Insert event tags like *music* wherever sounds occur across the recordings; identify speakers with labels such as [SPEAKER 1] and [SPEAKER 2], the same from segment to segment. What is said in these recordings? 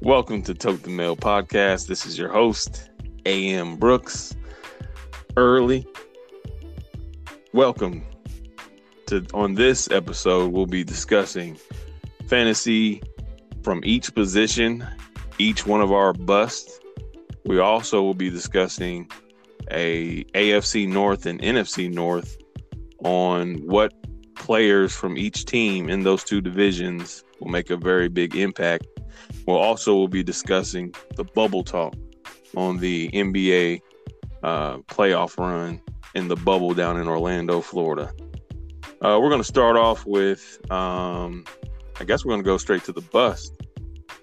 [SPEAKER 1] Welcome to Tote the Mail podcast. This is your host, A.M. Brooks. Early. Welcome to on this episode, we'll be discussing fantasy from each position, each one of our busts. We also will be discussing a AFC North and NFC North on what players from each team in those two divisions will make a very big impact. We'll also will be discussing the bubble talk on the NBA uh, playoff run in the bubble down in Orlando, Florida. Uh, we're going to start off with, um, I guess we're going to go straight to the bust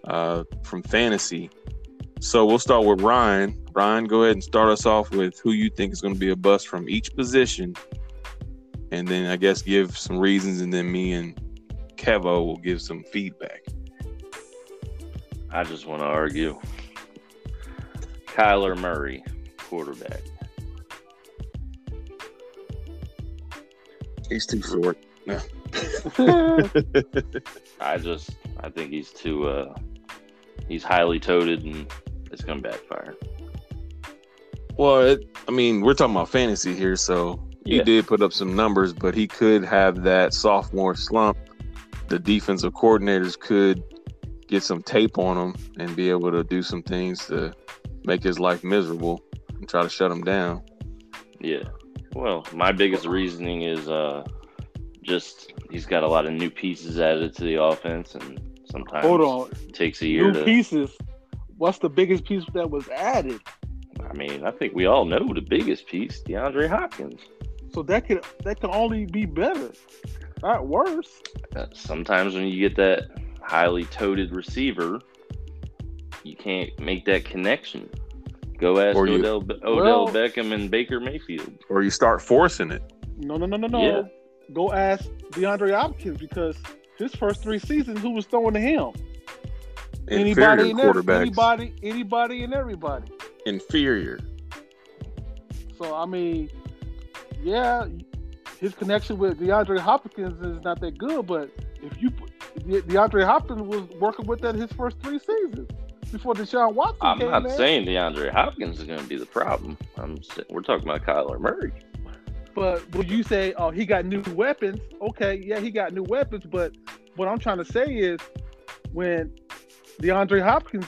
[SPEAKER 1] uh, from fantasy. So we'll start with Ryan. Ryan, go ahead and start us off with who you think is going to be a bust from each position. And then I guess give some reasons, and then me and Kevo will give some feedback.
[SPEAKER 2] I just want to argue. Kyler Murray, quarterback.
[SPEAKER 1] He's too short. No.
[SPEAKER 2] I just, I think he's too, uh, he's highly toted and it's going to backfire.
[SPEAKER 1] Well, it, I mean, we're talking about fantasy here, so he
[SPEAKER 2] Yeah.
[SPEAKER 1] did put up some numbers, but he could have that sophomore slump. The defensive coordinators could get some tape on him and be able to do some things to make his life miserable and try to shut him down.
[SPEAKER 2] Yeah. Well, my biggest reasoning is uh, just he's got a lot of new pieces added to the offense and sometimes
[SPEAKER 3] Hold on.
[SPEAKER 2] it takes a year
[SPEAKER 3] New
[SPEAKER 2] to.
[SPEAKER 3] pieces. What's the biggest piece that was added?
[SPEAKER 2] I mean, I think we all know the biggest piece, DeAndre Hopkins.
[SPEAKER 3] So that could that can only be better, not worse.
[SPEAKER 2] Uh, sometimes when you get that highly toted receiver, you can't make that connection. Go ask
[SPEAKER 1] Or you-
[SPEAKER 2] Odell, Odell
[SPEAKER 3] Well-
[SPEAKER 2] Beckham and Baker Mayfield.
[SPEAKER 1] Or you start forcing it.
[SPEAKER 3] No, no, no, no, no.
[SPEAKER 2] Yeah.
[SPEAKER 3] Go ask DeAndre Hopkins because his first three seasons, who was throwing to him?
[SPEAKER 1] Inferior
[SPEAKER 3] and every-
[SPEAKER 1] quarterbacks.
[SPEAKER 3] anybody, anybody, and everybody.
[SPEAKER 1] Inferior.
[SPEAKER 3] So I mean, yeah, his connection with DeAndre Hopkins is not that good, but if you put- De- DeAndre Hopkins was working with that his first three seasons before Deshaun Watson
[SPEAKER 2] I'm
[SPEAKER 3] came
[SPEAKER 2] not
[SPEAKER 3] in.
[SPEAKER 2] saying DeAndre Hopkins is going to be the problem. I'm sa- we're talking about Kyler Murray.
[SPEAKER 3] But when you say, oh, he got new weapons, okay, yeah, he got new weapons. But what I'm trying to say is when DeAndre Hopkins,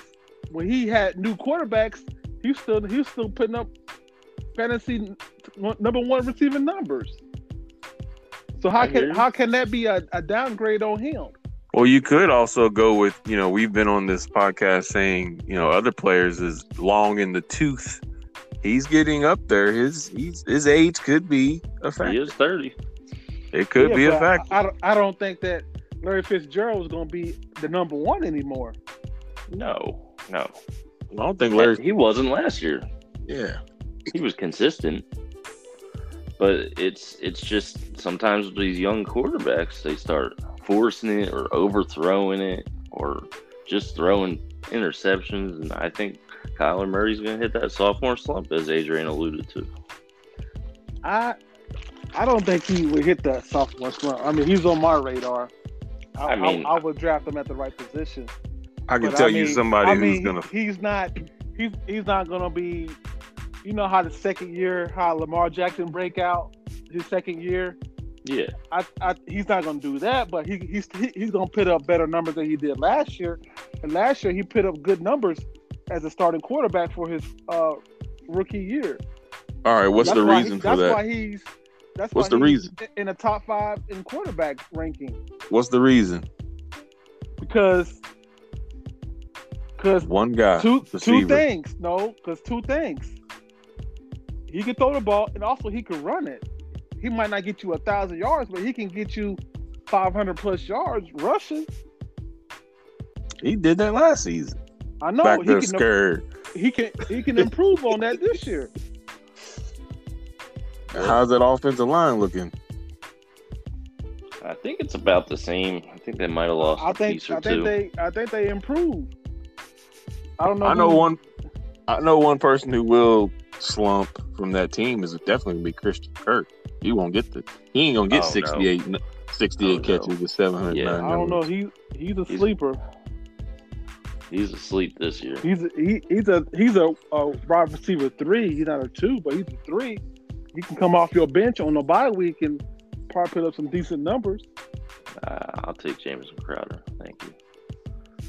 [SPEAKER 3] when he had new quarterbacks, he still he was still putting up fantasy n- one- number one receiving numbers. So
[SPEAKER 2] I
[SPEAKER 3] how
[SPEAKER 2] hear
[SPEAKER 3] can
[SPEAKER 2] you.
[SPEAKER 3] how can that be a, a downgrade on him?
[SPEAKER 1] Well, you could also go with, you know, we've been on this podcast saying, you know, other players is long in the tooth. He's getting up there. His he's, his age could be a
[SPEAKER 2] He
[SPEAKER 1] factor.
[SPEAKER 2] is 30.
[SPEAKER 1] It could
[SPEAKER 3] Yeah,
[SPEAKER 1] be a
[SPEAKER 3] but
[SPEAKER 1] factor.
[SPEAKER 3] I, I don't I don't think that Larry Fitzgerald is going to be the number one anymore.
[SPEAKER 2] No, no.
[SPEAKER 1] I don't think Larry.
[SPEAKER 2] He wasn't last year.
[SPEAKER 1] Yeah.
[SPEAKER 2] He was consistent. But it's it's just sometimes with these young quarterbacks, they start forcing it or overthrowing it or just throwing interceptions. And I think Kyler Murray's going to hit that sophomore slump, as Adrian alluded to.
[SPEAKER 3] I I don't think he would hit that sophomore slump. I mean, he's on my radar. I,
[SPEAKER 2] I mean-
[SPEAKER 3] I, would draft him at the right position.
[SPEAKER 1] I can
[SPEAKER 3] But
[SPEAKER 1] tell
[SPEAKER 3] I
[SPEAKER 1] you
[SPEAKER 3] mean-
[SPEAKER 1] somebody
[SPEAKER 3] I mean,
[SPEAKER 1] who's gonna.
[SPEAKER 3] He's not. He's he's not gonna be. You know how the second year, how Lamar Jackson break out his second year.
[SPEAKER 2] Yeah.
[SPEAKER 3] I, I he's not gonna do that, but he he's he- he's gonna put up better numbers than he did last year. And last year he put up good numbers as a starting quarterback for his uh, rookie year.
[SPEAKER 1] All right, what's
[SPEAKER 3] That's
[SPEAKER 1] the
[SPEAKER 3] why he-
[SPEAKER 1] reason for
[SPEAKER 3] that's
[SPEAKER 1] that?
[SPEAKER 3] Why he's, that's
[SPEAKER 1] What's
[SPEAKER 3] why
[SPEAKER 1] the
[SPEAKER 3] he's
[SPEAKER 1] reason?
[SPEAKER 3] In the top five in quarterback ranking
[SPEAKER 1] What's the reason?
[SPEAKER 3] because because
[SPEAKER 1] One guy,
[SPEAKER 3] two
[SPEAKER 1] Ah, receiver.
[SPEAKER 3] two things. No, because two things. He can throw the ball, and also he can run it. He might not get you a thousand yards, but he can get you five hundred plus yards rushing.
[SPEAKER 1] He did that last season.
[SPEAKER 3] I know
[SPEAKER 1] Back
[SPEAKER 3] he
[SPEAKER 1] there,
[SPEAKER 3] can
[SPEAKER 1] scared.
[SPEAKER 3] he can he can improve on that this year.
[SPEAKER 1] *laughs* How's that offensive line looking?
[SPEAKER 2] I think it's about the same. I think they might have lost
[SPEAKER 3] I
[SPEAKER 2] a
[SPEAKER 3] think
[SPEAKER 2] piece or
[SPEAKER 3] I
[SPEAKER 2] two.
[SPEAKER 3] think they I think they improved. I don't know.
[SPEAKER 1] I know
[SPEAKER 3] who-
[SPEAKER 1] one. I know one person who will slump from that team is definitely gonna be Christian Kirk. He won't get the. He ain't gonna get
[SPEAKER 2] Oh, no.
[SPEAKER 1] 68, n- 68
[SPEAKER 2] Oh, no.
[SPEAKER 1] catches with seven hundred nine.
[SPEAKER 2] Yeah.
[SPEAKER 3] I don't know. He he's a
[SPEAKER 2] He's-
[SPEAKER 3] sleeper.
[SPEAKER 2] He's asleep this year.
[SPEAKER 3] He's he, he's a he's a, a wide receiver three. He's not a two, but he's a three. He can come off your bench on a bye week and probably put up some decent numbers.
[SPEAKER 2] Uh, I'll take Jameson Crowder. Thank you.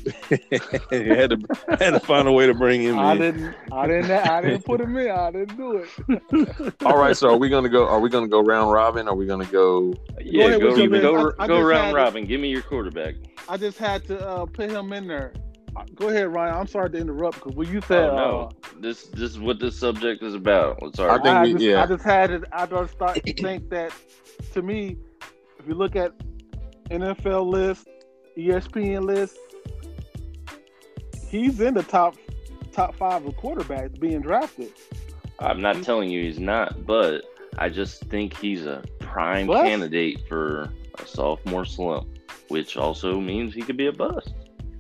[SPEAKER 2] *laughs*
[SPEAKER 1] You had to had to find a way to bring him
[SPEAKER 3] I
[SPEAKER 1] in.
[SPEAKER 3] didn't I
[SPEAKER 2] *laughs*
[SPEAKER 3] didn't I didn't put him in. I didn't do it.
[SPEAKER 1] All right, so are we gonna go? Are we gonna go round robin? Are we gonna go?
[SPEAKER 2] Yeah,
[SPEAKER 3] ahead
[SPEAKER 2] go
[SPEAKER 3] with
[SPEAKER 2] go,
[SPEAKER 3] your man.
[SPEAKER 2] go,
[SPEAKER 3] I- I just
[SPEAKER 2] round
[SPEAKER 3] had-
[SPEAKER 2] robin. Give me your quarterback.
[SPEAKER 3] I just had to uh, put him in there. Uh, Go ahead, Ryan. I'm sorry to interrupt because when you said
[SPEAKER 2] oh
[SPEAKER 3] uh,
[SPEAKER 2] no, this this is what this subject is about. Let's
[SPEAKER 1] I think we-
[SPEAKER 3] just,
[SPEAKER 1] yeah.
[SPEAKER 3] I just had it. I
[SPEAKER 1] *coughs*
[SPEAKER 3] just start to think that, to me, if you look at NFL list, E ESPN list, he's in the top top five of quarterbacks being drafted.
[SPEAKER 2] I'm not telling you he's not, but I just think he's a prime
[SPEAKER 3] What?
[SPEAKER 2] candidate for a sophomore slump, which also means he could be a bust.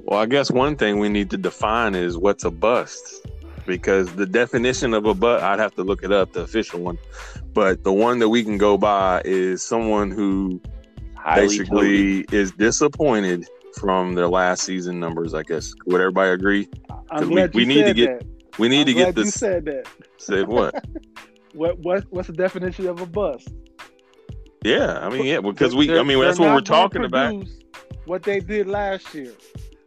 [SPEAKER 1] Well, I guess one thing we need to define is what's a bust, because the definition of a bust, I'd have to look it up, the official one, but the one that we can go by is someone who
[SPEAKER 2] Highly touted.
[SPEAKER 1] basically is disappointed from their last season numbers. I guess would everybody agree?
[SPEAKER 3] I'm
[SPEAKER 1] we-
[SPEAKER 3] glad
[SPEAKER 1] we
[SPEAKER 3] you
[SPEAKER 1] need to
[SPEAKER 3] said
[SPEAKER 1] get-
[SPEAKER 3] that.
[SPEAKER 1] We need
[SPEAKER 3] I'm
[SPEAKER 1] to
[SPEAKER 3] glad
[SPEAKER 1] get
[SPEAKER 3] You
[SPEAKER 1] this.
[SPEAKER 3] said that.
[SPEAKER 1] Said what?
[SPEAKER 3] What what what's the definition of a bust?
[SPEAKER 1] Yeah, I mean, yeah, because we, I
[SPEAKER 3] They're-
[SPEAKER 1] mean,
[SPEAKER 3] they're
[SPEAKER 1] that's what we're
[SPEAKER 3] not gonna
[SPEAKER 1] talking about.
[SPEAKER 3] produce What they did last year.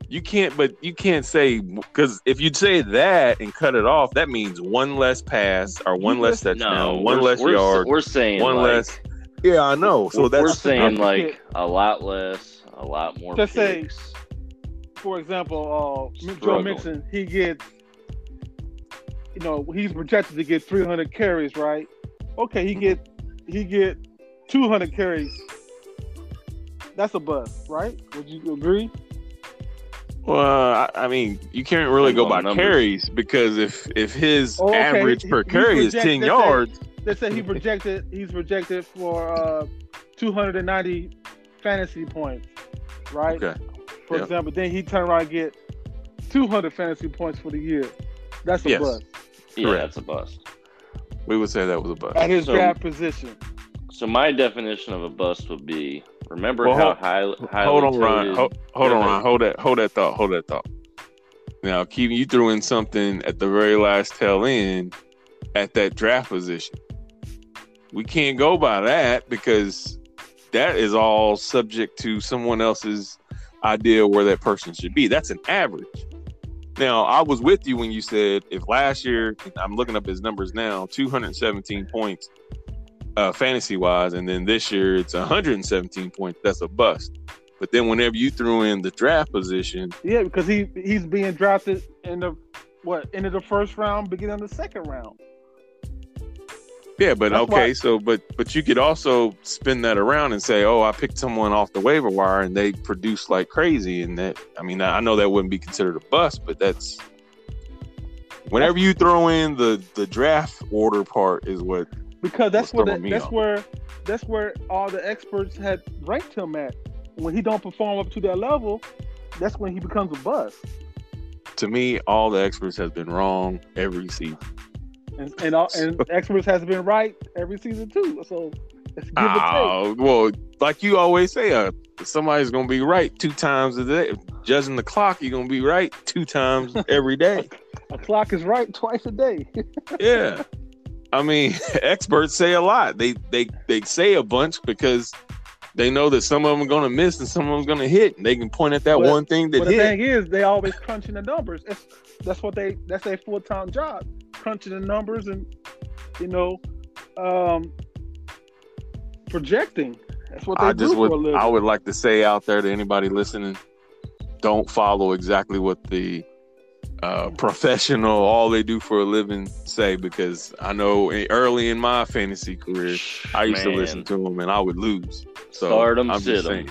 [SPEAKER 1] You can't, but you can't say because if you say that and cut it off, that means one less pass or one
[SPEAKER 3] You
[SPEAKER 1] less
[SPEAKER 3] just-
[SPEAKER 1] touchdown,
[SPEAKER 2] no,
[SPEAKER 1] one
[SPEAKER 2] we're-
[SPEAKER 1] less
[SPEAKER 2] we're,
[SPEAKER 1] yard,
[SPEAKER 2] We're saying
[SPEAKER 1] one
[SPEAKER 2] like,
[SPEAKER 1] less. Yeah, I know. So
[SPEAKER 2] we're,
[SPEAKER 1] that's
[SPEAKER 2] we're saying
[SPEAKER 3] I'm
[SPEAKER 2] like
[SPEAKER 3] thinking-
[SPEAKER 2] a lot less, a lot more
[SPEAKER 3] Just say-
[SPEAKER 2] picks.
[SPEAKER 3] for example, uh, Joe
[SPEAKER 2] Struggling.
[SPEAKER 3] Mixon, he gets, you know, he's projected to get 300 carries, right? Okay, he get he get 200 carries. That's a bust, right? Would you agree?
[SPEAKER 1] well, I, I mean, you can't really
[SPEAKER 2] Depends
[SPEAKER 1] go by
[SPEAKER 2] on numbers.
[SPEAKER 1] carries because if if his
[SPEAKER 3] Oh, okay.
[SPEAKER 1] average
[SPEAKER 3] He-
[SPEAKER 1] per
[SPEAKER 3] he
[SPEAKER 1] carry is
[SPEAKER 3] projected
[SPEAKER 1] ten
[SPEAKER 3] that-
[SPEAKER 1] yards, *laughs*
[SPEAKER 3] Let's say he projected he's projected for uh, 290 fantasy points, right?
[SPEAKER 1] okay,
[SPEAKER 3] For
[SPEAKER 1] yeah.
[SPEAKER 3] example, then he turn around and get 200 fantasy points for the year. That's a
[SPEAKER 1] Yes.
[SPEAKER 3] bust
[SPEAKER 2] Yeah,
[SPEAKER 1] Correct.
[SPEAKER 2] that's a bust.
[SPEAKER 1] we would say that was a bust.
[SPEAKER 3] at his
[SPEAKER 2] So-
[SPEAKER 3] draft position.
[SPEAKER 2] So my definition of a bust would be remember
[SPEAKER 1] Well,
[SPEAKER 2] how
[SPEAKER 1] hold-
[SPEAKER 2] high, highly
[SPEAKER 1] hold on, Ron.
[SPEAKER 2] touted-
[SPEAKER 1] Hold, hold
[SPEAKER 2] Go
[SPEAKER 1] on,
[SPEAKER 2] ahead.
[SPEAKER 1] Ron. Hold that. Hold that thought. Hold that thought. Now, Keaton, you threw in something at the very last tail end at that draft position. We can't go by that because that is all subject to someone else's idea where that person should be. That's an average. Now, I was with you when you said if last year, and I'm looking up his numbers now, 217 points uh, fantasy wise, and then this year it's 117 points. That's a bust. But then whenever you threw in the draft position,
[SPEAKER 3] Yeah, because he he's being drafted in the what end of the first round, beginning of the second round.
[SPEAKER 1] yeah, but
[SPEAKER 3] That's
[SPEAKER 1] okay,
[SPEAKER 3] why-
[SPEAKER 1] so but but you could also spin that around and say, oh, I picked someone off the waiver wire and they produced like crazy, and that I mean, I I know that wouldn't be considered a bust, but that's whenever you throw in the the draft order part is what
[SPEAKER 3] Because that's
[SPEAKER 1] What's
[SPEAKER 3] where
[SPEAKER 1] throwing me
[SPEAKER 3] the, that's
[SPEAKER 1] off?
[SPEAKER 3] where that's where all the experts had ranked him at. When he don't perform up to that level, that's when he becomes a bust.
[SPEAKER 1] to me all the experts has been wrong every season.
[SPEAKER 3] And and, all,
[SPEAKER 1] *laughs*
[SPEAKER 3] and experts has been right every season too. So it's give and
[SPEAKER 1] Oh, well, like you always say, uh, somebody's gonna be right two times a day. Judging the clock, you're gonna be right two times
[SPEAKER 3] *laughs*
[SPEAKER 1] every day.
[SPEAKER 3] take. A clock is right *laughs* twice a day.
[SPEAKER 1] yeah. I mean, *laughs* experts say a lot. They they they say a bunch because they know that some of them are gonna miss and some of them gonna hit, and they can point at that
[SPEAKER 3] But-
[SPEAKER 1] one thing that
[SPEAKER 3] but the
[SPEAKER 1] hit.
[SPEAKER 3] thing is, they always crunching the numbers. That's that's what they that's their full time job, crunching the numbers and you know, um, projecting. That's what they
[SPEAKER 1] I
[SPEAKER 3] do
[SPEAKER 1] just
[SPEAKER 3] for
[SPEAKER 1] would
[SPEAKER 3] a living.
[SPEAKER 1] I would like to say out there to anybody listening, don't follow exactly what the uh, professional all they do for a living say because I know in- early in my fantasy career I used to
[SPEAKER 2] Man,
[SPEAKER 1] listen to them and I would lose. So
[SPEAKER 2] Start 'em,
[SPEAKER 1] I'm
[SPEAKER 2] sit 'em.
[SPEAKER 1] just saying,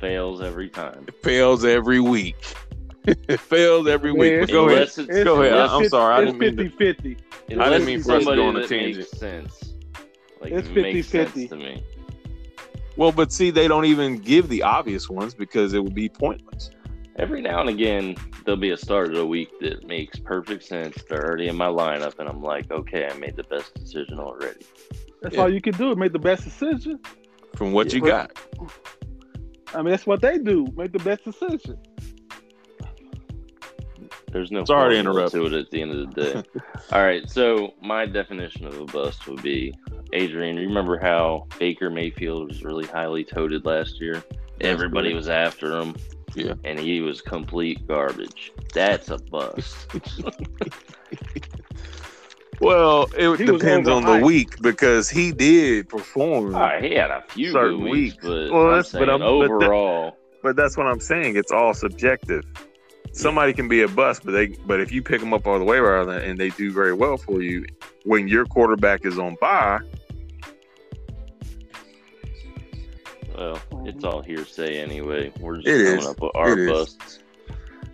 [SPEAKER 2] fails every time.
[SPEAKER 1] it fails every week. *laughs* it fails every week.
[SPEAKER 3] Man,
[SPEAKER 1] But go ahead.
[SPEAKER 2] Unless it's-
[SPEAKER 3] It's-
[SPEAKER 1] Go ahead.
[SPEAKER 2] Unless
[SPEAKER 1] I- I'm
[SPEAKER 3] it's-
[SPEAKER 1] sorry. I
[SPEAKER 3] it's
[SPEAKER 1] didn't mean to.
[SPEAKER 3] 50-50.
[SPEAKER 2] Unless
[SPEAKER 3] I didn't mean
[SPEAKER 2] it's
[SPEAKER 3] for us to
[SPEAKER 1] go on
[SPEAKER 2] somebody
[SPEAKER 1] a
[SPEAKER 2] that
[SPEAKER 1] tangent.
[SPEAKER 2] Makes sense. Like
[SPEAKER 3] It's
[SPEAKER 2] it makes
[SPEAKER 3] 50-50.
[SPEAKER 2] sense to me.
[SPEAKER 1] Well, but see, they don't even give the obvious ones because it would be pointless.
[SPEAKER 2] Every now and again, there'll be a start of the week that makes perfect sense. They're already in my lineup, and I'm like, okay, I made the best decision already.
[SPEAKER 3] That's
[SPEAKER 1] Yeah.
[SPEAKER 3] all you can do. Make the best decision.
[SPEAKER 1] From what
[SPEAKER 2] Yeah.
[SPEAKER 1] you got,
[SPEAKER 3] I mean, that's what they do. Make the best decision.
[SPEAKER 2] There's no
[SPEAKER 1] Sorry to
[SPEAKER 2] formula
[SPEAKER 1] interrupt.
[SPEAKER 2] to it at the end of the day.
[SPEAKER 1] *laughs*
[SPEAKER 2] All right, so my definition of a bust would be Adrian. You remember how Baker Mayfield was really highly toted last year? Everybody
[SPEAKER 1] correct.
[SPEAKER 2] was after him.
[SPEAKER 1] Yeah.
[SPEAKER 2] and he was complete garbage. That's a bust.
[SPEAKER 1] *laughs* Well, it
[SPEAKER 3] He was
[SPEAKER 1] depends on the
[SPEAKER 3] overhyped.
[SPEAKER 1] week because he did perform.
[SPEAKER 2] All right, he had a few
[SPEAKER 1] Certain
[SPEAKER 2] good weeks,
[SPEAKER 1] weeks.
[SPEAKER 2] but
[SPEAKER 1] Well,
[SPEAKER 2] I'm
[SPEAKER 1] that's- but
[SPEAKER 2] saying
[SPEAKER 1] I'm- but that-
[SPEAKER 2] overall,
[SPEAKER 1] But that's what I'm saying. It's all subjective. Somebody can be a bust, but they but if you pick them up all the way around and they do very well for you, when your quarterback is on bye,
[SPEAKER 2] well, it's all hearsay anyway. We're just
[SPEAKER 1] It
[SPEAKER 2] coming
[SPEAKER 1] is.
[SPEAKER 2] up with our
[SPEAKER 1] It is.
[SPEAKER 2] busts.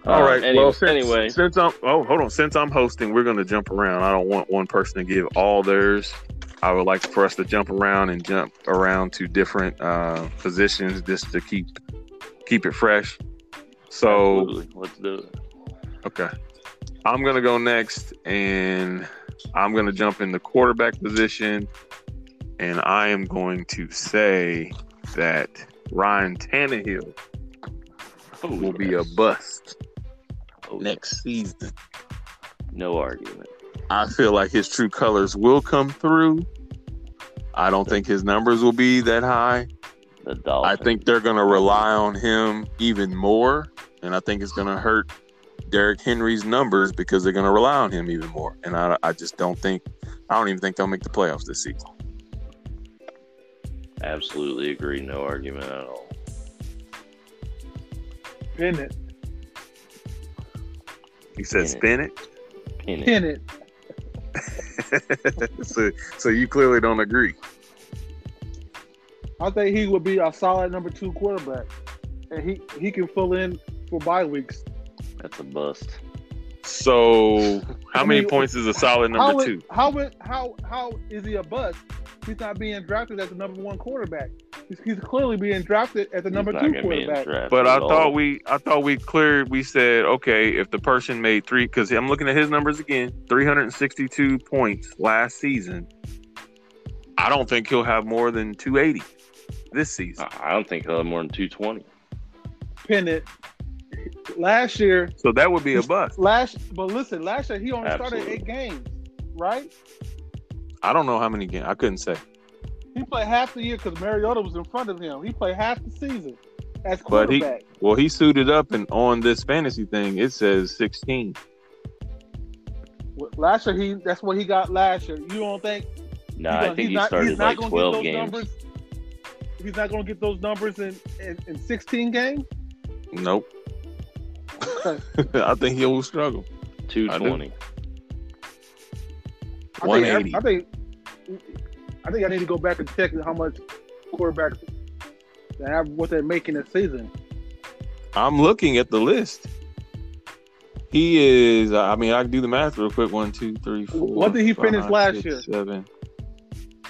[SPEAKER 2] Uh,
[SPEAKER 1] All right.
[SPEAKER 2] Anyway,
[SPEAKER 1] well, since,
[SPEAKER 2] anyway,
[SPEAKER 1] since I'm oh hold on, since I'm hosting, we're going to jump around. I don't want one person to give all theirs. I would like for us to jump around and jump around to different uh, positions just to keep keep it fresh. So
[SPEAKER 2] absolutely. let's do it.
[SPEAKER 1] okay, I'm going to go next, and I'm going to jump in the quarterback position, and I am going to say that Ryan Tannehill
[SPEAKER 2] Oh,
[SPEAKER 1] will be a
[SPEAKER 2] yes.
[SPEAKER 1] bust
[SPEAKER 2] Oh,
[SPEAKER 1] next season.
[SPEAKER 2] No argument.
[SPEAKER 1] I feel like his true colors will come through. I don't think his numbers will be that high.
[SPEAKER 2] The Dolphins.
[SPEAKER 1] I think they're going to rely on him even more. And I think it's going to hurt Derrick Henry's numbers because they're going to rely on him even more. And I, I just don't think, I don't even think they'll make the playoffs this season.
[SPEAKER 2] absolutely agree. No argument at all.
[SPEAKER 3] Pin it.
[SPEAKER 1] He said, spin it.
[SPEAKER 2] Pin it.
[SPEAKER 3] Pin it.
[SPEAKER 1] *laughs* so, so you clearly don't agree.
[SPEAKER 3] I think he would be a solid number two quarterback. And he, he can fill in for bye weeks.
[SPEAKER 2] That's a bust.
[SPEAKER 1] So, how
[SPEAKER 3] I
[SPEAKER 1] many
[SPEAKER 3] mean,
[SPEAKER 1] points is a solid
[SPEAKER 3] How
[SPEAKER 1] number
[SPEAKER 3] would-
[SPEAKER 1] two?
[SPEAKER 3] How would how how is he a bust? He's not being drafted as the number one quarterback. He's, he's clearly being drafted as the number
[SPEAKER 2] He's not
[SPEAKER 3] two
[SPEAKER 2] gonna be in
[SPEAKER 3] quarterback.
[SPEAKER 2] draft
[SPEAKER 1] But I
[SPEAKER 2] at all.
[SPEAKER 1] thought we, I thought we cleared. We said, okay, if the person made three, because I'm looking at his numbers again, 362 points last season. I don't think he'll have more than 280 this season.
[SPEAKER 2] I I don't think he'll have more than 220.
[SPEAKER 3] Pin it. Last year,
[SPEAKER 1] So that would be a bust.
[SPEAKER 3] last but listen, last year he only started
[SPEAKER 2] Absolutely.
[SPEAKER 3] eight games, right?
[SPEAKER 1] I don't know how many games. I couldn't say.
[SPEAKER 3] He played half the year because Mariota was in front of him. He played half the season as
[SPEAKER 1] But he-
[SPEAKER 3] quarterback.
[SPEAKER 1] Well, he suited up, and on this fantasy thing, it says 16.
[SPEAKER 3] Well, last year he that's what he got last year. You don't think
[SPEAKER 2] No,
[SPEAKER 3] he's
[SPEAKER 2] I
[SPEAKER 3] gonna-
[SPEAKER 2] think
[SPEAKER 3] he's
[SPEAKER 2] he
[SPEAKER 3] not-
[SPEAKER 2] started
[SPEAKER 3] he's not
[SPEAKER 2] like
[SPEAKER 3] gonna get
[SPEAKER 2] 12
[SPEAKER 3] those
[SPEAKER 2] games.
[SPEAKER 3] numbers- He's not going to get those numbers in, in, in 16 games.
[SPEAKER 1] Nope. *laughs* I think he'll struggle.
[SPEAKER 2] 220.
[SPEAKER 3] I think,
[SPEAKER 1] 180.
[SPEAKER 3] I think I think I need to go back and check how much quarterbacks they have what they're making this season.
[SPEAKER 1] I'm looking at the list. He is. I mean, I can do the math real quick. One, two, three, four.
[SPEAKER 3] What did he finish
[SPEAKER 1] five,
[SPEAKER 3] last
[SPEAKER 1] six,
[SPEAKER 3] year?
[SPEAKER 1] Seven,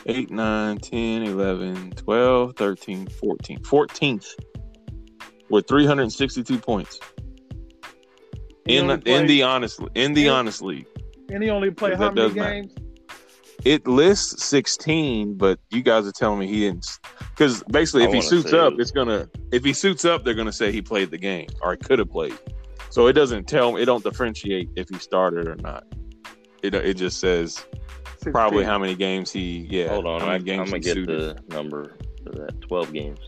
[SPEAKER 1] eight, nine, 10, 11, 12, 13, 14. 14th with 362 points
[SPEAKER 3] He
[SPEAKER 1] in
[SPEAKER 3] only
[SPEAKER 1] in
[SPEAKER 3] played-
[SPEAKER 1] the honest in the
[SPEAKER 3] Yeah.
[SPEAKER 1] honest league.
[SPEAKER 3] and he only played
[SPEAKER 1] that
[SPEAKER 3] how many
[SPEAKER 1] does matter.
[SPEAKER 3] games?
[SPEAKER 1] It lists 16, but you guys are telling me he didn't. Because basically,
[SPEAKER 2] I
[SPEAKER 1] if he
[SPEAKER 2] wanna
[SPEAKER 1] suits
[SPEAKER 2] say-
[SPEAKER 1] up, it's gonna. If he suits up, they're gonna say he played the game or he could have played. So it doesn't tell. It don't differentiate if he started or not. It it just says
[SPEAKER 3] 16.
[SPEAKER 1] probably how many games he. Yeah.
[SPEAKER 2] Hold on,
[SPEAKER 1] How many
[SPEAKER 2] I, I'm
[SPEAKER 1] games
[SPEAKER 2] gonna
[SPEAKER 1] he
[SPEAKER 2] get
[SPEAKER 1] suited.
[SPEAKER 2] the number for that. 12 games.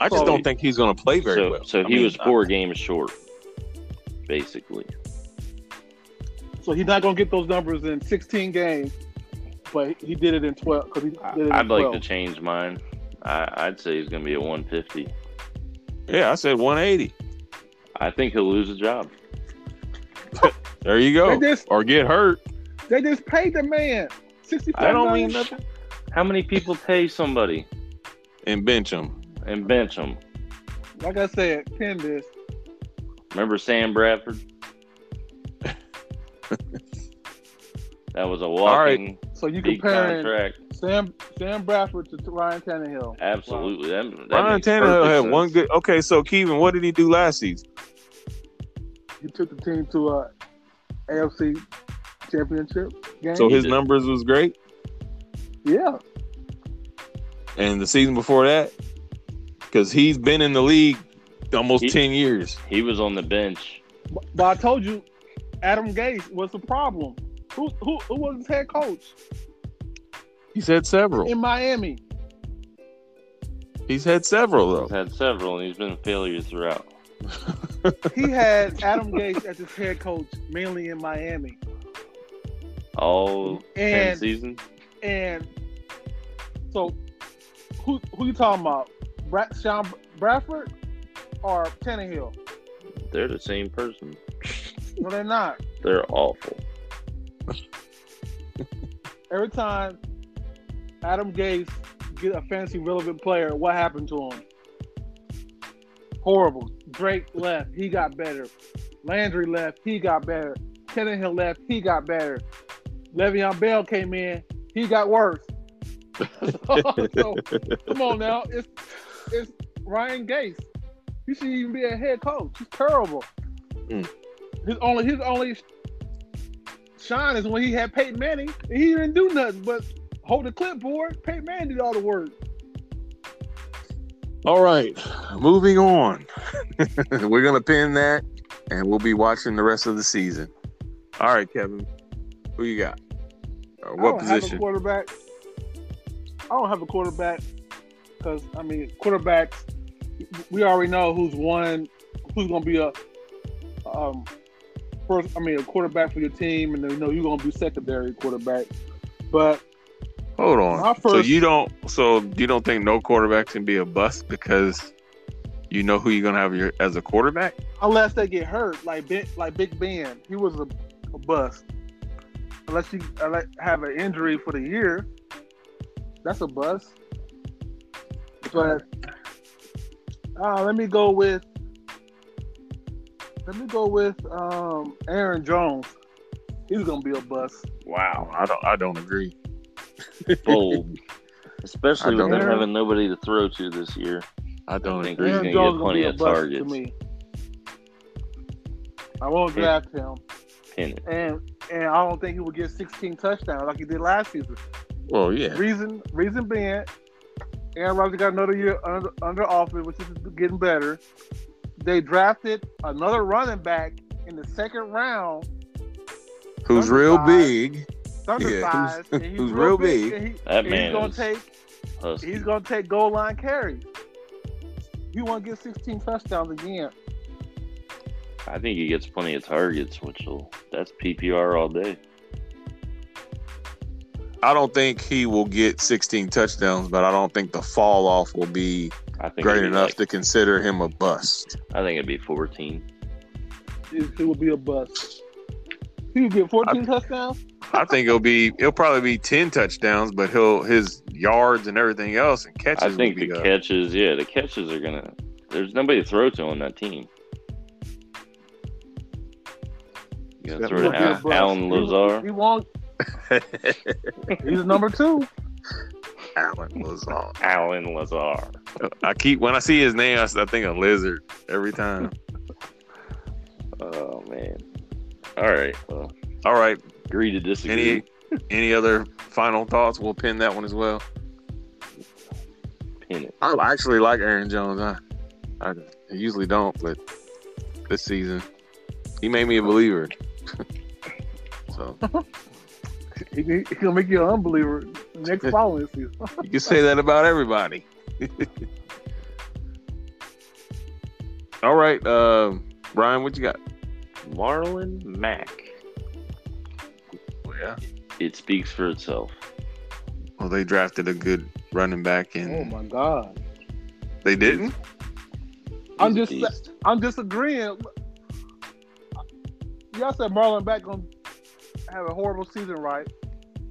[SPEAKER 1] I just
[SPEAKER 3] so-
[SPEAKER 1] don't think he's gonna play very
[SPEAKER 2] so,
[SPEAKER 1] well.
[SPEAKER 2] so
[SPEAKER 1] I
[SPEAKER 2] he
[SPEAKER 1] mean,
[SPEAKER 2] was four games short, basically.
[SPEAKER 3] So he's not going to get those numbers in 16 games, but he did it in 12 because he did it in
[SPEAKER 2] I, I'd like
[SPEAKER 3] 12.
[SPEAKER 2] to change mine. I, I'd say he's gonna be at 150.
[SPEAKER 1] Yeah, I said 180.
[SPEAKER 2] I think he'll lose a job.
[SPEAKER 1] There you
[SPEAKER 3] They
[SPEAKER 1] go.
[SPEAKER 3] just
[SPEAKER 1] Or get hurt.
[SPEAKER 3] they just paid the man 65.
[SPEAKER 2] I don't mean
[SPEAKER 3] million.
[SPEAKER 2] nothing. How many people pay somebody
[SPEAKER 1] and bench him.
[SPEAKER 2] and bench them?
[SPEAKER 3] Like I said, pin this.
[SPEAKER 2] Remember
[SPEAKER 1] *laughs*
[SPEAKER 2] Sam Bradford? that was a walking
[SPEAKER 3] So you
[SPEAKER 2] big
[SPEAKER 3] comparing
[SPEAKER 2] contract.
[SPEAKER 3] Sam Sam Bradford to Ryan Tannehill.
[SPEAKER 2] Absolutely. That, that
[SPEAKER 1] Ryan
[SPEAKER 2] makes
[SPEAKER 1] Tannehill
[SPEAKER 2] perfect
[SPEAKER 1] had
[SPEAKER 2] sense.
[SPEAKER 1] one good. Okay, so Keevan, what did he do last season?
[SPEAKER 3] He took the team to a AFC championship game.
[SPEAKER 1] So
[SPEAKER 2] he
[SPEAKER 1] his
[SPEAKER 2] did.
[SPEAKER 1] numbers was great,
[SPEAKER 3] yeah.
[SPEAKER 1] and the season before that, because he's been in the league almost
[SPEAKER 2] He-
[SPEAKER 1] ten years.
[SPEAKER 2] He was on the bench.
[SPEAKER 3] But, but I told you, Adam Gase was the problem. Who who, who was his head coach
[SPEAKER 1] He's had several.
[SPEAKER 3] in Miami?
[SPEAKER 1] He's had several
[SPEAKER 2] He's
[SPEAKER 1] though.
[SPEAKER 2] had several, and he's been a failure throughout.
[SPEAKER 3] He had Adam Gase as his head coach mainly in Miami,
[SPEAKER 2] All ten
[SPEAKER 3] and
[SPEAKER 2] seasons.
[SPEAKER 3] and so who who you talking about? Brad, Sean Bradford or Tannehill?
[SPEAKER 2] They're the same person.
[SPEAKER 3] No, they're not.
[SPEAKER 2] They're awful.
[SPEAKER 3] Every time Adam Gase get a fancy relevant player, what happened to him? Horrible. Drake left, he got better. Landry left, he got better. Tannehill left, he got better. Le'Veon Bell came in, he got worse. *laughs* so, come on now, it's it's Ryan Gase. He should even be a head coach. He's terrible.
[SPEAKER 1] Mm.
[SPEAKER 3] His only his only shine is when he had Peyton Manning and he didn't do nothing but hold the clipboard. Peyton Manning did all the work.
[SPEAKER 1] All right, moving on. *laughs* We're gonna pin that, and we'll be watching the rest of the season. All right, Kevin, who you got? Or
[SPEAKER 3] I
[SPEAKER 1] Uh, what
[SPEAKER 3] don't Have a
[SPEAKER 1] position?
[SPEAKER 3] quarterback. I don't have a quarterback because I mean quarterbacks. We already know who's one, who's gonna be a um first. I mean a quarterback for your team, and then you know you're gonna be secondary quarterback. But
[SPEAKER 1] Hold on.
[SPEAKER 3] My
[SPEAKER 1] So
[SPEAKER 3] first-
[SPEAKER 1] you don't. So you don't think no quarterback can be a bust because you know who you're gonna have your as a quarterback?
[SPEAKER 3] unless they get hurt, like ben, like Big Ben, he was a, a bust. Unless you unless- have an injury for the year, that's a bust. But uh, let me go with let me go with um, Aaron Jones. He's gonna be a bust.
[SPEAKER 1] Wow, I don't. I don't agree. *laughs*
[SPEAKER 2] Bold. Especially
[SPEAKER 1] I
[SPEAKER 2] with
[SPEAKER 1] don't
[SPEAKER 2] them
[SPEAKER 3] know.
[SPEAKER 2] having nobody to throw to this year.
[SPEAKER 1] I don't
[SPEAKER 2] think
[SPEAKER 1] agree.
[SPEAKER 2] he's gonna
[SPEAKER 3] Aaron Jones
[SPEAKER 2] get plenty of targets.
[SPEAKER 3] me. I won't
[SPEAKER 2] Yeah.
[SPEAKER 3] draft him,
[SPEAKER 2] Pin it.
[SPEAKER 3] and and I don't think he will get 16 touchdowns like he did last season.
[SPEAKER 1] Well, yeah.
[SPEAKER 3] Reason reason being, Aaron Rodgers got another year under under offer, which is getting better. They drafted another running back in the second round,
[SPEAKER 1] Who's real big?
[SPEAKER 3] undersized, and he's
[SPEAKER 1] who's real
[SPEAKER 3] real big.
[SPEAKER 1] big.
[SPEAKER 3] and he-
[SPEAKER 2] That
[SPEAKER 3] and
[SPEAKER 2] man
[SPEAKER 3] he's gonna
[SPEAKER 2] is-
[SPEAKER 3] take
[SPEAKER 2] Husky.
[SPEAKER 3] he's gonna take goal line carries. He won't get 16 touchdowns again.
[SPEAKER 2] I think he gets plenty of targets, which will that's PPR all day.
[SPEAKER 1] I don't think he will get 16 touchdowns, but I don't think the fall off will be
[SPEAKER 2] I think
[SPEAKER 1] great
[SPEAKER 2] it'd be
[SPEAKER 1] enough
[SPEAKER 2] like-
[SPEAKER 1] to consider him a bust.
[SPEAKER 2] I think it'd be fourteen.
[SPEAKER 3] It, it will be a bust. He will get 14 touchdowns.
[SPEAKER 1] I think it'll be it'll probably be 10 touchdowns, but he'll his yards and everything else and catches.
[SPEAKER 2] I think
[SPEAKER 1] will
[SPEAKER 2] the
[SPEAKER 1] be up.
[SPEAKER 2] catches, yeah, the catches are gonna. There's nobody to throw to on that team. You
[SPEAKER 1] Except
[SPEAKER 2] gotta throw
[SPEAKER 3] He'll
[SPEAKER 2] to
[SPEAKER 3] be
[SPEAKER 1] Al-
[SPEAKER 3] a
[SPEAKER 2] Al-
[SPEAKER 3] bust.
[SPEAKER 2] Alan
[SPEAKER 3] He- He
[SPEAKER 1] *laughs*
[SPEAKER 2] Lazar.
[SPEAKER 3] won't. He's number two.
[SPEAKER 1] Allen was on.
[SPEAKER 2] Alan Lazar.
[SPEAKER 1] I keep when I see his name, I, s- I think a lizard every time.
[SPEAKER 2] Oh man. All right. Well,
[SPEAKER 1] All
[SPEAKER 2] *laughs*
[SPEAKER 1] right,
[SPEAKER 2] agree to disagree.
[SPEAKER 1] any any other final thoughts? We'll pin that one as well.
[SPEAKER 2] Pin it.
[SPEAKER 1] I actually like Aaron Jones. I, I usually don't, but this season he made me a believer. *laughs* so
[SPEAKER 3] He's he, he gonna make you an unbeliever
[SPEAKER 1] *laughs*
[SPEAKER 3] next following season.
[SPEAKER 1] you can say that about everybody. *laughs* All right, uh, Brian, what you got?
[SPEAKER 2] Marlon Mack.
[SPEAKER 1] yeah.
[SPEAKER 2] It speaks for itself.
[SPEAKER 1] Well, they drafted a good running back, and
[SPEAKER 3] Oh my god!
[SPEAKER 1] they didn't.
[SPEAKER 2] He's
[SPEAKER 3] I'm
[SPEAKER 2] a
[SPEAKER 3] just
[SPEAKER 2] beast.
[SPEAKER 3] I'm disagreeing. Y'all said Marlon Beck gonna have a horrible season, right?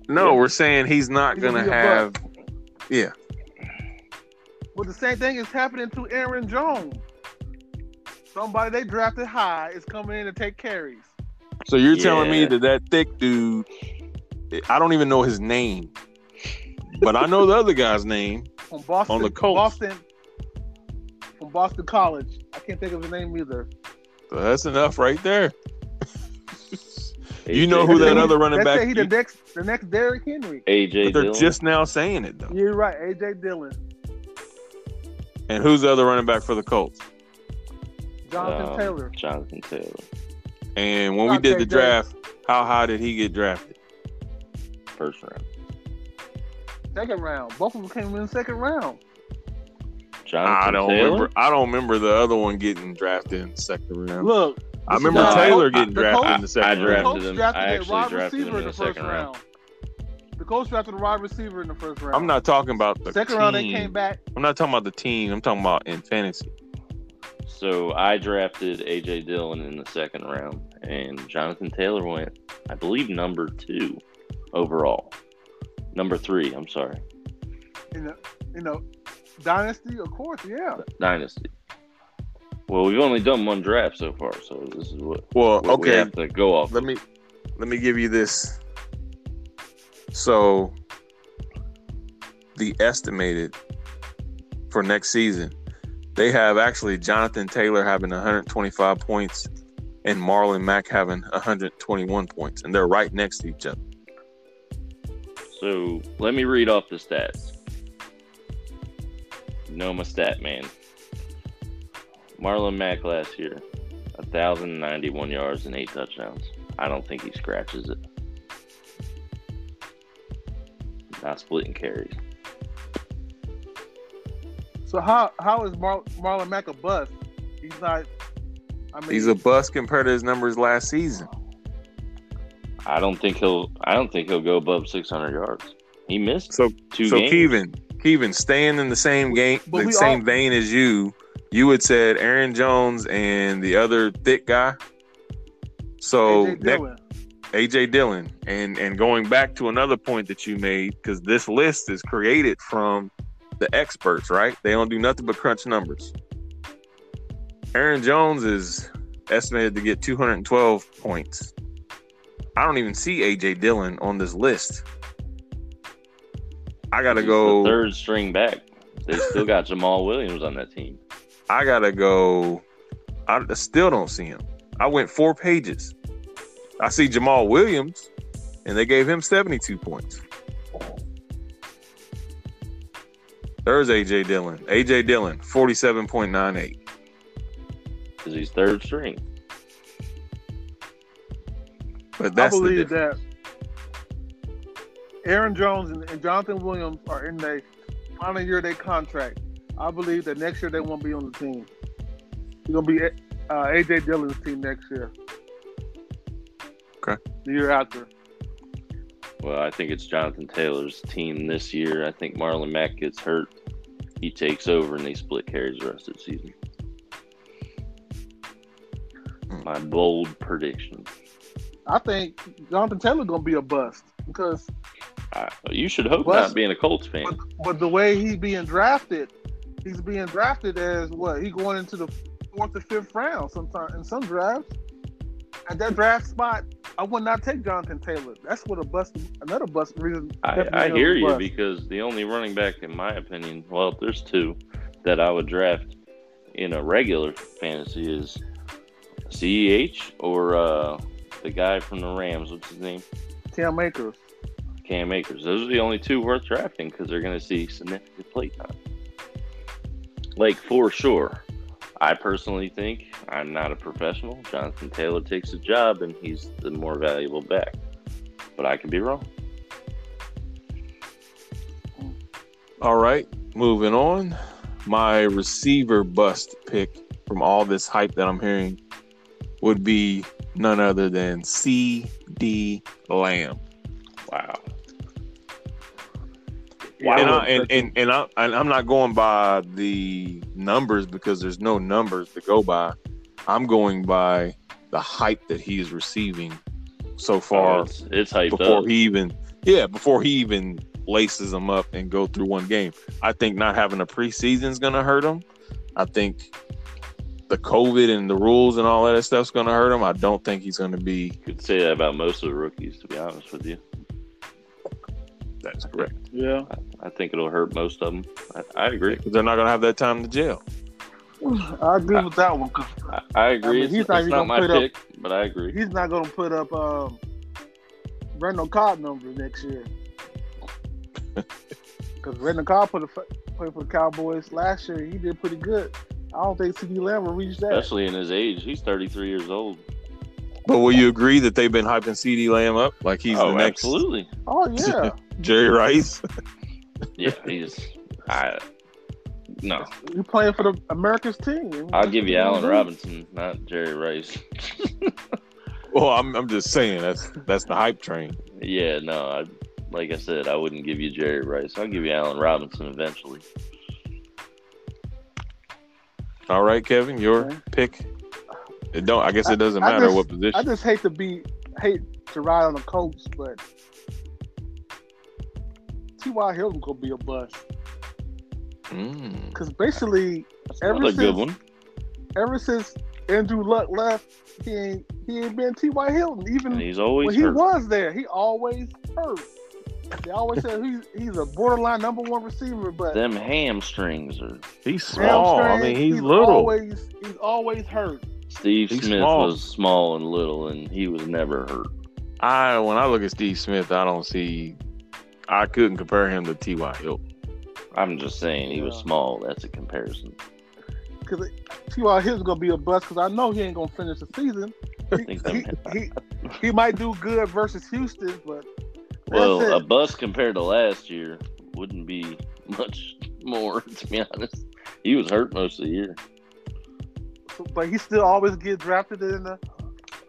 [SPEAKER 1] No, we're saying he's not
[SPEAKER 3] He's
[SPEAKER 1] gonna
[SPEAKER 3] gonna be a
[SPEAKER 1] have. Yeah,
[SPEAKER 3] But the same thing is happening to Aaron Jones. Somebody they drafted high is coming in to take carries.
[SPEAKER 1] So you're telling me
[SPEAKER 2] Yeah.
[SPEAKER 1] that that thick dude, I don't even know his name, but I know the other guy's name.
[SPEAKER 3] From Boston,
[SPEAKER 1] On the Colts.
[SPEAKER 3] Boston, from Boston College. I can't think of his name either.
[SPEAKER 1] So that's enough right there. *laughs* You
[SPEAKER 2] AJ
[SPEAKER 1] know who that
[SPEAKER 2] Dillon.
[SPEAKER 1] other running
[SPEAKER 3] Let's
[SPEAKER 1] back?
[SPEAKER 3] say he the next, the next Derrick Henry.
[SPEAKER 2] AJ
[SPEAKER 1] But they're
[SPEAKER 2] Dillon.
[SPEAKER 1] just now saying it though.
[SPEAKER 3] You're right, AJ Dillon.
[SPEAKER 1] And who's the other running back for the Colts?
[SPEAKER 3] Jonathan
[SPEAKER 2] Um,
[SPEAKER 3] Taylor.
[SPEAKER 2] Jonathan Taylor,
[SPEAKER 1] And when we
[SPEAKER 3] Dante
[SPEAKER 1] did the
[SPEAKER 3] Davis.
[SPEAKER 1] draft, how high did he get drafted?
[SPEAKER 2] first round.
[SPEAKER 3] Second round. Both of them came in the second round.
[SPEAKER 2] Jonathan
[SPEAKER 1] I Ah, don't
[SPEAKER 2] Taylor.
[SPEAKER 1] remember. I don't remember the other one getting drafted in the second round.
[SPEAKER 3] Look,
[SPEAKER 1] I remember
[SPEAKER 2] No,
[SPEAKER 1] Taylor
[SPEAKER 3] I-
[SPEAKER 1] getting
[SPEAKER 3] the
[SPEAKER 1] drafted
[SPEAKER 3] Colts-
[SPEAKER 1] in the
[SPEAKER 2] I
[SPEAKER 1] second
[SPEAKER 3] the
[SPEAKER 1] round.
[SPEAKER 2] drafted
[SPEAKER 3] Colts
[SPEAKER 2] him-
[SPEAKER 3] drafted
[SPEAKER 2] I
[SPEAKER 3] a
[SPEAKER 2] actually
[SPEAKER 3] wide
[SPEAKER 2] drafted him
[SPEAKER 3] receiver
[SPEAKER 2] in
[SPEAKER 3] the
[SPEAKER 2] the
[SPEAKER 3] first
[SPEAKER 2] second round.
[SPEAKER 3] round. The Colts drafted a wide receiver in the first round.
[SPEAKER 1] I'm not talking about the
[SPEAKER 3] second
[SPEAKER 1] team.
[SPEAKER 3] round. They came back.
[SPEAKER 1] I'm not talking about the team. I'm talking about in fantasy.
[SPEAKER 2] So I drafted AJ Dillon in the second round, and Jonathan Taylor went, I believe, number two overall. Number three, I'm sorry,
[SPEAKER 3] in the you know dynasty, of course, yeah.
[SPEAKER 2] dynasty. Well, we've only done one draft so far, so this is what,
[SPEAKER 1] Well,
[SPEAKER 2] what we
[SPEAKER 1] okay.
[SPEAKER 2] have to go off.
[SPEAKER 1] Let me let me give you this. So the estimated for next season, they have actually Jonathan Taylor having 125 points and Marlon Mack having 121 points, and they're right next to each other.
[SPEAKER 2] So let me read off the stats. Noma stat man. Marlon Mack last year, 1,091 yards and eight touchdowns. I don't think he scratches it. Not splitting carries.
[SPEAKER 3] So how how is Mar- Marlon Mack a bust? He's not. I mean,
[SPEAKER 1] He's a bust compared to his numbers last season.
[SPEAKER 2] I don't think he'll. I don't think he'll go above 600 yards. He missed
[SPEAKER 1] So
[SPEAKER 2] two
[SPEAKER 1] so
[SPEAKER 2] games.
[SPEAKER 1] Kevin, Kevin, staying in the same game,
[SPEAKER 3] But
[SPEAKER 1] the
[SPEAKER 3] we
[SPEAKER 1] same
[SPEAKER 3] all-
[SPEAKER 1] vein as you, you had said Aaron Jones and the other thick guy. So
[SPEAKER 3] AJ
[SPEAKER 1] that-
[SPEAKER 3] Dillon.
[SPEAKER 1] AJ Dillon, and and going back to another point that you made, because this list is created from the experts, right? They don't do nothing but crunch numbers. Aaron Jones is estimated to get 212 points. I don't even see AJ Dillon on this list. I gotta
[SPEAKER 2] He's
[SPEAKER 1] go.
[SPEAKER 2] the third string back. They
[SPEAKER 1] *laughs*
[SPEAKER 2] still got Jamal Williams on that team.
[SPEAKER 1] I gotta go. I still don't see him. I went four pages. I see Jamal Williams, and they gave him 72 points. There's AJ Dillon. AJ Dillon, 47.98.
[SPEAKER 2] Because he's third string.
[SPEAKER 1] But
[SPEAKER 3] I
[SPEAKER 1] that's the
[SPEAKER 3] believe
[SPEAKER 1] difference.
[SPEAKER 3] that Aaron Jones and, and Jonathan Williams are in the final year of their contract. I believe that next year they won't be on the team. It's gonna be uh, AJ Dillon's team next year.
[SPEAKER 1] Okay.
[SPEAKER 3] The year after.
[SPEAKER 2] Well, I think it's Jonathan Taylor's team this year. I think Marlon Mack gets hurt. He takes over and they split carries the rest of the season. My bold prediction.
[SPEAKER 3] I think Jonathan Taylor gonna be a bust because
[SPEAKER 2] I, you should hope
[SPEAKER 3] Well,
[SPEAKER 2] not being a Colts fan.
[SPEAKER 3] But, but the way he's being drafted, he's being drafted as what? He going into the fourth or fifth round sometime in some drafts. At that draft spot, I would not take Jonathan Taylor. That's what a bust. Another bust reason.
[SPEAKER 2] I, I
[SPEAKER 3] definition
[SPEAKER 2] hear
[SPEAKER 3] of a
[SPEAKER 2] you
[SPEAKER 3] bust.
[SPEAKER 2] because the only running back, in my opinion, well, there's two that I would draft in a regular fantasy is CEH or uh, the guy from the Rams. What's his name?
[SPEAKER 3] Cam Akers.
[SPEAKER 2] Cam Akers. Those are the only two worth drafting because they're going to see significant play time. Like for sure, I personally think I'm not a professional. Jonathan Taylor takes the job and he's the more valuable back, but I could be wrong.
[SPEAKER 1] All right, moving on. My receiver bust pick from all this hype that I'm hearing would be none other than C.D. Lamb.
[SPEAKER 2] Wow.
[SPEAKER 3] Yeah,
[SPEAKER 1] and, I, and, uh,
[SPEAKER 3] wouldn't touch him.
[SPEAKER 1] and, and, I, and I'm not going by the numbers because there's no numbers to go by. I'm going by the hype that he is receiving so
[SPEAKER 2] Oh,
[SPEAKER 1] far
[SPEAKER 2] it's, it's hyped
[SPEAKER 1] before
[SPEAKER 2] up.
[SPEAKER 1] he even, yeah, before he even laces them up and go through one game. I think not having a preseason is going to hurt him. I think the COVID and the rules and all that stuff's going to hurt him. I don't think he's going to be.
[SPEAKER 2] You could say that about most of the rookies, to be honest with you.
[SPEAKER 1] That's correct.
[SPEAKER 3] Yeah.
[SPEAKER 2] I think it'll hurt most of them. I, I agree.
[SPEAKER 1] They're not going to have that time to jail.
[SPEAKER 3] I agree with that one because
[SPEAKER 2] I, I agree.
[SPEAKER 3] mean, he's
[SPEAKER 2] it's
[SPEAKER 3] not
[SPEAKER 2] not, it's
[SPEAKER 3] even
[SPEAKER 2] not
[SPEAKER 3] gonna
[SPEAKER 2] my
[SPEAKER 3] put up-
[SPEAKER 2] pick, but I agree.
[SPEAKER 3] he's not going to put up um, Randall Cobb numbers next
[SPEAKER 2] *laughs*
[SPEAKER 3] year. Because Randall Cobb put a, played for the Cowboys last year. He did pretty good. I don't think CD Lamb will reach that.
[SPEAKER 2] especially in his age. He's 33 years old.
[SPEAKER 1] But will you agree that they've been hyping CD Lamb up like he's
[SPEAKER 2] oh,
[SPEAKER 1] the next
[SPEAKER 2] absolutely.
[SPEAKER 1] *laughs*
[SPEAKER 3] Oh yeah,
[SPEAKER 1] Jerry Rice? *laughs*
[SPEAKER 2] Yeah, he's. I no.
[SPEAKER 3] you're playing for the America's team.
[SPEAKER 2] I'll give you
[SPEAKER 3] Mm-hmm.
[SPEAKER 2] Allen Robinson, not Jerry Rice.
[SPEAKER 1] Well, I'm, I'm just saying that's that's the hype train.
[SPEAKER 2] yeah, no. I, like I said, I wouldn't give you Jerry Rice. I'll give you Allen Robinson eventually.
[SPEAKER 1] All right, Kevin, your
[SPEAKER 3] Okay.
[SPEAKER 1] pick. It don't. I guess it doesn't
[SPEAKER 3] I- I
[SPEAKER 1] matter
[SPEAKER 3] just-
[SPEAKER 1] what
[SPEAKER 3] I
[SPEAKER 1] position.
[SPEAKER 3] just hate to be hate to ride on the Colts, but T.Y. Hilton gonna be a bust
[SPEAKER 1] Mm.
[SPEAKER 3] because basically
[SPEAKER 2] That's
[SPEAKER 3] Ever
[SPEAKER 2] another good
[SPEAKER 3] since-
[SPEAKER 2] one.
[SPEAKER 3] ever since Andrew Luck left, he ain't he ain't been T.Y. Hilton.
[SPEAKER 2] And
[SPEAKER 3] Even
[SPEAKER 2] he's always
[SPEAKER 3] when he
[SPEAKER 2] hurt.
[SPEAKER 3] was there, he always hurt. They always said he's he's a borderline number one receiver, but
[SPEAKER 2] Them hamstrings are.
[SPEAKER 1] He's
[SPEAKER 3] damn
[SPEAKER 1] small. I
[SPEAKER 3] straight,
[SPEAKER 1] mean, he's, little.
[SPEAKER 3] Always he's always hurt.
[SPEAKER 2] Steve
[SPEAKER 1] He's
[SPEAKER 2] Smith
[SPEAKER 1] small.
[SPEAKER 2] was small and little, and he was never hurt.
[SPEAKER 1] I when I look at Steve Smith, I don't see. I couldn't compare him to T.Y. Hilton.
[SPEAKER 2] I'm just saying he was
[SPEAKER 3] Yeah.
[SPEAKER 2] small. That's a comparison.
[SPEAKER 3] Because T.Y. Hilton's gonna be a bust because I know he ain't gonna finish the season.
[SPEAKER 2] I think
[SPEAKER 3] He,
[SPEAKER 2] that-
[SPEAKER 3] he, he might do good versus Houston, but that's
[SPEAKER 2] well, a
[SPEAKER 3] it.
[SPEAKER 2] bus compared to last year wouldn't be much more, *laughs* to be honest. He was hurt most of the year.
[SPEAKER 3] but he still always get drafted in the.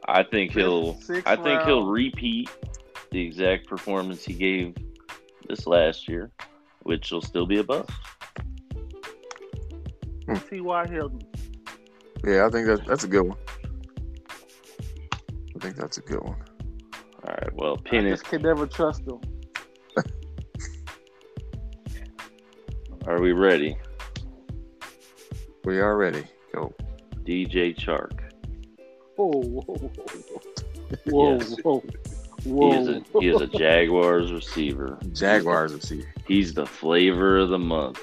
[SPEAKER 2] I think he'll.
[SPEAKER 3] Sixth
[SPEAKER 2] I think
[SPEAKER 3] round.
[SPEAKER 2] he'll repeat the exact performance he gave this last year, which will still be a bust.
[SPEAKER 3] T.Y. Hilton.
[SPEAKER 1] Yeah, I think that that's a good one. I think that's a good one.
[SPEAKER 2] All right. Well,
[SPEAKER 3] I
[SPEAKER 2] pin it.
[SPEAKER 3] *laughs* just can never trust him.
[SPEAKER 2] Are we ready?
[SPEAKER 1] We are ready. Go.
[SPEAKER 2] DJ Chark.
[SPEAKER 3] Whoa, whoa, whoa,
[SPEAKER 2] Yes.
[SPEAKER 3] whoa,
[SPEAKER 2] He
[SPEAKER 3] whoa. *laughs*
[SPEAKER 2] is a he is a Jaguars receiver.
[SPEAKER 1] Jaguars receiver.
[SPEAKER 2] He's the flavor of the month.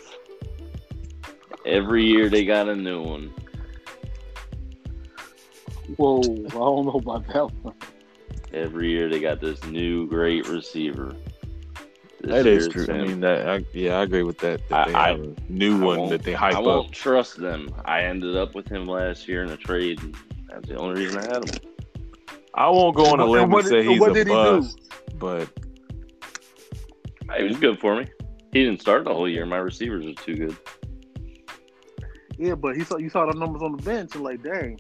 [SPEAKER 2] Every year they got a new one.
[SPEAKER 3] Whoa, I don't know about that one.
[SPEAKER 2] Every year they got this new great receiver. This
[SPEAKER 1] That is
[SPEAKER 2] year
[SPEAKER 1] true.
[SPEAKER 2] it's
[SPEAKER 1] I
[SPEAKER 2] him.
[SPEAKER 1] mean, that I, yeah, I agree with that. that
[SPEAKER 2] I-
[SPEAKER 1] they
[SPEAKER 2] I-
[SPEAKER 1] have a new
[SPEAKER 2] I
[SPEAKER 1] one
[SPEAKER 2] won't-
[SPEAKER 1] that they hype
[SPEAKER 2] I
[SPEAKER 1] up.
[SPEAKER 2] won't trust them. I ended up with him last year in a trade. And that's the only reason I had him.
[SPEAKER 1] I won't go on a
[SPEAKER 3] And
[SPEAKER 1] limb
[SPEAKER 3] what
[SPEAKER 1] and
[SPEAKER 3] did-
[SPEAKER 1] say
[SPEAKER 3] and
[SPEAKER 1] he's
[SPEAKER 3] what
[SPEAKER 1] a
[SPEAKER 3] did he do?
[SPEAKER 1] bust, but
[SPEAKER 2] He was good for me. He didn't start the whole year. My receivers are too good.
[SPEAKER 3] Yeah, but he saw you saw the numbers on the bench and like, dang.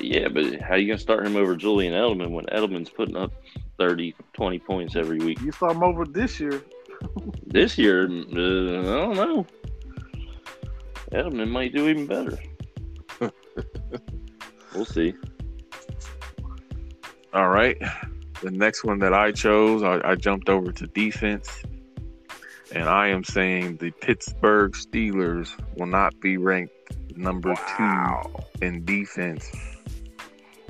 [SPEAKER 2] Yeah, but how you gonna start him over Julian Edelman when Edelman's putting up 30, 20 points every week?
[SPEAKER 3] You saw him over this year.
[SPEAKER 2] This year, uh, I don't know. Edelman might do
[SPEAKER 1] *laughs*
[SPEAKER 2] even better. we'll see.
[SPEAKER 1] all right. The next one that I chose, I, I jumped over to defense, and I am saying the Pittsburgh Steelers will not be ranked number two in defense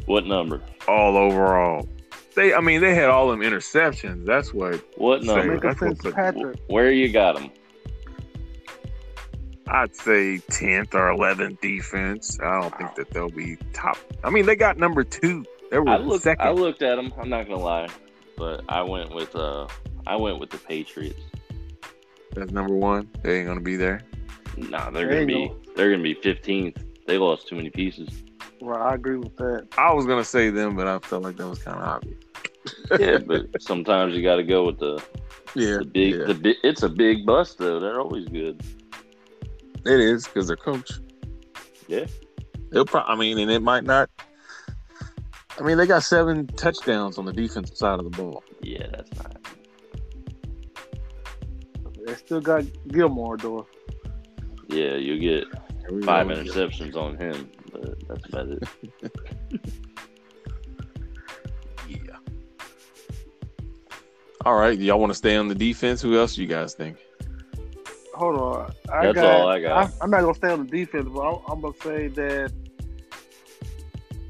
[SPEAKER 2] What number?
[SPEAKER 1] all overall. They, I mean, they had all them interceptions. That's what
[SPEAKER 2] What
[SPEAKER 1] Say
[SPEAKER 2] number?
[SPEAKER 1] it.
[SPEAKER 3] Make
[SPEAKER 1] that's what-
[SPEAKER 3] sense, Patrick.
[SPEAKER 2] Where you got him?
[SPEAKER 1] I'd say 10th or 11th defense. I don't think that they'll be top. I mean, they got number two. They were
[SPEAKER 2] I looked.
[SPEAKER 1] second.
[SPEAKER 2] I looked at him. I'm not gonna lie, but I went with uh, I went with the Patriots.
[SPEAKER 1] That's number one. They ain't gonna be there.
[SPEAKER 2] Nah, they're
[SPEAKER 3] There
[SPEAKER 2] gonna be.
[SPEAKER 3] you
[SPEAKER 2] They're gonna be 15th. They lost too many pieces.
[SPEAKER 3] *laughs* Well, I agree with that.
[SPEAKER 1] I was gonna say them, but I felt like that was kind of obvious.
[SPEAKER 2] Yeah, but sometimes you got to go with the
[SPEAKER 1] Yeah,
[SPEAKER 2] the big.
[SPEAKER 1] yeah.
[SPEAKER 2] The bi- it's a big bust though. They're always good.
[SPEAKER 1] it is because their coach.
[SPEAKER 2] Yeah.
[SPEAKER 1] they'll probably. I mean, and it might not. I mean, they got seven touchdowns on the defensive side of the ball.
[SPEAKER 2] Yeah, that's not.
[SPEAKER 3] They still got Gilmore though.
[SPEAKER 2] Yeah, you get
[SPEAKER 1] Here we
[SPEAKER 2] five
[SPEAKER 1] go.
[SPEAKER 2] interceptions on him, but that's about it.
[SPEAKER 1] Yeah. All right, y'all want to stay on the defense? Who else you guys think?
[SPEAKER 3] Hold on. I
[SPEAKER 2] That's
[SPEAKER 3] got,
[SPEAKER 2] all I got.
[SPEAKER 3] I, am not gonna stay on the defense, but I'm, I'm gonna say that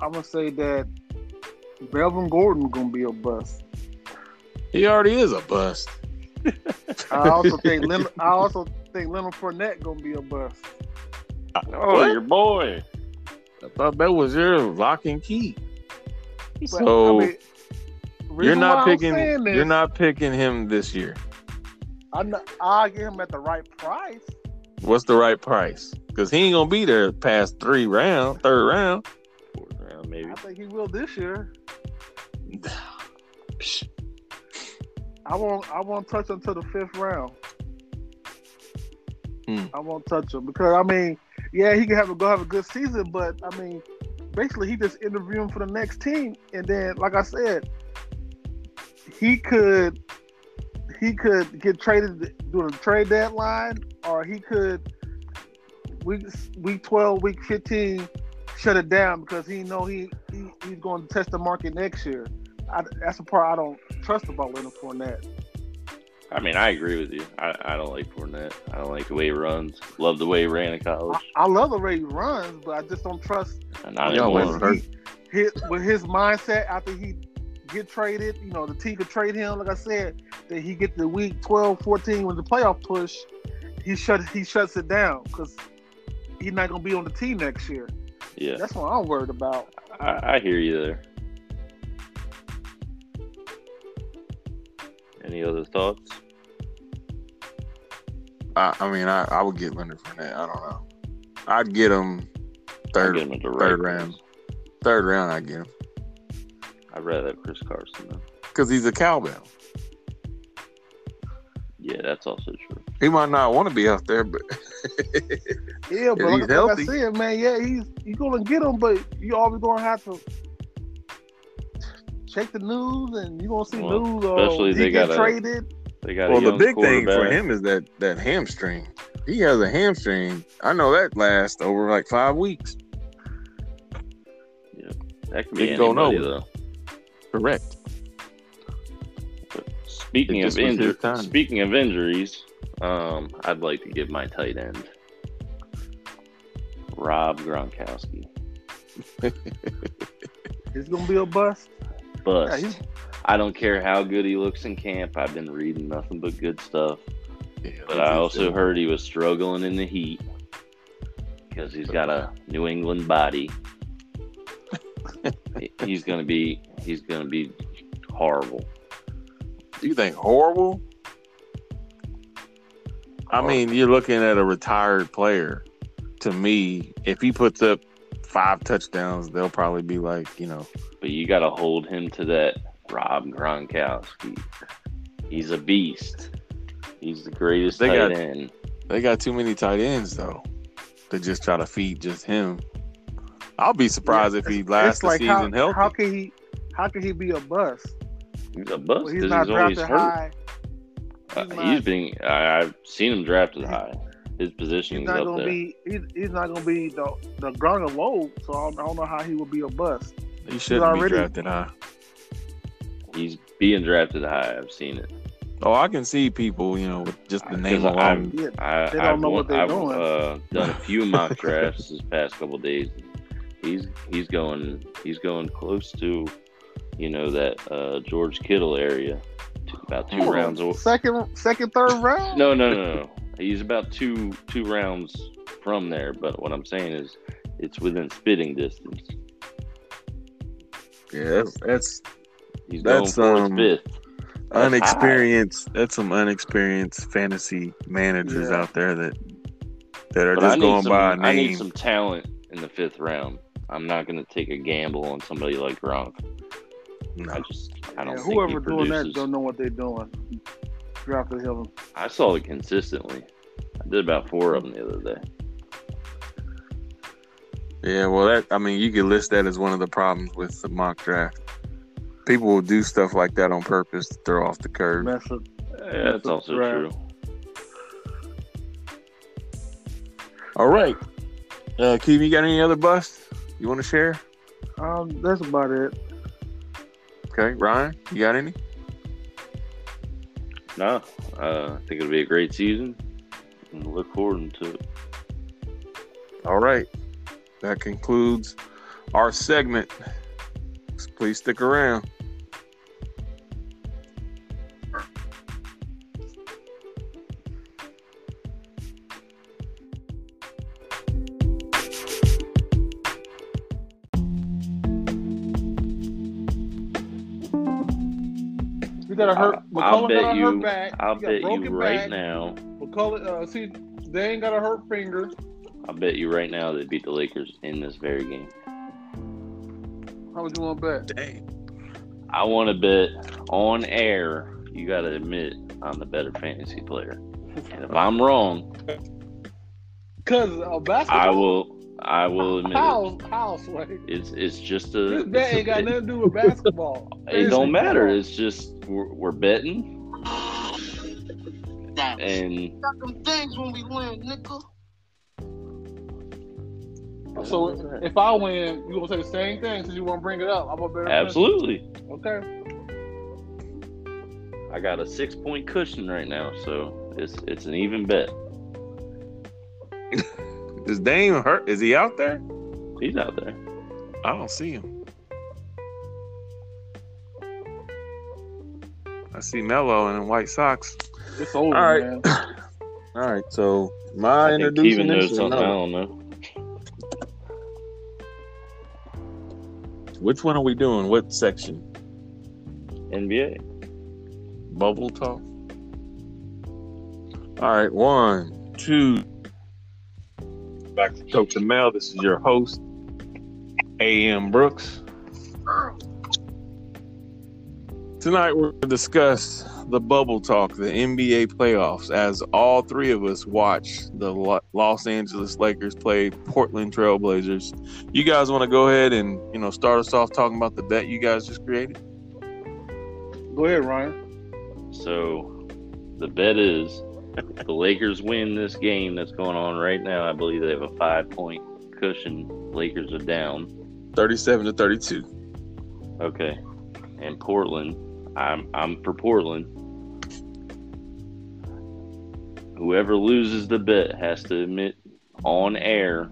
[SPEAKER 3] I'm gonna say that Melvin Gordon gonna be a bust.
[SPEAKER 1] He already is a
[SPEAKER 2] *laughs*
[SPEAKER 1] bust.
[SPEAKER 3] I also think Leonard, I also think Leonard Fournette gonna be a bust.
[SPEAKER 2] Oh,
[SPEAKER 1] What?
[SPEAKER 2] your boy.
[SPEAKER 1] *laughs* I thought that was your lock and key.
[SPEAKER 3] But,
[SPEAKER 1] So
[SPEAKER 3] I mean,
[SPEAKER 1] you're
[SPEAKER 3] reason
[SPEAKER 1] not
[SPEAKER 3] why I'm
[SPEAKER 1] picking.
[SPEAKER 3] saying this-
[SPEAKER 1] You're not picking him this year.
[SPEAKER 3] I'm not, I'll get him at the right price.
[SPEAKER 1] What's the right price? because he ain't gonna be there past three round, third round.
[SPEAKER 2] Fourth round, maybe.
[SPEAKER 3] I think he will this year. I won't. I won't touch him till the fifth round.
[SPEAKER 1] Hmm.
[SPEAKER 3] I won't touch him because I mean, yeah, he can have a go have a good season, but I mean, basically he just interviewing for the next team, and then like I said, he could he could get traded during the trade deadline, or he could week week twelve, week fifteen, shut it down because he know he, he he's going to test the market next year. I, that's the part I don't trust about Leonard Fournette.
[SPEAKER 2] I mean, I agree with you. I, I don't like Fournette. I don't like the way he runs. Love the way he ran in
[SPEAKER 3] I,
[SPEAKER 2] college.
[SPEAKER 3] I love the way he runs, but I just don't trust
[SPEAKER 2] And I
[SPEAKER 1] Y'all
[SPEAKER 2] didn't
[SPEAKER 1] wasn't
[SPEAKER 2] want
[SPEAKER 1] hurt.
[SPEAKER 3] he, his, with his mindset after he get traded. You know, the team could trade him. Like I said, that he get the week 12, 14 when the playoff push, he shut he shuts it down because he's not going to be on the team next year.
[SPEAKER 2] Yeah,
[SPEAKER 3] That's what I'm worried about.
[SPEAKER 2] I, I hear you there. Any other thoughts?
[SPEAKER 1] I, I mean, I, I would get Leonard Fournette. I don't know. I'd get him
[SPEAKER 2] I'd
[SPEAKER 1] third,
[SPEAKER 2] give him a
[SPEAKER 1] third
[SPEAKER 2] direct
[SPEAKER 1] round. third round. I'd get him
[SPEAKER 2] I'd rather have Chris Carson though.
[SPEAKER 1] because he's a cowbell.
[SPEAKER 2] Yeah, that's also true.
[SPEAKER 1] He might not want to be out there,
[SPEAKER 2] *laughs*
[SPEAKER 1] but
[SPEAKER 3] Yeah,
[SPEAKER 1] If
[SPEAKER 3] but like,
[SPEAKER 1] he's
[SPEAKER 3] like I
[SPEAKER 1] healthy.
[SPEAKER 3] said, man, yeah, he's you going to get him, but you always going to have to check the news and you going to see
[SPEAKER 2] Well,
[SPEAKER 3] news. Or
[SPEAKER 2] especially
[SPEAKER 3] he
[SPEAKER 2] they
[SPEAKER 3] get
[SPEAKER 2] got a-
[SPEAKER 3] traded.
[SPEAKER 2] They got a
[SPEAKER 1] well, the
[SPEAKER 2] young
[SPEAKER 1] big thing for
[SPEAKER 2] quarterback.
[SPEAKER 1] him is that that hamstring. He has a hamstring. I know that lasts over like five weeks.
[SPEAKER 2] That could be
[SPEAKER 1] It don't
[SPEAKER 2] anybody,
[SPEAKER 1] over.
[SPEAKER 2] though.
[SPEAKER 1] Correct.
[SPEAKER 2] Speaking
[SPEAKER 1] It
[SPEAKER 2] of
[SPEAKER 1] just was his
[SPEAKER 2] injuries,
[SPEAKER 1] time.
[SPEAKER 2] speaking of injuries, um, I'd like to give my tight end Rob Gronkowski.
[SPEAKER 3] It's going to be a bust. Yeah,
[SPEAKER 2] But
[SPEAKER 3] he's,
[SPEAKER 2] I don't care how good he looks in camp. I've been reading nothing but good stuff. But I also heard he was struggling in the heat because he's got a New
[SPEAKER 1] *laughs*
[SPEAKER 2] England body. He- he's gonna be he's gonna be horrible.
[SPEAKER 1] you think horrible? I mean, you're looking at a retired player. To me, if he puts up five touchdowns, they'll probably be like, you know,
[SPEAKER 2] But you gotta hold him to that Rob Gronkowski. He's a beast. He's the greatest
[SPEAKER 1] They
[SPEAKER 2] tight
[SPEAKER 1] got-
[SPEAKER 2] end.
[SPEAKER 1] they got too many tight ends though to just try to feed just him. I'll be surprised if he lasts
[SPEAKER 3] it's
[SPEAKER 1] the
[SPEAKER 3] like how,
[SPEAKER 1] season healthy.
[SPEAKER 3] how can he how can he be a bust?
[SPEAKER 2] He's a bust
[SPEAKER 3] Well,
[SPEAKER 2] because
[SPEAKER 3] he's
[SPEAKER 2] he's,
[SPEAKER 3] not
[SPEAKER 2] always
[SPEAKER 3] drafted
[SPEAKER 2] hurt.
[SPEAKER 3] high.
[SPEAKER 2] Uh,
[SPEAKER 3] He's
[SPEAKER 2] he's
[SPEAKER 3] not-
[SPEAKER 2] being I, I've seen him drafted high. His
[SPEAKER 3] He's
[SPEAKER 2] positioning is
[SPEAKER 3] not
[SPEAKER 2] up
[SPEAKER 3] gonna
[SPEAKER 2] there.
[SPEAKER 3] be he's, he's not gonna be the the ground of old, so I don't, I don't know how he will be a bust.
[SPEAKER 1] he shouldn't be
[SPEAKER 3] already-
[SPEAKER 1] drafted high.
[SPEAKER 2] He's being drafted high. I've seen it.
[SPEAKER 1] Oh, I can see people, you know, with just
[SPEAKER 3] Uh,
[SPEAKER 1] the name
[SPEAKER 2] Because
[SPEAKER 1] alone.
[SPEAKER 2] I'm-
[SPEAKER 3] Yeah.
[SPEAKER 2] I,
[SPEAKER 3] They don't
[SPEAKER 2] I've,
[SPEAKER 3] know
[SPEAKER 2] won-
[SPEAKER 3] what they're
[SPEAKER 2] I've
[SPEAKER 3] doing.
[SPEAKER 2] Uh, done a few
[SPEAKER 3] *laughs*
[SPEAKER 2] mock drafts this past couple of days. He's he's going he's going close to, you know, that uh, George Kittle area, to about two
[SPEAKER 3] Hold on.
[SPEAKER 2] rounds. o-
[SPEAKER 3] Second second third
[SPEAKER 2] *laughs*
[SPEAKER 3] round.
[SPEAKER 2] No, no, no, no. He's about two two rounds from there. But what I'm saying is, it's within spitting distance.
[SPEAKER 1] Yeah, that's, that's
[SPEAKER 2] He's
[SPEAKER 1] That's,
[SPEAKER 2] going for
[SPEAKER 1] um,
[SPEAKER 2] his fifth. That's
[SPEAKER 1] unexperienced. That's some unexperienced fantasy managers
[SPEAKER 3] Yeah.
[SPEAKER 1] out there that that are
[SPEAKER 2] But I
[SPEAKER 1] just
[SPEAKER 2] need
[SPEAKER 1] going
[SPEAKER 2] some,
[SPEAKER 1] by a
[SPEAKER 2] I need
[SPEAKER 1] name.
[SPEAKER 2] some talent in the fifth round. I'm not going to take a gamble on somebody like Gronk. I
[SPEAKER 1] No.
[SPEAKER 2] just I don't
[SPEAKER 3] Yeah,
[SPEAKER 2] think
[SPEAKER 3] whoever
[SPEAKER 2] he
[SPEAKER 3] doing that
[SPEAKER 2] produces.
[SPEAKER 3] don't know what they're doing. Drafted him.
[SPEAKER 2] I saw it consistently. I did about four of them the other day.
[SPEAKER 1] Yeah, well, that I mean, you could list that as one of the problems with the mock draft. People will do stuff like that on purpose to throw off the curve.
[SPEAKER 3] Mess up.
[SPEAKER 2] Yeah, that's also
[SPEAKER 3] Right.
[SPEAKER 2] true.
[SPEAKER 1] All right, uh, Keith, you got any other busts you want to share?
[SPEAKER 3] Um, that's about it.
[SPEAKER 1] Okay, Ryan, you got any?
[SPEAKER 2] No, uh, I think it'll be a great season. And look forward to it.
[SPEAKER 1] All right. That concludes our segment. Please stick around.
[SPEAKER 3] We got a hurt.
[SPEAKER 2] I- I'll
[SPEAKER 3] McCullough
[SPEAKER 2] bet
[SPEAKER 3] got a hurt
[SPEAKER 2] you.
[SPEAKER 3] back.
[SPEAKER 2] I'll
[SPEAKER 3] He got
[SPEAKER 2] bet you
[SPEAKER 3] broken
[SPEAKER 2] right
[SPEAKER 3] back.
[SPEAKER 2] now.
[SPEAKER 3] McCullough, uh, see, they ain't got a hurt finger.
[SPEAKER 2] I bet you right now they beat the Lakers in this very game.
[SPEAKER 3] How would you want to bet?
[SPEAKER 1] Dang.
[SPEAKER 2] I want to bet on air. You got to admit, I'm the better fantasy player. And if I'm wrong,
[SPEAKER 3] Because uh, basketball.
[SPEAKER 2] I will. I will admit it.
[SPEAKER 3] How? How? Sway?
[SPEAKER 2] It's it's just a.
[SPEAKER 3] This bet
[SPEAKER 2] it's a
[SPEAKER 3] ain't got
[SPEAKER 2] bet.
[SPEAKER 3] nothing to do with basketball.
[SPEAKER 2] *laughs* It don't matter. It's just we're, we're betting,
[SPEAKER 4] *sighs* That
[SPEAKER 2] and
[SPEAKER 4] got them things when we win, nigga.
[SPEAKER 3] So if I win, you gonna say the same thing since you want to bring it up. I'm gonna bet.
[SPEAKER 2] absolutely,
[SPEAKER 3] Okay.
[SPEAKER 2] I got a six point cushion right now, so it's it's an even bet.
[SPEAKER 1] Is Dame hurt? Is he out there?
[SPEAKER 2] He's out there.
[SPEAKER 1] I don't see him. I see Melo in white socks.
[SPEAKER 3] It's over.
[SPEAKER 1] All right.
[SPEAKER 3] Man.
[SPEAKER 1] All right, so my
[SPEAKER 2] I think
[SPEAKER 1] introducing
[SPEAKER 2] Keevan knows
[SPEAKER 1] this or
[SPEAKER 2] something. I
[SPEAKER 1] no?
[SPEAKER 2] don't know.
[SPEAKER 1] Which one are we doing? What section?
[SPEAKER 2] NBA.
[SPEAKER 1] Bubble talk. All right, one, two. Back to Coach Mel. This is your host, A.M. Brooks. Tonight we're going to discuss the bubble talk, the NBA playoffs, as all three of us watch the Lo- Los Angeles Lakers play Portland Trailblazers. You guys want to go ahead and you know start us off talking about the bet you guys just created?
[SPEAKER 3] Go ahead, Ryan.
[SPEAKER 2] So the bet is if the Lakers win this game that's going on right now. I believe they have a five point cushion. Lakers are down.
[SPEAKER 1] Thirty-seven to thirty-two.
[SPEAKER 2] Okay. And Portland, I'm I'm for Portland. Whoever loses the bet has to admit on air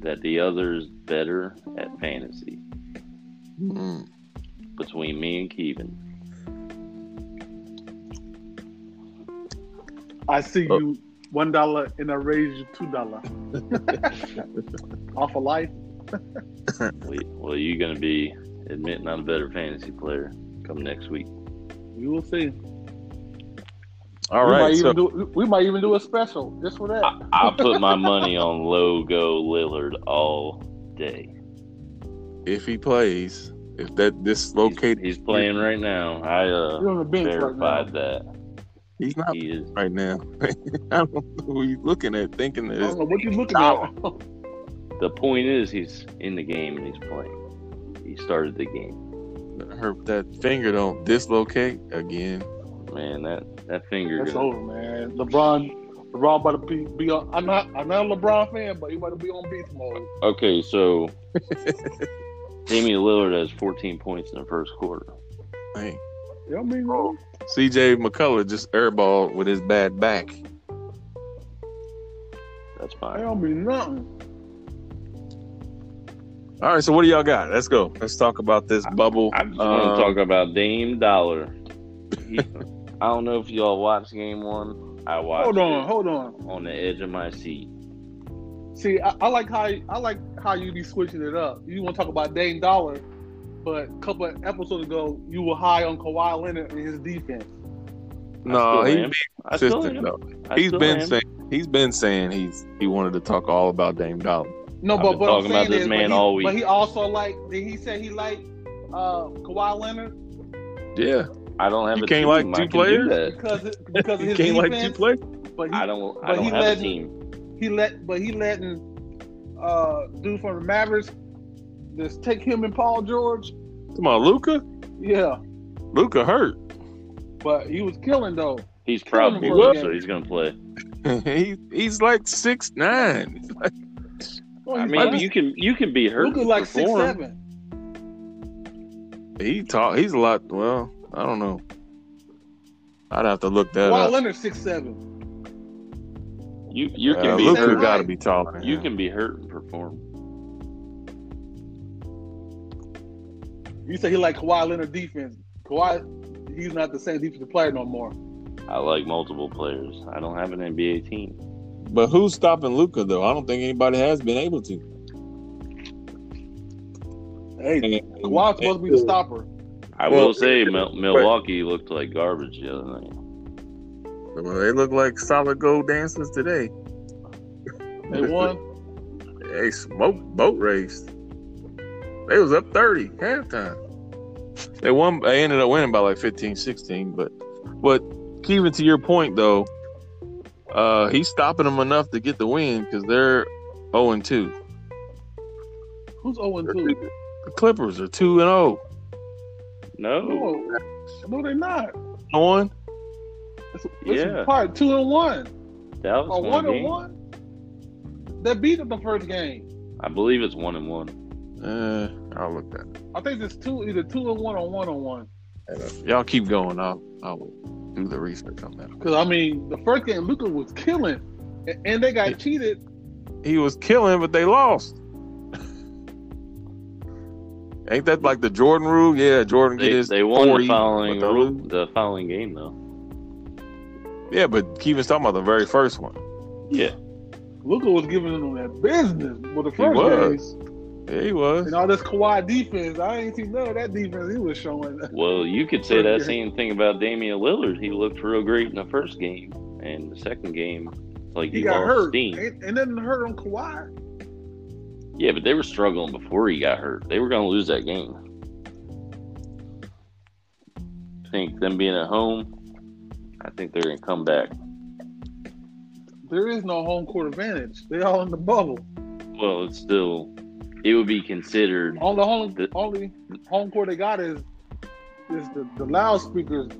[SPEAKER 2] that the other is better at fantasy
[SPEAKER 1] Mm.
[SPEAKER 2] between me and Keevan.
[SPEAKER 3] I see
[SPEAKER 1] Oh.
[SPEAKER 3] you one dollar and I raise you
[SPEAKER 2] *laughs*
[SPEAKER 3] two dollar. Off of life.
[SPEAKER 2] We- Well, you're going to be admitting I'm a better fantasy player come next week.
[SPEAKER 3] We will see.
[SPEAKER 1] All
[SPEAKER 3] we Might
[SPEAKER 1] right, so
[SPEAKER 3] even do, we might even do a special just for that.
[SPEAKER 2] I, I put my money on Logo Lillard all day.
[SPEAKER 1] if he plays, if that
[SPEAKER 2] He's-
[SPEAKER 1] dislocated,
[SPEAKER 2] He's, playing right now. I
[SPEAKER 3] You're
[SPEAKER 2] uh,
[SPEAKER 3] on the bench right
[SPEAKER 2] verified
[SPEAKER 3] now.
[SPEAKER 2] that.
[SPEAKER 1] he's not
[SPEAKER 2] He is.
[SPEAKER 1] right now. *laughs* I don't know who he's looking at, thinking that
[SPEAKER 3] I don't
[SPEAKER 1] it's
[SPEAKER 3] know what you looking at.
[SPEAKER 2] The point is, he's in the game and he's playing. He started the game.
[SPEAKER 1] her that finger don't dislocate again.
[SPEAKER 2] Man, that, that finger.
[SPEAKER 3] That's
[SPEAKER 2] gonna-
[SPEAKER 3] over, man. LeBron, LeBron about to be, be on. I'm not, I'm not a LeBron fan, but he about to be on beast mode.
[SPEAKER 2] Okay, *laughs* so Damian Lillard has 14 points in the first quarter.
[SPEAKER 1] Hey,
[SPEAKER 3] You know what I mean?
[SPEAKER 1] C.J. McCullough just airballed with his bad back.
[SPEAKER 2] That's
[SPEAKER 3] I
[SPEAKER 2] fine.
[SPEAKER 3] don't mean nothing.
[SPEAKER 1] All right, so what do y'all got? Let's go. Let's talk about this bubble.
[SPEAKER 2] I just
[SPEAKER 1] Um,
[SPEAKER 2] want to talk about Dame *laughs* Dollar. He- I don't know if y'all watched game one. I watched
[SPEAKER 3] Hold on,
[SPEAKER 2] it
[SPEAKER 3] hold on.
[SPEAKER 2] on the edge of my seat.
[SPEAKER 3] See, I, I like how I like how you be switching it up. You want to talk about Dane Dollar, but a couple of episodes ago, you were high on Kawhi Leonard and his defense.
[SPEAKER 1] no,
[SPEAKER 2] I still
[SPEAKER 1] he's
[SPEAKER 2] am.
[SPEAKER 1] been
[SPEAKER 2] I still
[SPEAKER 1] consistent though.
[SPEAKER 2] am. I
[SPEAKER 1] He's
[SPEAKER 2] still
[SPEAKER 1] been
[SPEAKER 2] am.
[SPEAKER 1] saying he's been saying he's he wanted to talk all about Dame Dollar.
[SPEAKER 3] No,
[SPEAKER 2] I've
[SPEAKER 3] but
[SPEAKER 2] been
[SPEAKER 3] what I'm
[SPEAKER 2] talking about
[SPEAKER 3] saying
[SPEAKER 2] this
[SPEAKER 3] is,
[SPEAKER 2] man
[SPEAKER 3] but, he,
[SPEAKER 2] all week.
[SPEAKER 3] but he also like did he say he liked uh, Kawhi Leonard
[SPEAKER 1] Yeah,
[SPEAKER 2] I don't have
[SPEAKER 1] You
[SPEAKER 2] a
[SPEAKER 1] can't
[SPEAKER 2] team.
[SPEAKER 1] like
[SPEAKER 2] I
[SPEAKER 1] two
[SPEAKER 2] can do
[SPEAKER 1] players?
[SPEAKER 2] that.
[SPEAKER 3] because because of
[SPEAKER 1] *laughs* he
[SPEAKER 3] his
[SPEAKER 1] can't like
[SPEAKER 3] defense.
[SPEAKER 1] two players.
[SPEAKER 3] but he,
[SPEAKER 2] I don't. I
[SPEAKER 3] But
[SPEAKER 2] don't
[SPEAKER 3] he
[SPEAKER 2] have
[SPEAKER 3] led-
[SPEAKER 2] a team.
[SPEAKER 3] he let but he letting uh dude from the Mavericks just take him and Paul George.
[SPEAKER 1] Come on, Luca.
[SPEAKER 3] Yeah.
[SPEAKER 1] Luca hurt. *laughs*
[SPEAKER 3] But he was killing though.
[SPEAKER 2] He's
[SPEAKER 3] Come
[SPEAKER 2] probably
[SPEAKER 3] on,
[SPEAKER 2] good,
[SPEAKER 3] bro.
[SPEAKER 2] so he's gonna play.
[SPEAKER 1] he he's like six nine.
[SPEAKER 3] Well,
[SPEAKER 2] I
[SPEAKER 3] he's
[SPEAKER 2] mean,
[SPEAKER 3] nice.
[SPEAKER 2] you can you can be hurt.
[SPEAKER 3] Luka
[SPEAKER 2] and
[SPEAKER 3] like six
[SPEAKER 2] perform.
[SPEAKER 3] seven.
[SPEAKER 1] He talk. He's a lot. Well, I don't know. I'd have to look that
[SPEAKER 3] Kawhi
[SPEAKER 1] up.
[SPEAKER 3] Leonard six seven.
[SPEAKER 2] You you
[SPEAKER 1] Uh,
[SPEAKER 2] can be
[SPEAKER 1] Luka
[SPEAKER 2] hurt.
[SPEAKER 1] got to be taller. than
[SPEAKER 2] You
[SPEAKER 1] him.
[SPEAKER 2] can be hurt and perform.
[SPEAKER 3] You say he like Kawhi Leonard defense. Kawhi he's not the same defensive player no more.
[SPEAKER 2] I like multiple players. I don't have an NBA team.
[SPEAKER 1] But who's stopping Luca though? I don't think anybody has been able to.
[SPEAKER 3] Hey,
[SPEAKER 1] And-
[SPEAKER 3] Kawhi's supposed to be the stopper.
[SPEAKER 2] I
[SPEAKER 1] Well,
[SPEAKER 2] will say Mil- Milwaukee looked like garbage the other night.
[SPEAKER 1] Well, they look like solid gold dancers today. *laughs*
[SPEAKER 3] They won.
[SPEAKER 1] They smoked boat race. They was up 30 halftime. They won. They ended up winning by like 15, 16. But, but Kevin, to your point though, uh, he's stopping them enough to get the win because they're 0 and 2.
[SPEAKER 3] Who's 0 2?
[SPEAKER 1] The Clippers are 2 and oh. 0.
[SPEAKER 2] No,
[SPEAKER 3] No, no, they're not.
[SPEAKER 1] On
[SPEAKER 3] It's, it's
[SPEAKER 2] Yeah.
[SPEAKER 3] part two and one.
[SPEAKER 2] Dallas
[SPEAKER 3] Or
[SPEAKER 2] won
[SPEAKER 3] oh, one
[SPEAKER 2] a
[SPEAKER 3] and
[SPEAKER 2] game.
[SPEAKER 3] one. They beat them the first game.
[SPEAKER 2] I believe it's one and one.
[SPEAKER 1] uh, I'll look that.
[SPEAKER 3] I think it's two either two and one or one on one.
[SPEAKER 1] up. Y'all keep going. I'll I'll do the research on that.
[SPEAKER 3] Because I mean, the first game Luca was killing, and, and they got cheated.
[SPEAKER 1] He was killing, but they lost. Ain't that like the Jordan rule? Yeah, Jordan
[SPEAKER 2] They,
[SPEAKER 1] gets
[SPEAKER 2] they won
[SPEAKER 1] 40,
[SPEAKER 2] the following
[SPEAKER 1] but they lose.
[SPEAKER 2] the following game though.
[SPEAKER 1] Yeah, but Kevin's talking about the very first one.
[SPEAKER 2] Yeah,
[SPEAKER 3] Luca was giving them that business for the first
[SPEAKER 1] was.
[SPEAKER 3] game.
[SPEAKER 1] Yeah, he was.
[SPEAKER 3] And all this Kawhi defense, I ain't seen none of that defense he was showing.
[SPEAKER 2] Well, you could
[SPEAKER 3] *laughs*
[SPEAKER 2] say that
[SPEAKER 3] Yeah.
[SPEAKER 2] same thing about Damian Lillard. He looked real great in the first game, and the second game, like
[SPEAKER 3] He
[SPEAKER 2] he,
[SPEAKER 3] got
[SPEAKER 2] lost
[SPEAKER 3] hurt,
[SPEAKER 2] steam.
[SPEAKER 3] and, and then hurt on Kawhi.
[SPEAKER 2] Yeah, but they were struggling before he got hurt. They were going to lose that game. I think them being at home, I think they're going to come back.
[SPEAKER 3] There is no home court advantage. They all in the bubble.
[SPEAKER 2] Well, it's still, it would be considered.
[SPEAKER 3] On the home,
[SPEAKER 2] The-
[SPEAKER 3] only home court they got is is the, the loudspeakers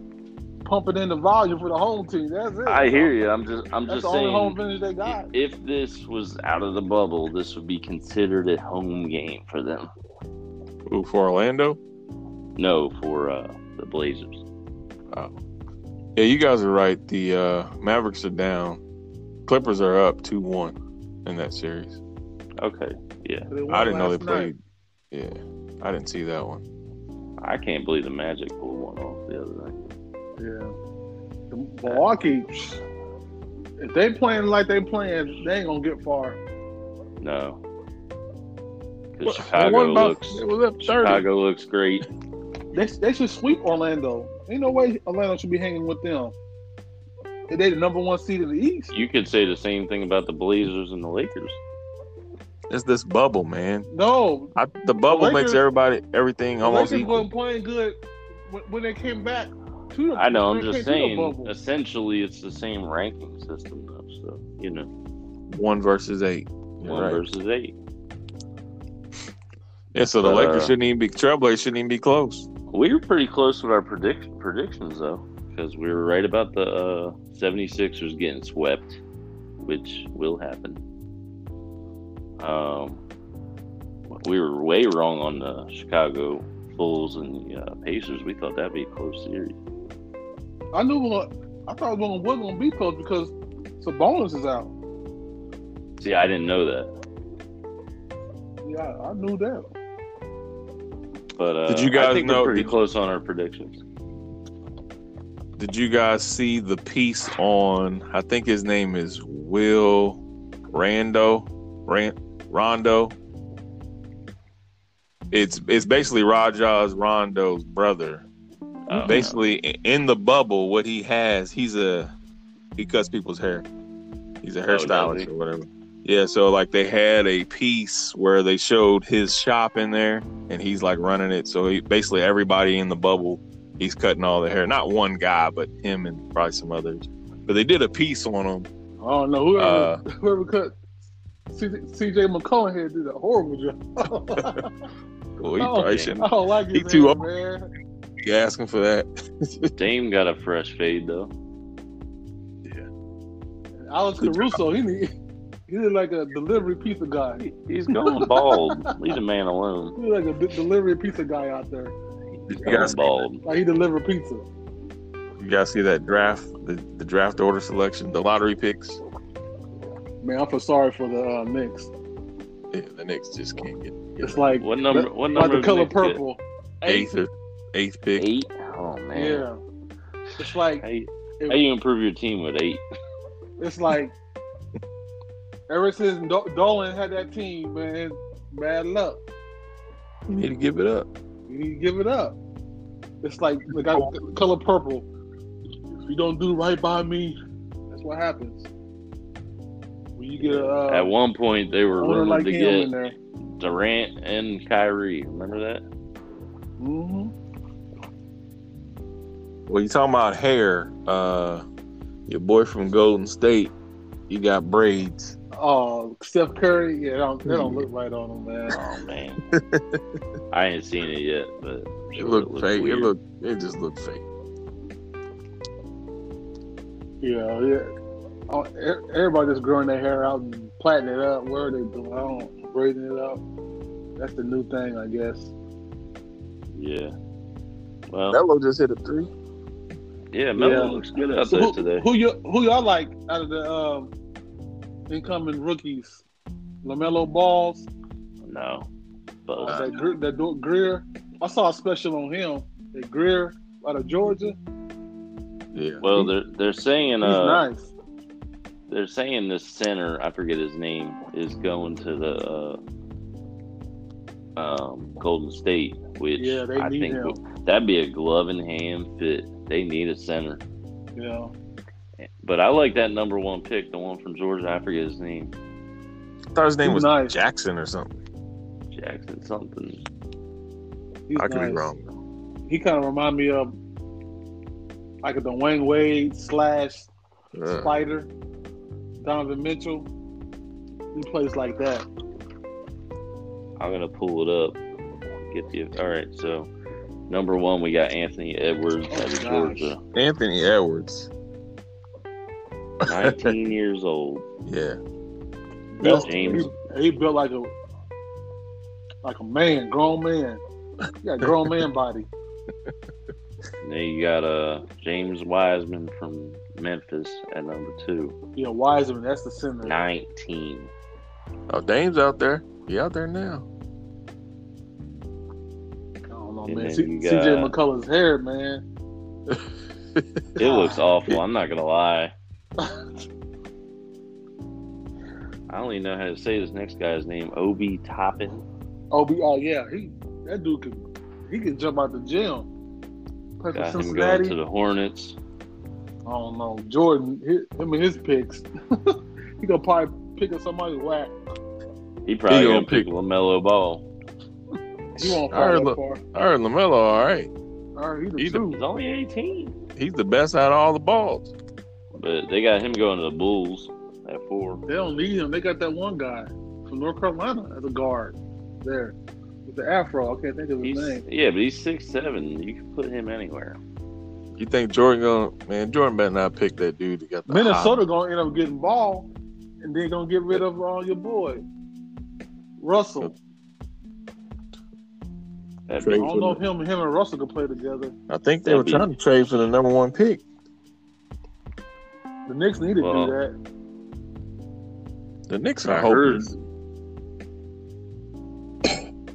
[SPEAKER 3] pumping in the volume for the home team. That's it.
[SPEAKER 2] I hear you. I'm just, I'm
[SPEAKER 3] That's
[SPEAKER 2] just
[SPEAKER 3] the only home
[SPEAKER 2] saying.
[SPEAKER 3] advantage they got.
[SPEAKER 2] If this was out of the bubble, this would be considered a home game for them.
[SPEAKER 1] Ooh, for Orlando.
[SPEAKER 2] No, for uh, the Blazers.
[SPEAKER 1] Yeah, you guys are right. The uh, Mavericks are down. Clippers are up two one in that series.
[SPEAKER 2] Okay, yeah.
[SPEAKER 3] They won
[SPEAKER 1] I didn't know
[SPEAKER 3] last
[SPEAKER 1] they
[SPEAKER 3] night.
[SPEAKER 1] played. Yeah, I didn't see that one.
[SPEAKER 2] I can't believe the Magic pulled one off the other night.
[SPEAKER 3] Yeah. The Milwaukee, if they playing like they playing, they ain't gonna get far.
[SPEAKER 2] No.
[SPEAKER 1] Well,
[SPEAKER 2] Because Chicago
[SPEAKER 1] one by-
[SPEAKER 2] looks
[SPEAKER 1] It was up thirty.
[SPEAKER 2] Chicago looks great.
[SPEAKER 3] They, they should sweep Orlando. Ain't no way Orlando should be hanging with them. And They the number one seed in the East.
[SPEAKER 2] You could say the same thing about the Blazers and the Lakers.
[SPEAKER 1] It's this bubble, man.
[SPEAKER 3] No,
[SPEAKER 1] I, the bubble makes
[SPEAKER 3] Lakers-
[SPEAKER 1] everybody everything
[SPEAKER 3] the
[SPEAKER 1] almost
[SPEAKER 3] Lakers
[SPEAKER 1] equal.
[SPEAKER 3] wasn't playing good when, when they came back. To the,
[SPEAKER 2] I know.
[SPEAKER 3] when
[SPEAKER 2] I'm
[SPEAKER 3] they
[SPEAKER 2] just
[SPEAKER 3] came to the
[SPEAKER 2] saying.
[SPEAKER 3] bubble.
[SPEAKER 2] Essentially, it's the same ranking system, though. So you know,
[SPEAKER 1] one versus eight. You're
[SPEAKER 2] one
[SPEAKER 1] right.
[SPEAKER 2] versus eight.
[SPEAKER 1] yeah, so the Lakers
[SPEAKER 2] Uh,
[SPEAKER 1] shouldn't even be Trailblazers shouldn't even be close.
[SPEAKER 2] We were pretty close with our prediction predictions though, because we were right about the uh, 76ers getting swept, which will happen. Um, we were way wrong on the Chicago Bulls and the uh, Pacers. We thought that'd be a close series.
[SPEAKER 3] I knew. we were gonna- I thought we was gonna be close because Sabonis is out.
[SPEAKER 2] See, I didn't know that.
[SPEAKER 3] Yeah, I knew that.
[SPEAKER 2] But uh,
[SPEAKER 1] Did you
[SPEAKER 2] I
[SPEAKER 1] guys
[SPEAKER 2] think
[SPEAKER 1] know-
[SPEAKER 2] we're pretty
[SPEAKER 1] did-
[SPEAKER 2] close on our predictions?
[SPEAKER 1] Did you guys see the piece on? I think his name is Will Rando, Ran, Rondo. It's it's basically Rajah's Rondo's brother.
[SPEAKER 2] Uh,
[SPEAKER 1] Basically, i- in the bubble, what he has, he's a he cuts people's hair. He's a
[SPEAKER 2] Oh, does
[SPEAKER 1] hairstylist
[SPEAKER 2] he?
[SPEAKER 1] or whatever. Yeah, so like they had a piece where they showed his shop in there, and he's like running it. So he, basically, everybody in the bubble, he's cutting all the hair. Not one guy, but him and probably some others. But they did a piece on him.
[SPEAKER 3] I don't know whoever
[SPEAKER 1] Uh,
[SPEAKER 3] whoever cut CJ McCollum here did a horrible job. *laughs*
[SPEAKER 1] Well, he
[SPEAKER 3] Oh,
[SPEAKER 1] probably
[SPEAKER 2] yeah.
[SPEAKER 1] shouldn't
[SPEAKER 3] I don't like
[SPEAKER 1] He
[SPEAKER 3] his
[SPEAKER 1] too
[SPEAKER 3] ass,
[SPEAKER 1] old.
[SPEAKER 3] man.
[SPEAKER 1] be asking for that.
[SPEAKER 2] *laughs* Dame got a fresh fade though.
[SPEAKER 3] Alex Caruso, he need, he look like a delivery pizza guy. He
[SPEAKER 1] *laughs*
[SPEAKER 2] He's going bald. Leave the man alone.
[SPEAKER 3] look like a de- delivery pizza guy out there.
[SPEAKER 2] He's
[SPEAKER 1] You
[SPEAKER 2] going
[SPEAKER 1] guys-
[SPEAKER 2] bald.
[SPEAKER 3] Like he deliver pizza.
[SPEAKER 1] you guys see that draft, the, the draft order selection, the lottery picks.
[SPEAKER 3] Man, I'm so sorry for the uh, Knicks.
[SPEAKER 1] Yeah, the Knicks just can't get
[SPEAKER 3] It's like
[SPEAKER 2] What number? What
[SPEAKER 3] like
[SPEAKER 2] number?
[SPEAKER 3] the
[SPEAKER 2] did
[SPEAKER 3] color
[SPEAKER 2] they get?
[SPEAKER 3] purple.
[SPEAKER 1] eighth or eighth pick.
[SPEAKER 2] Eight. Oh man.
[SPEAKER 3] Yeah. It's like
[SPEAKER 2] How you,
[SPEAKER 3] it-
[SPEAKER 2] how you improve your team with eight?
[SPEAKER 3] It's like ever since Do- Dolan had that team, man, it's bad luck.
[SPEAKER 1] You need to give it up.
[SPEAKER 3] You need to give it up. It's like like I, the color purple. If you don't do right by me, that's what happens. When you get a uh,
[SPEAKER 2] At one point, they were
[SPEAKER 3] owner
[SPEAKER 2] rumored
[SPEAKER 3] like
[SPEAKER 2] to
[SPEAKER 3] him
[SPEAKER 2] get
[SPEAKER 3] in there.
[SPEAKER 2] Durant and Kyrie. Remember that?
[SPEAKER 3] hmm
[SPEAKER 1] Well, you talking about hair? Uh, your boy from Golden State, you got braids.
[SPEAKER 3] Oh, Steph Curry. Yeah, they don't, they don't look right on him, man.
[SPEAKER 2] Oh man,
[SPEAKER 1] *laughs*
[SPEAKER 2] I ain't seen it yet, but
[SPEAKER 1] It looked fake.
[SPEAKER 2] weird.
[SPEAKER 1] It looked. It just looked fake.
[SPEAKER 3] Yeah, yeah. Oh, e- everybody just growing their hair out and plaiting it up. Where are they doing? I don't braiding it up. That's the new thing, I guess.
[SPEAKER 2] yeah. Well,
[SPEAKER 1] Melo just hit a three.
[SPEAKER 2] yeah, Melo
[SPEAKER 3] Yeah.
[SPEAKER 2] looks good out
[SPEAKER 3] So
[SPEAKER 2] there
[SPEAKER 3] who,
[SPEAKER 2] today.
[SPEAKER 3] who you who y'all like out of the um, incoming rookies? Lamelo Balls,
[SPEAKER 2] no, but
[SPEAKER 1] Uh,
[SPEAKER 3] that, Gre- that Dor- Greer. I saw a special on him. That Greer out of Georgia.
[SPEAKER 1] Yeah.
[SPEAKER 2] well, they're they're saying
[SPEAKER 3] He's
[SPEAKER 2] uh,
[SPEAKER 3] nice.
[SPEAKER 2] they're saying this center, I forget his name, is going to the uh, um, Golden State, which
[SPEAKER 3] Yeah, they
[SPEAKER 2] I
[SPEAKER 3] need
[SPEAKER 2] think
[SPEAKER 3] him.
[SPEAKER 2] would- that'd be a glove in hand fit. They need a center,
[SPEAKER 3] Yeah.
[SPEAKER 2] but I like that number one pick, the one from Georgia. I forget his name,
[SPEAKER 1] I thought his name
[SPEAKER 3] he's
[SPEAKER 1] was
[SPEAKER 3] nice.
[SPEAKER 1] Jackson or something.
[SPEAKER 2] Jackson something.
[SPEAKER 3] He's
[SPEAKER 1] I could
[SPEAKER 3] nice.
[SPEAKER 1] be wrong.
[SPEAKER 3] He kind of remind me of like a Dwayne Wade slash
[SPEAKER 1] Uh,
[SPEAKER 3] Spider, Donovan Mitchell. He plays like that.
[SPEAKER 2] I'm gonna pull it up. Get the all right. So number one, we got Anthony Edwards
[SPEAKER 3] Oh,
[SPEAKER 2] out of
[SPEAKER 3] gosh.
[SPEAKER 2] Georgia,
[SPEAKER 1] Anthony Edwards.
[SPEAKER 3] *laughs*
[SPEAKER 2] 19 years old.
[SPEAKER 1] Yeah.
[SPEAKER 2] That's James.
[SPEAKER 3] He, he built like a like a man, grown man. He got
[SPEAKER 2] *laughs*
[SPEAKER 3] grown man body.
[SPEAKER 2] And then you got uh James Wiseman from Memphis at number two.
[SPEAKER 3] Yeah, Wiseman, that's the center.
[SPEAKER 2] 19.
[SPEAKER 1] Oh, Dame's out there. He out there now.
[SPEAKER 3] I don't know,
[SPEAKER 2] And
[SPEAKER 3] man.
[SPEAKER 2] then
[SPEAKER 3] C-
[SPEAKER 2] you
[SPEAKER 3] CJ
[SPEAKER 2] got-
[SPEAKER 3] McCullough's hair, man.
[SPEAKER 2] It looks awful. I'm not going to lie. I don't even know how to say this next guy's name. Obi Toppin.
[SPEAKER 3] OB, oh yeah, he that dude can he can jump out the gym. Play for
[SPEAKER 2] Got him
[SPEAKER 3] Cincinnati.
[SPEAKER 2] going to the Hornets.
[SPEAKER 3] I don't know. Jordan, hi- him and his picks. *laughs* he gonna probably pick up somebody whack.
[SPEAKER 2] He probably
[SPEAKER 1] He gonna
[SPEAKER 2] going to pick LaMelo Ball.
[SPEAKER 3] He won't
[SPEAKER 1] I
[SPEAKER 3] fall
[SPEAKER 1] heard
[SPEAKER 3] that
[SPEAKER 1] look-
[SPEAKER 3] far.
[SPEAKER 1] All right, Lamelo. All right.
[SPEAKER 3] All right, he
[SPEAKER 1] He's
[SPEAKER 3] the
[SPEAKER 1] the-
[SPEAKER 2] He's
[SPEAKER 3] truth.
[SPEAKER 2] only 18.
[SPEAKER 1] He's the best out of all the balls.
[SPEAKER 2] But they got him going to the Bulls at four.
[SPEAKER 3] They don't need him. They got that one guy from North Carolina as a guard there with the afro. I can't think of his
[SPEAKER 2] He's,
[SPEAKER 3] name.
[SPEAKER 2] yeah, but he's six seven. You can put him anywhere.
[SPEAKER 1] You think Jordan gonna man? Jordan better not pick that dude that got the
[SPEAKER 3] Minnesota gonna end up getting ball, and then gonna get rid of uh, your boy Russell.
[SPEAKER 2] That'd
[SPEAKER 3] I
[SPEAKER 1] Trey.
[SPEAKER 2] be,
[SPEAKER 3] don't know if him him and Russell could play together.
[SPEAKER 1] high. I think they were trying to trade for the number one pick.
[SPEAKER 3] The Knicks need to
[SPEAKER 2] Well,
[SPEAKER 3] do that.
[SPEAKER 1] The Knicks
[SPEAKER 2] I
[SPEAKER 1] are hoping.
[SPEAKER 2] heard.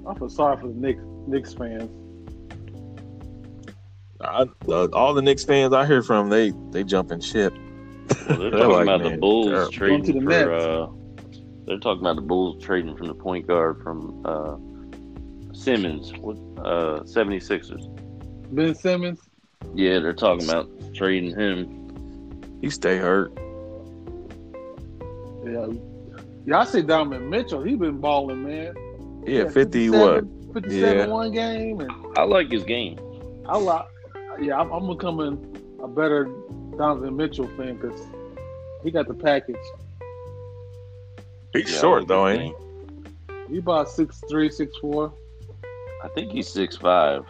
[SPEAKER 3] I feel sorry for the Knicks Knicks fans.
[SPEAKER 1] I, uh, all the Knicks fans I hear from, they they jumping ship.
[SPEAKER 2] well, *laughs* they're
[SPEAKER 1] They're
[SPEAKER 2] talking
[SPEAKER 1] like,
[SPEAKER 2] about the
[SPEAKER 1] man,
[SPEAKER 2] Bulls
[SPEAKER 1] terrible.
[SPEAKER 2] trading
[SPEAKER 3] Going to the
[SPEAKER 2] for.
[SPEAKER 3] Nets.
[SPEAKER 2] Uh, they're talking about the Bulls trading from the point guard from uh, Simmons, what, uh, 76ers.
[SPEAKER 3] Ben Simmons.
[SPEAKER 2] Yeah, they're talking about trading him.
[SPEAKER 1] He stay hurt.
[SPEAKER 3] Yeah. Yeah, I see Donovan Mitchell. He been balling, man.
[SPEAKER 1] Yeah,
[SPEAKER 3] Yeah,
[SPEAKER 1] fifty what?
[SPEAKER 3] 57 57
[SPEAKER 1] Yeah.
[SPEAKER 3] one game, and
[SPEAKER 2] I like his game.
[SPEAKER 3] I like. Yeah, I'm, I'm becoming a better Donovan Mitchell fan because he got the package.
[SPEAKER 1] He's
[SPEAKER 2] Yeah, I
[SPEAKER 1] short
[SPEAKER 2] like
[SPEAKER 1] though,
[SPEAKER 2] his
[SPEAKER 1] ain't he?
[SPEAKER 2] game.
[SPEAKER 3] He about six three, six four.
[SPEAKER 2] I think he's six five.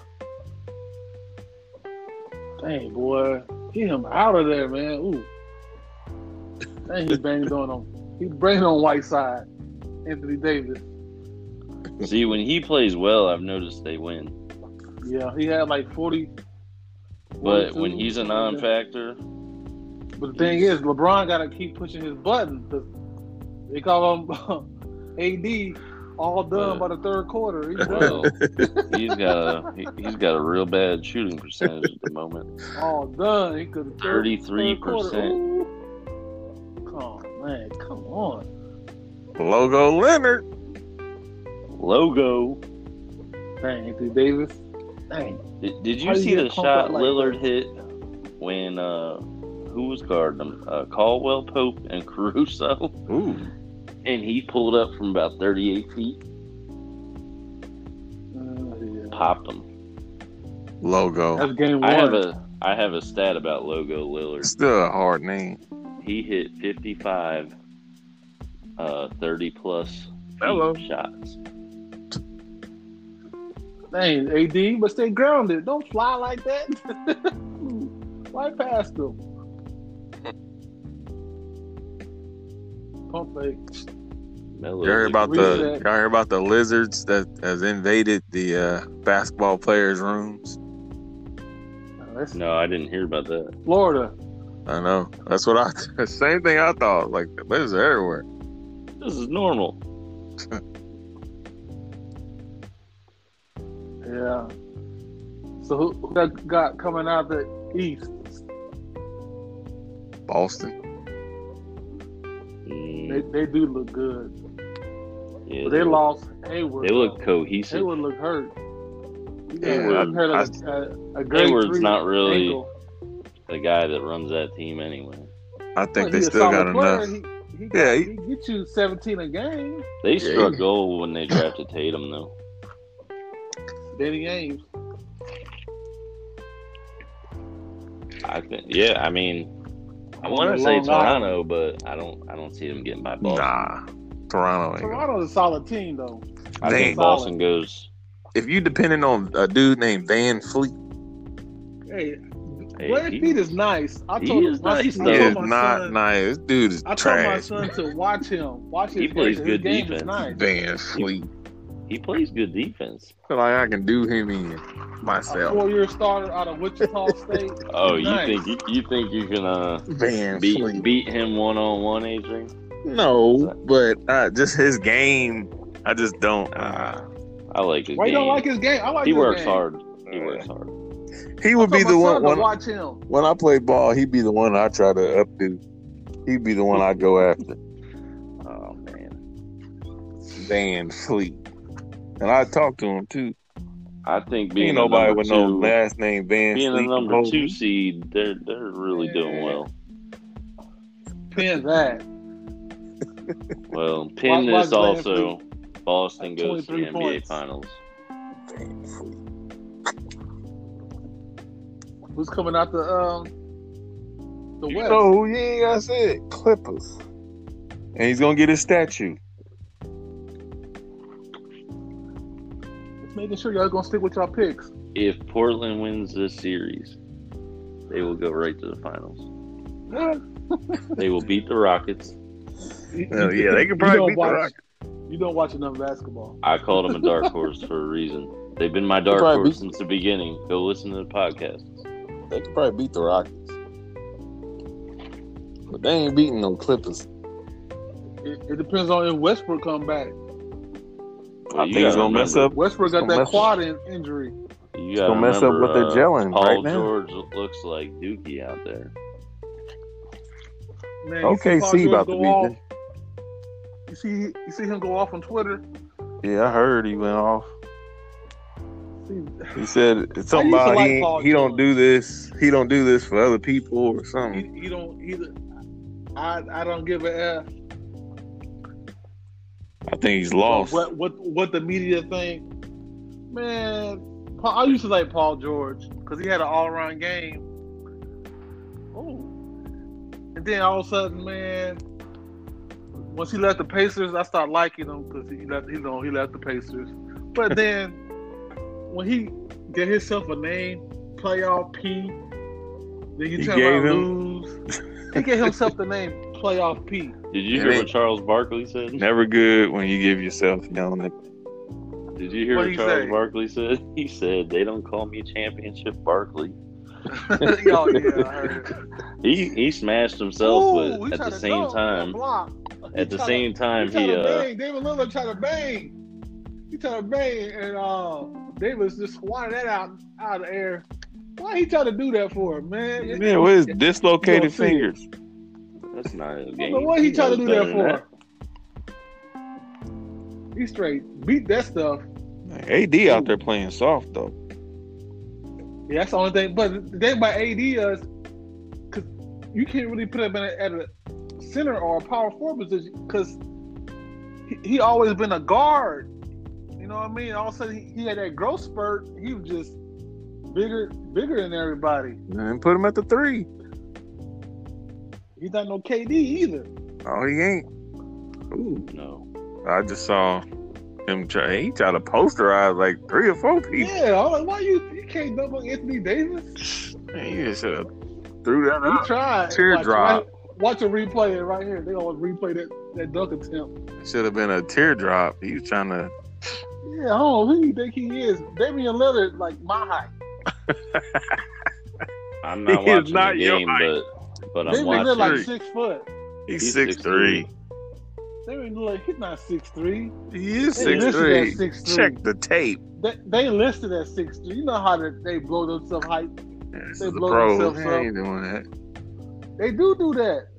[SPEAKER 3] Dang boy, get him out of there, man. Ooh, dang, he banged on him. He banged on Whiteside, Anthony Davis.
[SPEAKER 2] See, when he plays well, I've noticed they win.
[SPEAKER 3] Yeah, he had like forty.
[SPEAKER 2] But
[SPEAKER 3] 42,
[SPEAKER 2] when he's a
[SPEAKER 3] something like that.
[SPEAKER 2] non-factor,
[SPEAKER 3] But the thing is, LeBron got to keep pushing his button. 'cause They call him *laughs* AD, all done by the third quarter. He's done. *laughs*
[SPEAKER 2] well, he's got a he, he's got a real bad shooting percentage at the moment.
[SPEAKER 3] all done. Oh, He could
[SPEAKER 2] Thirty-three percent.
[SPEAKER 3] Come on, man. Come on.
[SPEAKER 1] Logo Leonard.
[SPEAKER 2] Logo.
[SPEAKER 3] Dang, Anthony Davis. Dang.
[SPEAKER 2] Did, did
[SPEAKER 3] How
[SPEAKER 2] you
[SPEAKER 3] you
[SPEAKER 2] see
[SPEAKER 3] get
[SPEAKER 2] the
[SPEAKER 3] caught
[SPEAKER 2] shot
[SPEAKER 3] up like
[SPEAKER 2] Lillard hit when uh who was guarding him? Uh, Caldwell Pope and *laughs* Caruso,
[SPEAKER 1] Ooh,
[SPEAKER 2] and he pulled up from about 38 feet, popped him.
[SPEAKER 1] logo.
[SPEAKER 3] Mm, That's game one.
[SPEAKER 2] I have a I have a stat about Logo Lillard.
[SPEAKER 1] Still a hard name.
[SPEAKER 2] He hit 55, uh, 30 plus
[SPEAKER 3] Hello.
[SPEAKER 2] shots.
[SPEAKER 3] Dang, AD, but stay grounded. Don't fly like that. *laughs* fly past them. Pump fake.
[SPEAKER 2] Melo
[SPEAKER 1] You heard about the
[SPEAKER 3] Reset.
[SPEAKER 1] y'all hear about the lizards that has invaded the uh, basketball players' rooms.
[SPEAKER 3] No, that's
[SPEAKER 2] No, I didn't hear about that.
[SPEAKER 3] Florida.
[SPEAKER 1] I know. That's what I. *laughs* Same thing I thought. Like the lizards are everywhere.
[SPEAKER 2] This is normal.
[SPEAKER 3] Yeah. So who, who got, got coming out the east?
[SPEAKER 1] Boston.
[SPEAKER 3] They,
[SPEAKER 2] Mm,
[SPEAKER 3] they do look good.
[SPEAKER 2] yeah,
[SPEAKER 3] But they
[SPEAKER 2] look-
[SPEAKER 3] lost Hayward.
[SPEAKER 2] They look
[SPEAKER 3] though.
[SPEAKER 2] cohesive.
[SPEAKER 3] Hayward look hurt.
[SPEAKER 1] Yeah,
[SPEAKER 3] I'm heard
[SPEAKER 1] I-
[SPEAKER 3] of a, a, a grade
[SPEAKER 2] Hayward's
[SPEAKER 3] three
[SPEAKER 2] not really-
[SPEAKER 3] ankle.
[SPEAKER 2] the guy that runs that team anyway.
[SPEAKER 1] I think
[SPEAKER 3] Well,
[SPEAKER 1] they
[SPEAKER 3] he a
[SPEAKER 1] still got
[SPEAKER 3] solid player.
[SPEAKER 1] enough.
[SPEAKER 3] He, he,
[SPEAKER 1] Yeah,
[SPEAKER 3] yeah,
[SPEAKER 1] he-
[SPEAKER 3] he, get you 17 a game.
[SPEAKER 2] They
[SPEAKER 1] Yeah,
[SPEAKER 2] struck
[SPEAKER 1] he-
[SPEAKER 2] gold when they drafted Tatum though.
[SPEAKER 3] Danny Ainge.
[SPEAKER 1] Oh
[SPEAKER 2] I think yeah, I mean I wanna
[SPEAKER 3] Long
[SPEAKER 2] say
[SPEAKER 3] Island.
[SPEAKER 2] Toronto, but I don't I don't see them getting by Boston.
[SPEAKER 1] Nah, Toronto. Ain't gonna-
[SPEAKER 3] Toronto's a solid team though.
[SPEAKER 2] I
[SPEAKER 1] They
[SPEAKER 2] think
[SPEAKER 1] ain't-
[SPEAKER 2] Boston goes
[SPEAKER 1] If you depending on a dude named Van Fleet,
[SPEAKER 3] Hey,
[SPEAKER 2] Hey,
[SPEAKER 3] Brad
[SPEAKER 2] he-
[SPEAKER 3] Pitt is nice. I
[SPEAKER 2] he
[SPEAKER 3] told
[SPEAKER 2] is
[SPEAKER 3] my,
[SPEAKER 2] nice,
[SPEAKER 3] I
[SPEAKER 2] though.
[SPEAKER 3] told
[SPEAKER 1] he is
[SPEAKER 3] my
[SPEAKER 1] not
[SPEAKER 3] son,
[SPEAKER 1] nice. This dude is
[SPEAKER 3] I told my
[SPEAKER 1] trash.
[SPEAKER 3] son to watch him. Watch his
[SPEAKER 2] He plays
[SPEAKER 3] game.
[SPEAKER 2] good
[SPEAKER 3] his game
[SPEAKER 2] defense.
[SPEAKER 3] Is nice.
[SPEAKER 1] Van Fleet.
[SPEAKER 2] he plays good defense.
[SPEAKER 1] Feel like I can do him in
[SPEAKER 3] A
[SPEAKER 1] myself.
[SPEAKER 3] four-year starter out
[SPEAKER 1] *laughs*
[SPEAKER 3] of Wichita State.
[SPEAKER 2] Oh, you
[SPEAKER 3] Nice.
[SPEAKER 2] think you, you think you can uh
[SPEAKER 1] Van
[SPEAKER 2] beat beat him one on one, Adrian?
[SPEAKER 1] No, but uh, just his game. I just don't. Uh,
[SPEAKER 2] I like his
[SPEAKER 3] Why you
[SPEAKER 2] game.
[SPEAKER 3] don't like his game? I like
[SPEAKER 2] he
[SPEAKER 3] his
[SPEAKER 2] works
[SPEAKER 3] game.
[SPEAKER 2] hard. He works hard.
[SPEAKER 1] he
[SPEAKER 3] I
[SPEAKER 1] would
[SPEAKER 3] told
[SPEAKER 1] be
[SPEAKER 3] my
[SPEAKER 1] the
[SPEAKER 3] son
[SPEAKER 1] one.
[SPEAKER 3] to
[SPEAKER 1] When,
[SPEAKER 3] watch him.
[SPEAKER 1] when I play ball, he'd be the one I try to updo. He'd be the one I go after.
[SPEAKER 2] Oh man.
[SPEAKER 1] Van Fleet. And I talk to him too.
[SPEAKER 2] I think being
[SPEAKER 1] Ain't
[SPEAKER 2] the
[SPEAKER 1] nobody
[SPEAKER 2] number
[SPEAKER 1] with no
[SPEAKER 2] two-
[SPEAKER 1] last name Van
[SPEAKER 2] being the
[SPEAKER 1] Fleet.
[SPEAKER 2] number
[SPEAKER 1] Kobe.
[SPEAKER 2] two seed, they're they're really doing well.
[SPEAKER 3] Pin that.
[SPEAKER 2] Well, Penn
[SPEAKER 3] why
[SPEAKER 2] is
[SPEAKER 3] Glenn
[SPEAKER 2] also Boston
[SPEAKER 3] Like
[SPEAKER 2] goes to the
[SPEAKER 3] 23
[SPEAKER 2] NBA
[SPEAKER 3] points.
[SPEAKER 2] Finals.
[SPEAKER 1] Van Fleet.
[SPEAKER 3] Who's coming out the um the
[SPEAKER 1] You
[SPEAKER 3] West?
[SPEAKER 1] know who you ain't gotta say it. Clippers. And he's gonna get his statue.
[SPEAKER 3] Just making sure y'all gonna stick with y'all picks.
[SPEAKER 2] If Portland wins this series, they will go right to the finals.
[SPEAKER 3] What?
[SPEAKER 2] They will beat the Rockets.
[SPEAKER 3] You-
[SPEAKER 1] Hell
[SPEAKER 3] you-
[SPEAKER 1] yeah, they could
[SPEAKER 3] you
[SPEAKER 1] probably
[SPEAKER 3] don't
[SPEAKER 1] beat the
[SPEAKER 3] watch-
[SPEAKER 1] Rockets.
[SPEAKER 3] You don't watch enough basketball.
[SPEAKER 2] I called them a dark horse for a reason. They've been my dark
[SPEAKER 1] Probably
[SPEAKER 2] horse since the beginning. Go listen to the podcast.
[SPEAKER 1] They could probably beat the Rockets. But they ain't beating no Clippers.
[SPEAKER 3] It, it depends on if Westbrook come back.
[SPEAKER 2] Well,
[SPEAKER 1] I
[SPEAKER 2] you
[SPEAKER 1] think he's
[SPEAKER 2] gotta
[SPEAKER 1] gonna mess
[SPEAKER 2] remember-
[SPEAKER 1] up.
[SPEAKER 3] Westbrook got
[SPEAKER 1] Don't mess
[SPEAKER 3] that
[SPEAKER 1] up.
[SPEAKER 3] quad in injury.
[SPEAKER 2] You
[SPEAKER 1] He's
[SPEAKER 2] gotta
[SPEAKER 1] gonna mess up
[SPEAKER 2] remember,
[SPEAKER 1] what they're
[SPEAKER 2] uh,
[SPEAKER 1] gelling
[SPEAKER 2] Paul
[SPEAKER 1] right now.
[SPEAKER 2] George looks like Dookie out there.
[SPEAKER 3] Man, you
[SPEAKER 1] Okay,
[SPEAKER 3] Paul
[SPEAKER 1] see
[SPEAKER 3] George
[SPEAKER 1] about to
[SPEAKER 3] go
[SPEAKER 1] beat
[SPEAKER 3] off-
[SPEAKER 1] them.
[SPEAKER 3] You see, you see him go off on Twitter.
[SPEAKER 1] Yeah, I heard he went off.
[SPEAKER 3] See,
[SPEAKER 1] He said it's something
[SPEAKER 3] I used to
[SPEAKER 1] about
[SPEAKER 3] like
[SPEAKER 1] he,
[SPEAKER 3] Paul
[SPEAKER 1] he don't
[SPEAKER 3] George.
[SPEAKER 1] do this. He don't do this for other people or something.
[SPEAKER 3] he, he don't. He, I, I don't give a f
[SPEAKER 1] I think he's lost.
[SPEAKER 3] what what what the media think. Man, Paul, I used to like Paul George because he had an all around game. Oh, and then all of a sudden, man, once he left the Pacers, I started liking him because he left. You know, he left the Pacers.
[SPEAKER 1] *laughs*
[SPEAKER 3] But then when he get himself a name, playoff P, then you
[SPEAKER 1] He
[SPEAKER 3] tell
[SPEAKER 1] gave
[SPEAKER 3] him
[SPEAKER 1] him-
[SPEAKER 3] lose. He gave himself
[SPEAKER 1] *laughs*
[SPEAKER 3] the name playoff P. *laughs*
[SPEAKER 2] Did you
[SPEAKER 1] It
[SPEAKER 2] hear what
[SPEAKER 1] ain't-
[SPEAKER 2] Charles Barkley said?
[SPEAKER 1] Never good when you give yourself no nick.
[SPEAKER 2] Did you hear what
[SPEAKER 3] What'd he
[SPEAKER 2] Charles
[SPEAKER 3] say?
[SPEAKER 2] Barkley said? *laughs* He said they don't call me Championship Barkley.
[SPEAKER 3] Yo, yeah. I heard it.
[SPEAKER 2] He he smashed himself,
[SPEAKER 3] Ooh, he
[SPEAKER 2] but at
[SPEAKER 3] tried
[SPEAKER 2] the
[SPEAKER 3] to
[SPEAKER 2] same
[SPEAKER 3] dunk on the
[SPEAKER 2] time,
[SPEAKER 3] block. He
[SPEAKER 2] at the
[SPEAKER 3] tried
[SPEAKER 2] same
[SPEAKER 3] to,
[SPEAKER 2] time,
[SPEAKER 3] he, tried
[SPEAKER 2] he
[SPEAKER 3] to
[SPEAKER 2] uh,
[SPEAKER 3] bang. David Lillard tried to bang. He tried to bang, and uh, Davis just swatted that out out of the air. Why he trying to do that for, man?
[SPEAKER 1] Yeah, with his
[SPEAKER 3] You
[SPEAKER 1] dislocated
[SPEAKER 3] don't see it.
[SPEAKER 1] fingers.
[SPEAKER 2] that's not a
[SPEAKER 3] I
[SPEAKER 2] game.
[SPEAKER 3] don't know what he trying to do
[SPEAKER 2] knows
[SPEAKER 3] that
[SPEAKER 2] better than
[SPEAKER 3] for. He straight beat that stuff.
[SPEAKER 1] AD out there playing soft though.
[SPEAKER 3] Yeah, that's the only thing. But the thing about AD is, 'cause you can't really put him in a, at a center or a power forward position because he, he always been a guard. You know what I mean? All of a sudden, he, he had that growth spurt. He was just bigger, bigger than everybody.
[SPEAKER 1] And put him at the three.
[SPEAKER 3] He's not no KD either.
[SPEAKER 1] Oh, he ain't. Ooh,
[SPEAKER 2] No.
[SPEAKER 1] I just saw him try. He tried to posterize like three or four people.
[SPEAKER 3] Yeah, I'm like, why you you can't double Anthony Davis?
[SPEAKER 1] Man, he just should have threw that
[SPEAKER 3] You
[SPEAKER 1] up.
[SPEAKER 3] tried.
[SPEAKER 1] Teardrop.
[SPEAKER 3] Watch, watch a replay right here. They always replay that, that dunk attempt.
[SPEAKER 1] Should have been a teardrop. He was trying to.
[SPEAKER 3] Yeah, I don't know who you think he is. Damian Lillard, like my height.
[SPEAKER 1] *laughs*
[SPEAKER 2] I'm
[SPEAKER 1] He is
[SPEAKER 2] not watching
[SPEAKER 1] not
[SPEAKER 2] the
[SPEAKER 1] your
[SPEAKER 2] game,
[SPEAKER 1] height.
[SPEAKER 2] but but I'm
[SPEAKER 3] Damian
[SPEAKER 2] watching.
[SPEAKER 3] Lillard like
[SPEAKER 1] watching.
[SPEAKER 3] six foot.
[SPEAKER 1] He's
[SPEAKER 2] He's
[SPEAKER 1] six three.
[SPEAKER 2] 6'3".
[SPEAKER 3] Damian Lillard, he's not six three.
[SPEAKER 1] He is
[SPEAKER 3] They
[SPEAKER 1] six
[SPEAKER 3] listed
[SPEAKER 1] three.
[SPEAKER 3] at 6'3".
[SPEAKER 1] Check the tape.
[SPEAKER 3] They, they listed at six three. You know how they, they blow themselves height.
[SPEAKER 1] Yeah, This
[SPEAKER 3] They
[SPEAKER 1] is the
[SPEAKER 3] blow
[SPEAKER 1] pro.
[SPEAKER 3] themselves
[SPEAKER 1] They ain't doing that.
[SPEAKER 3] They do do that.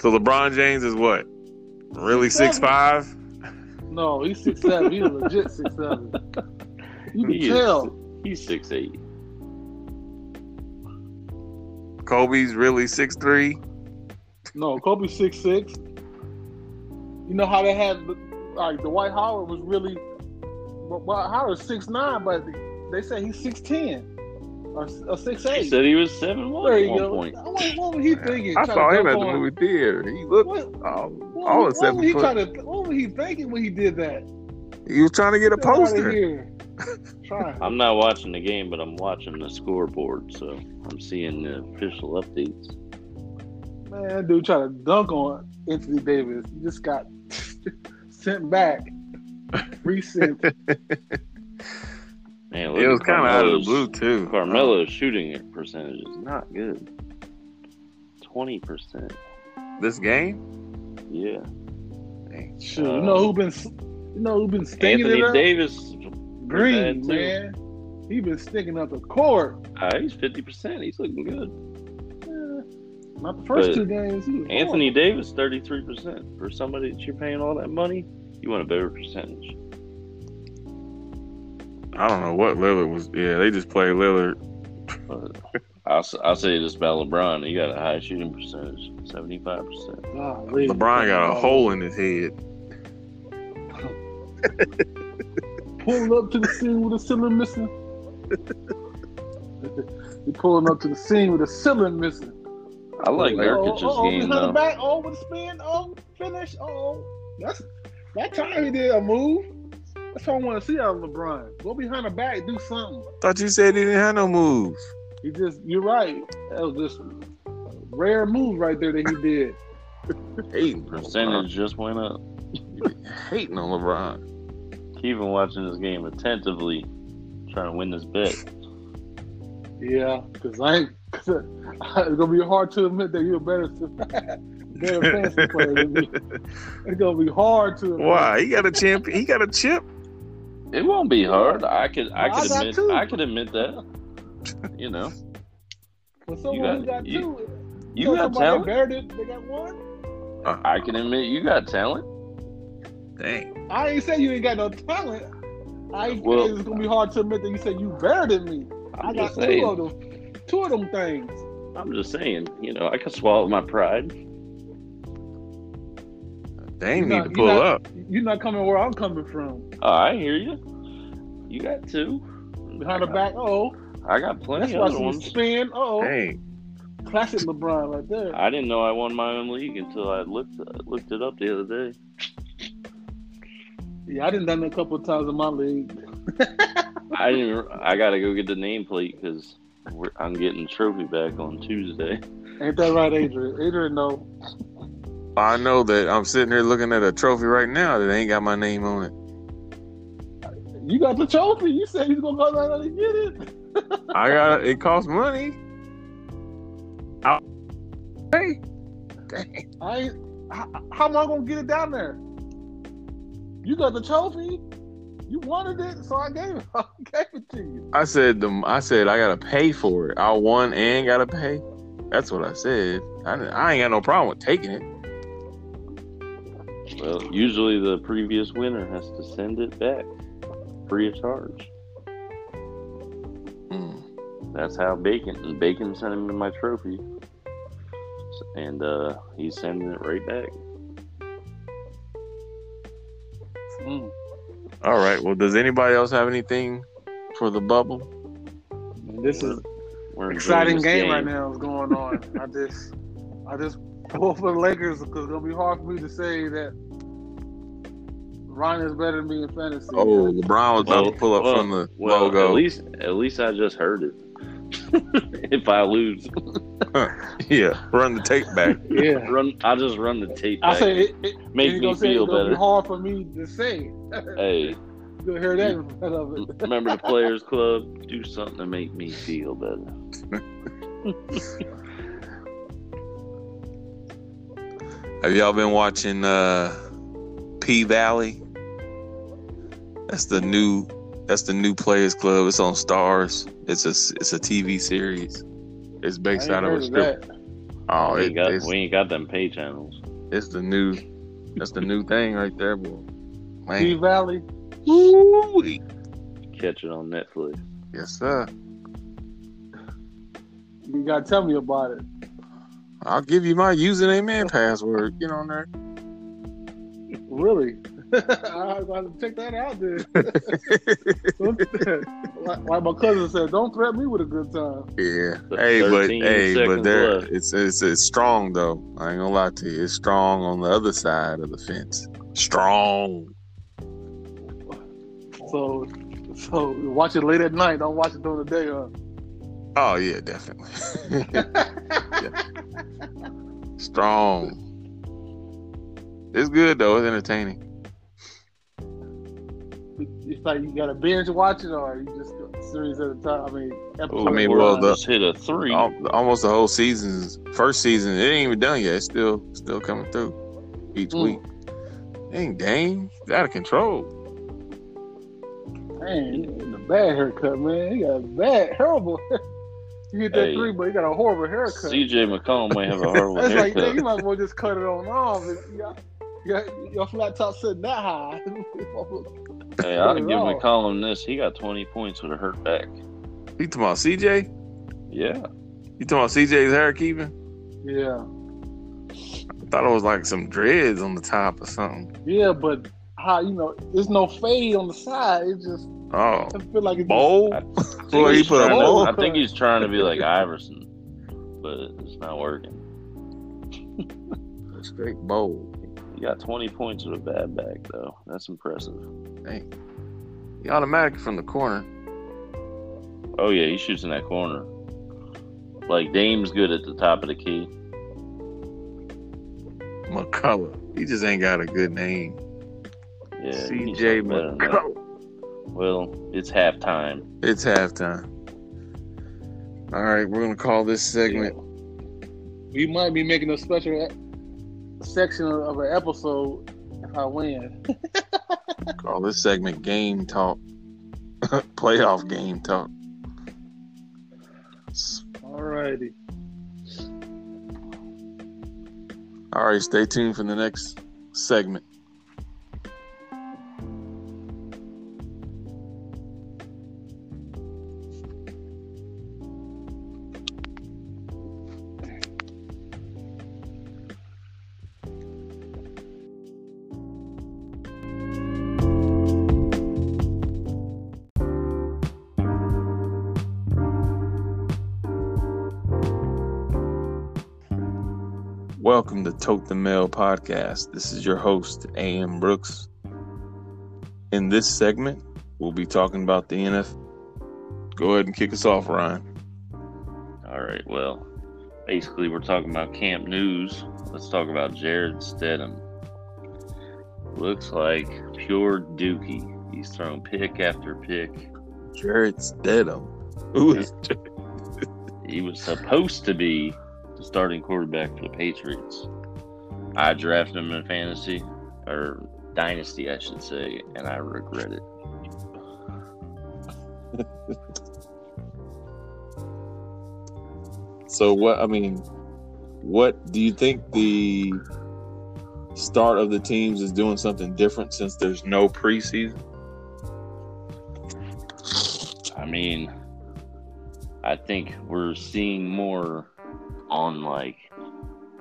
[SPEAKER 1] So LeBron James is what? Really
[SPEAKER 3] Seven.
[SPEAKER 1] six five?
[SPEAKER 3] No, he's six seven. He's legit six seven. You can
[SPEAKER 2] He is.
[SPEAKER 3] tell.
[SPEAKER 2] He's six eight.
[SPEAKER 1] Kobe's really six three.
[SPEAKER 3] No, Kobe six six. You know how they had like Dwight Howard was really well, well Howard's six nine, but they say he's six ten or, or six
[SPEAKER 2] He
[SPEAKER 3] eight.
[SPEAKER 2] said he was seven one
[SPEAKER 3] there
[SPEAKER 2] at
[SPEAKER 3] you
[SPEAKER 2] one
[SPEAKER 3] go.
[SPEAKER 2] point.
[SPEAKER 3] I'm like, what was he thinking?
[SPEAKER 1] I
[SPEAKER 3] Trying to
[SPEAKER 1] saw him
[SPEAKER 3] dunk
[SPEAKER 1] at the
[SPEAKER 3] on-
[SPEAKER 1] movie theater. He looked
[SPEAKER 3] What,
[SPEAKER 1] um,
[SPEAKER 3] what,
[SPEAKER 1] all
[SPEAKER 3] what
[SPEAKER 1] of seven
[SPEAKER 3] was he
[SPEAKER 1] foot.
[SPEAKER 3] trying to? What was he thinking when he did that?
[SPEAKER 1] He was trying to get a
[SPEAKER 3] Get outta
[SPEAKER 1] poster.
[SPEAKER 3] here.
[SPEAKER 1] *laughs*
[SPEAKER 3] Try.
[SPEAKER 2] I'm not watching the game, but I'm watching the scoreboard, so I'm seeing the official updates.
[SPEAKER 3] Man, that dude trying to dunk on Anthony Davis. He just got *laughs* sent back.
[SPEAKER 1] *laughs*
[SPEAKER 3] Resent.
[SPEAKER 2] Man, look
[SPEAKER 1] It
[SPEAKER 2] at
[SPEAKER 1] was kind of out of the
[SPEAKER 2] Carmelo's-
[SPEAKER 1] blue too.
[SPEAKER 2] Carmelo's shooting percentage is not good. Twenty percent.
[SPEAKER 1] This game,
[SPEAKER 2] Yeah.
[SPEAKER 1] Dang.
[SPEAKER 3] Shoot, you know who been? s- You know who been stinking
[SPEAKER 2] Anthony
[SPEAKER 3] it up?
[SPEAKER 2] Davis. Bad,
[SPEAKER 3] Green,
[SPEAKER 2] too.
[SPEAKER 3] man. He been sticking up the court.
[SPEAKER 2] Uh, he's fifty percent. He's looking good.
[SPEAKER 3] Eh, Not the first
[SPEAKER 2] But
[SPEAKER 3] two games. he was
[SPEAKER 2] Anthony Davis, thirty-three percent. For somebody that you're paying all that money, you want a better percentage.
[SPEAKER 1] I don't know what Lillard was. Yeah, they just played Lillard.
[SPEAKER 2] But I'll, s- I'll say this about LeBron: he got a high shooting percentage, seventy-five percent.
[SPEAKER 3] horrible. Golly.
[SPEAKER 1] LeBron got a hole in his head.
[SPEAKER 3] Pulling up to the scene with a ceiling
[SPEAKER 1] *laughs*
[SPEAKER 3] missing. he pulling up to the scene with a ceiling missing.
[SPEAKER 2] I like Nurkic's
[SPEAKER 3] oh, oh,
[SPEAKER 2] game
[SPEAKER 3] behind the
[SPEAKER 2] though.
[SPEAKER 3] back. Oh, with a spin. Oh, finish. Oh, that's that time he did a move. That's what I want to see out of LeBron. Go behind the back, do something.
[SPEAKER 1] Thought you said he didn't have no moves.
[SPEAKER 3] He just, you're right. That was just a rare move right there that he did.
[SPEAKER 1] Hating on
[SPEAKER 2] Percentage just went up.
[SPEAKER 1] LeBron. Hating on LeBron.
[SPEAKER 2] Keep on watching this game attentively, trying to win this bet.
[SPEAKER 3] Yeah, because I ain't. Cause *laughs* it's gonna be hard to admit that you're a better, *laughs* better fantasy player than me. It's gonna be hard to. Admit.
[SPEAKER 1] Why? He got a champion. He got a chip.
[SPEAKER 2] It won't be hard. I could, I
[SPEAKER 3] Well, I
[SPEAKER 2] could
[SPEAKER 3] got
[SPEAKER 2] admit,
[SPEAKER 3] two.
[SPEAKER 2] I could admit that. You know,
[SPEAKER 3] For someone
[SPEAKER 2] You got-
[SPEAKER 3] who got
[SPEAKER 2] you-
[SPEAKER 3] two,
[SPEAKER 2] you got
[SPEAKER 3] somebody
[SPEAKER 2] talent.
[SPEAKER 3] better than they got one.
[SPEAKER 2] I can admit you got talent.
[SPEAKER 1] Dang.
[SPEAKER 3] I ain't say you ain't got no talent. I ain't,
[SPEAKER 2] Well-
[SPEAKER 3] it's gonna be hard to admit that you said you better than me.
[SPEAKER 2] I'm
[SPEAKER 3] I got
[SPEAKER 2] just
[SPEAKER 3] two
[SPEAKER 2] saying.
[SPEAKER 3] of them, two of them things.
[SPEAKER 2] I'm just saying. You know, I could swallow my pride.
[SPEAKER 1] They
[SPEAKER 3] You
[SPEAKER 1] ain't
[SPEAKER 3] not-
[SPEAKER 1] need to
[SPEAKER 3] you
[SPEAKER 1] pull
[SPEAKER 3] not-
[SPEAKER 1] up.
[SPEAKER 3] You're not coming where I'm coming from.
[SPEAKER 2] Oh, I hear you. You got two. I
[SPEAKER 3] Behind the
[SPEAKER 2] got-
[SPEAKER 3] back, oh,
[SPEAKER 2] I got
[SPEAKER 3] that's
[SPEAKER 2] plenty
[SPEAKER 3] why
[SPEAKER 2] of other
[SPEAKER 3] some
[SPEAKER 2] ones.
[SPEAKER 3] spin. Oh,
[SPEAKER 1] Dang.
[SPEAKER 3] classic LeBron right there.
[SPEAKER 2] I didn't know I won my own league until I looked looked it up the other day.
[SPEAKER 3] Yeah, I done done that a couple of times in my league.
[SPEAKER 2] I didn't. I gotta go get the nameplate because I'm getting the trophy back on Tuesday.
[SPEAKER 3] Ain't that right, Adrian? Adrian, no.
[SPEAKER 1] I know that I'm sitting here looking at a trophy right now that ain't got my name on it.
[SPEAKER 3] You got the trophy. You said he's gonna go down there and get it.
[SPEAKER 1] I got it. Costs money. I- Hey.
[SPEAKER 3] I ain't, how, how am I gonna get it down there? You got the trophy. You wanted it, so I gave it. *laughs* I gave it to you.
[SPEAKER 1] I said the I said I gotta pay for it. I won and gotta pay. That's what I said. I, didn't- I ain't got no problem with taking it.
[SPEAKER 2] Well, usually the previous winner has to send it back free of charge.
[SPEAKER 1] Mm.
[SPEAKER 2] That's how Bacon and Bacon sent him my trophy. So and uh, he's sending it right back.
[SPEAKER 3] Mm.
[SPEAKER 1] All right. Well, does anybody else have anything for the bubble?
[SPEAKER 3] This is
[SPEAKER 2] We're enjoying
[SPEAKER 3] exciting
[SPEAKER 2] this
[SPEAKER 3] game, right now is going on. I just, I just pull for the Lakers because it'll be hard for me to say that Ron is better than me in fantasy.
[SPEAKER 1] Oh, LeBron was about to
[SPEAKER 2] Well,
[SPEAKER 1] pull up
[SPEAKER 2] well,
[SPEAKER 1] from the
[SPEAKER 2] Well, at
[SPEAKER 1] logo.
[SPEAKER 2] least at least I just heard it. *laughs* if I lose,
[SPEAKER 1] *laughs* yeah, run the tape back.
[SPEAKER 3] yeah.
[SPEAKER 2] run. I just run the tape.
[SPEAKER 3] I
[SPEAKER 2] Back.
[SPEAKER 3] say it, it
[SPEAKER 2] Make
[SPEAKER 3] it's
[SPEAKER 2] me
[SPEAKER 3] gonna say
[SPEAKER 2] feel
[SPEAKER 3] it's gonna Be
[SPEAKER 2] better.
[SPEAKER 3] hard for me to say.
[SPEAKER 2] Hey,
[SPEAKER 3] You'll hear that in front of it.
[SPEAKER 2] remember the Players Club? Do something to make me feel better.
[SPEAKER 1] Have y'all been watching uh, P Valley? That's the new. That's the new Players Club. It's on Stars. It's a it's a TV series. It's based
[SPEAKER 3] I
[SPEAKER 1] out
[SPEAKER 3] ain't
[SPEAKER 1] of
[SPEAKER 3] heard
[SPEAKER 1] a
[SPEAKER 3] of
[SPEAKER 1] strip.
[SPEAKER 3] that.
[SPEAKER 1] Oh,
[SPEAKER 2] we,
[SPEAKER 1] it,
[SPEAKER 2] ain't got,
[SPEAKER 1] it's,
[SPEAKER 2] we ain't got them pay channels.
[SPEAKER 1] it's the new. That's the new thing right there, boy.
[SPEAKER 3] P
[SPEAKER 1] Man,
[SPEAKER 3] Valley.
[SPEAKER 1] Ooh-wee.
[SPEAKER 2] Catch it on Netflix.
[SPEAKER 1] yes sir.
[SPEAKER 3] You gotta tell me about it.
[SPEAKER 1] I'll give you my username and password. Get on there.
[SPEAKER 3] Really? *laughs* I gotta check that out
[SPEAKER 1] *laughs*
[SPEAKER 3] then. like, like my cousin said, don't threaten me with a good time.
[SPEAKER 1] Yeah.
[SPEAKER 2] Th-
[SPEAKER 1] Hey, but
[SPEAKER 2] 13
[SPEAKER 1] hey, but
[SPEAKER 2] seconds
[SPEAKER 1] there
[SPEAKER 2] left.
[SPEAKER 1] it's, it's it's strong though. I ain't gonna lie to you. It's strong on the other side of the fence. Strong.
[SPEAKER 3] So, so watch it late at night. Don't watch it during the day. Huh?
[SPEAKER 1] Oh yeah, definitely. *laughs* strong. It's good though. It's entertaining.
[SPEAKER 3] It's like you gotta binge watch it, or you just go series at a time. I mean, episode
[SPEAKER 1] I mean,
[SPEAKER 3] at a
[SPEAKER 1] well,
[SPEAKER 3] time.
[SPEAKER 1] the- Oh.
[SPEAKER 2] just hit a three.
[SPEAKER 1] Al- Almost the whole season's first season. It ain't even done yet. It's still still coming through each
[SPEAKER 2] Hmm.
[SPEAKER 3] Mm.
[SPEAKER 1] week. Dang, dang, it's out of control.
[SPEAKER 3] Man, he got a bad haircut, man. He got a bad, horrible. *laughs* you get that
[SPEAKER 2] Hey.
[SPEAKER 3] three, but he got a horrible haircut.
[SPEAKER 2] CJ McCollum may have
[SPEAKER 1] *laughs*
[SPEAKER 2] a horrible
[SPEAKER 3] That's like, man,
[SPEAKER 2] haircut.
[SPEAKER 3] you might as well just cut it on off. You got- you got- Your flat top sitting that high. *laughs*
[SPEAKER 2] hey, I'd
[SPEAKER 3] Not
[SPEAKER 2] give
[SPEAKER 3] at all.
[SPEAKER 2] McCollum this. He got 20 points with a hurt back.
[SPEAKER 1] You talking about CJ?
[SPEAKER 2] Yeah.
[SPEAKER 1] You talking about CJ's hair keeping?
[SPEAKER 3] yeah,
[SPEAKER 1] I thought it was like some dreads on the top or something.
[SPEAKER 3] yeah, but how you know? There's no fade on the side. It just
[SPEAKER 1] Oh,
[SPEAKER 3] I feel like it's
[SPEAKER 1] bowl.
[SPEAKER 2] I think
[SPEAKER 1] Well, he
[SPEAKER 2] he's
[SPEAKER 1] put a
[SPEAKER 2] trying to-
[SPEAKER 1] bowl.
[SPEAKER 2] I think he's trying to be like Iverson, but it's not working.
[SPEAKER 1] A straight bowl.
[SPEAKER 2] He got 20 points with a bad back, though. That's impressive.
[SPEAKER 1] Dang. He automatic from the corner.
[SPEAKER 2] Oh, yeah, he shoots in that corner. Like, Dame's good at the top of the key.
[SPEAKER 1] McCullough. He just ain't got a good name.
[SPEAKER 2] Yeah, he needs
[SPEAKER 1] CJ
[SPEAKER 2] something better than that.
[SPEAKER 1] McCullough.
[SPEAKER 2] Well, it's halftime.
[SPEAKER 1] It's halftime. All right, we're gonna call this segment.
[SPEAKER 3] We might be making a special e- section of an episode if I win.
[SPEAKER 1] Call this segment game talk. *laughs* Playoff game talk.
[SPEAKER 3] Alrighty.
[SPEAKER 1] All right, stay tuned for the next segment. Welcome to Tote the Mail podcast. This is your host, A.M. Brooks. In this segment, we'll be talking about the NFL. Go ahead and kick us off, Ryan.
[SPEAKER 2] All right, well, basically, we're talking about camp news. Let's talk about Jared Stedham. Looks like pure dookie. He's thrown pick after pick.
[SPEAKER 1] Jared Stedham. Who is
[SPEAKER 2] He was supposed to be the starting quarterback for the Patriots. I drafted him in fantasy, or dynasty, I should say, and I regret it.
[SPEAKER 1] So what I mean, what do you think the start of the teams is doing something different since there's no preseason?
[SPEAKER 2] I mean, I think we're seeing more on like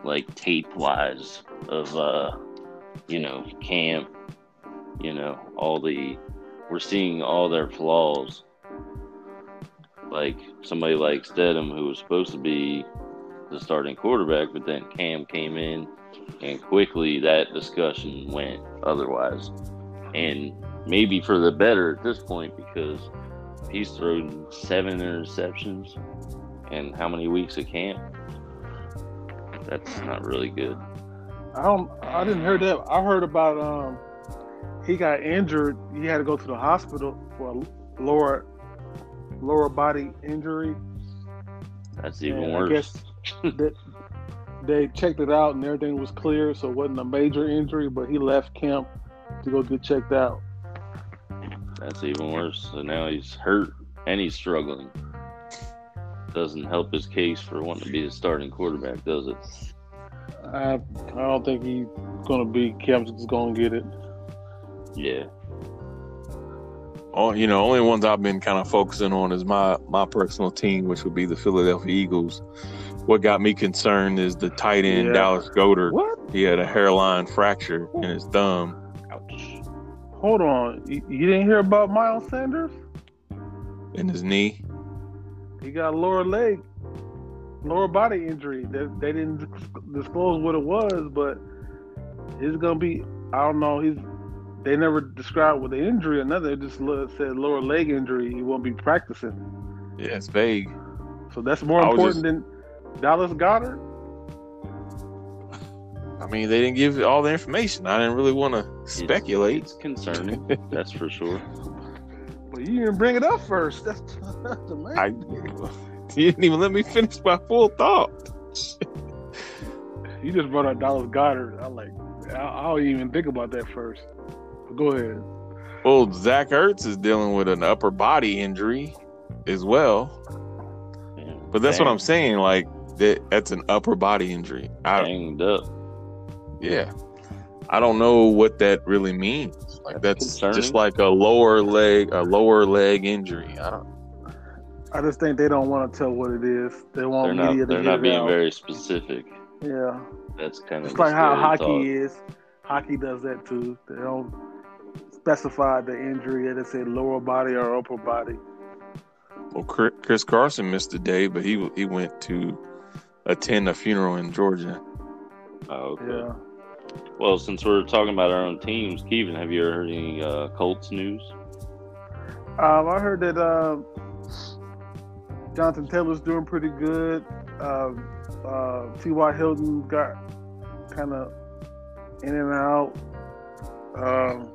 [SPEAKER 2] like tape wise of uh you know camp you know all the we're seeing all their flaws like somebody like Stedham who was supposed to be the starting quarterback but then Cam came in and quickly that discussion went otherwise and maybe for the better at this point because he's thrown seven interceptions and how many weeks at camp that's not really good
[SPEAKER 3] I don't. I didn't hear that. I heard about um, he got injured. He had to go to the hospital for a lower lower body injury.
[SPEAKER 2] that's even
[SPEAKER 3] And I
[SPEAKER 2] worse
[SPEAKER 3] guess that they checked it out and everything was clear, so it wasn't a major injury. But he left camp to go get checked out.
[SPEAKER 2] That's even worse. So now he's hurt and he's struggling. Doesn't help his case for wanting to be the starting quarterback, does it?
[SPEAKER 3] I, I don't think he's gonna be. Cam's just gonna get it.
[SPEAKER 2] Yeah.
[SPEAKER 1] All, Oh, you know, only ones I've been kind of focusing on is my my personal team, which would be the Philadelphia Eagles. What got me concerned is the tight end
[SPEAKER 3] Yeah.
[SPEAKER 1] Dallas Goddard.
[SPEAKER 3] What?
[SPEAKER 1] He had a hairline fracture in his thumb.
[SPEAKER 2] Ouch.
[SPEAKER 3] Hold on. You, you didn't hear about Miles Sanders?
[SPEAKER 1] in his knee.
[SPEAKER 3] He got a lower leg, lower body injury. They, they didn't dis- disclose what it was, but it's gonna be. I don't know. He's. They never described what the injury or nothing. They just lo- said lower leg injury. He won't be practicing.
[SPEAKER 1] Yeah, it's vague.
[SPEAKER 3] So that's more
[SPEAKER 1] I was
[SPEAKER 3] important than Dallas Goddard.
[SPEAKER 1] I mean, they didn't give all the information. I didn't really want to speculate.
[SPEAKER 2] It's concerning, that's for sure.
[SPEAKER 3] But you didn't bring it up first. *laughs* That's, that's the man.
[SPEAKER 1] I *laughs* you didn't even let me finish my full thought.
[SPEAKER 3] you just brought up Dallas Goddard. I like. I, I don't even think about that first. But go ahead.
[SPEAKER 1] Well, Zach Ertz is dealing with an upper body injury as well.
[SPEAKER 2] Yeah.
[SPEAKER 1] *laughs* But that's what I'm saying. Like that, that's an upper body injury. I
[SPEAKER 2] Banged up.
[SPEAKER 1] yeah. I don't know what that really means. Like
[SPEAKER 2] That's
[SPEAKER 1] that's just
[SPEAKER 2] concerning.
[SPEAKER 1] like a lower leg, a lower leg injury. I don't.
[SPEAKER 3] I just think they don't want to tell what it is. They want
[SPEAKER 2] They're
[SPEAKER 3] media
[SPEAKER 2] not.
[SPEAKER 3] to
[SPEAKER 2] They're
[SPEAKER 3] get
[SPEAKER 2] not
[SPEAKER 3] it
[SPEAKER 2] being
[SPEAKER 3] out.
[SPEAKER 2] very specific.
[SPEAKER 3] Yeah.
[SPEAKER 2] That's kind of
[SPEAKER 3] It's like how
[SPEAKER 2] scary
[SPEAKER 3] hockey
[SPEAKER 2] thought.
[SPEAKER 3] is. Hockey does that too. They don't specify the injury. They say lower body or upper body.
[SPEAKER 1] Well, Chris- Chris Carson missed a day, but he he went to attend a funeral in Georgia.
[SPEAKER 2] Oh, okay.
[SPEAKER 3] Yeah.
[SPEAKER 2] Well, since we're talking about our own teams, Keevan, have you ever heard any uh, Colts news?
[SPEAKER 3] Um, I heard that um, Jonathan Taylor's doing pretty good. Um uh, T.Y. Hilton got kind of in and out. Um,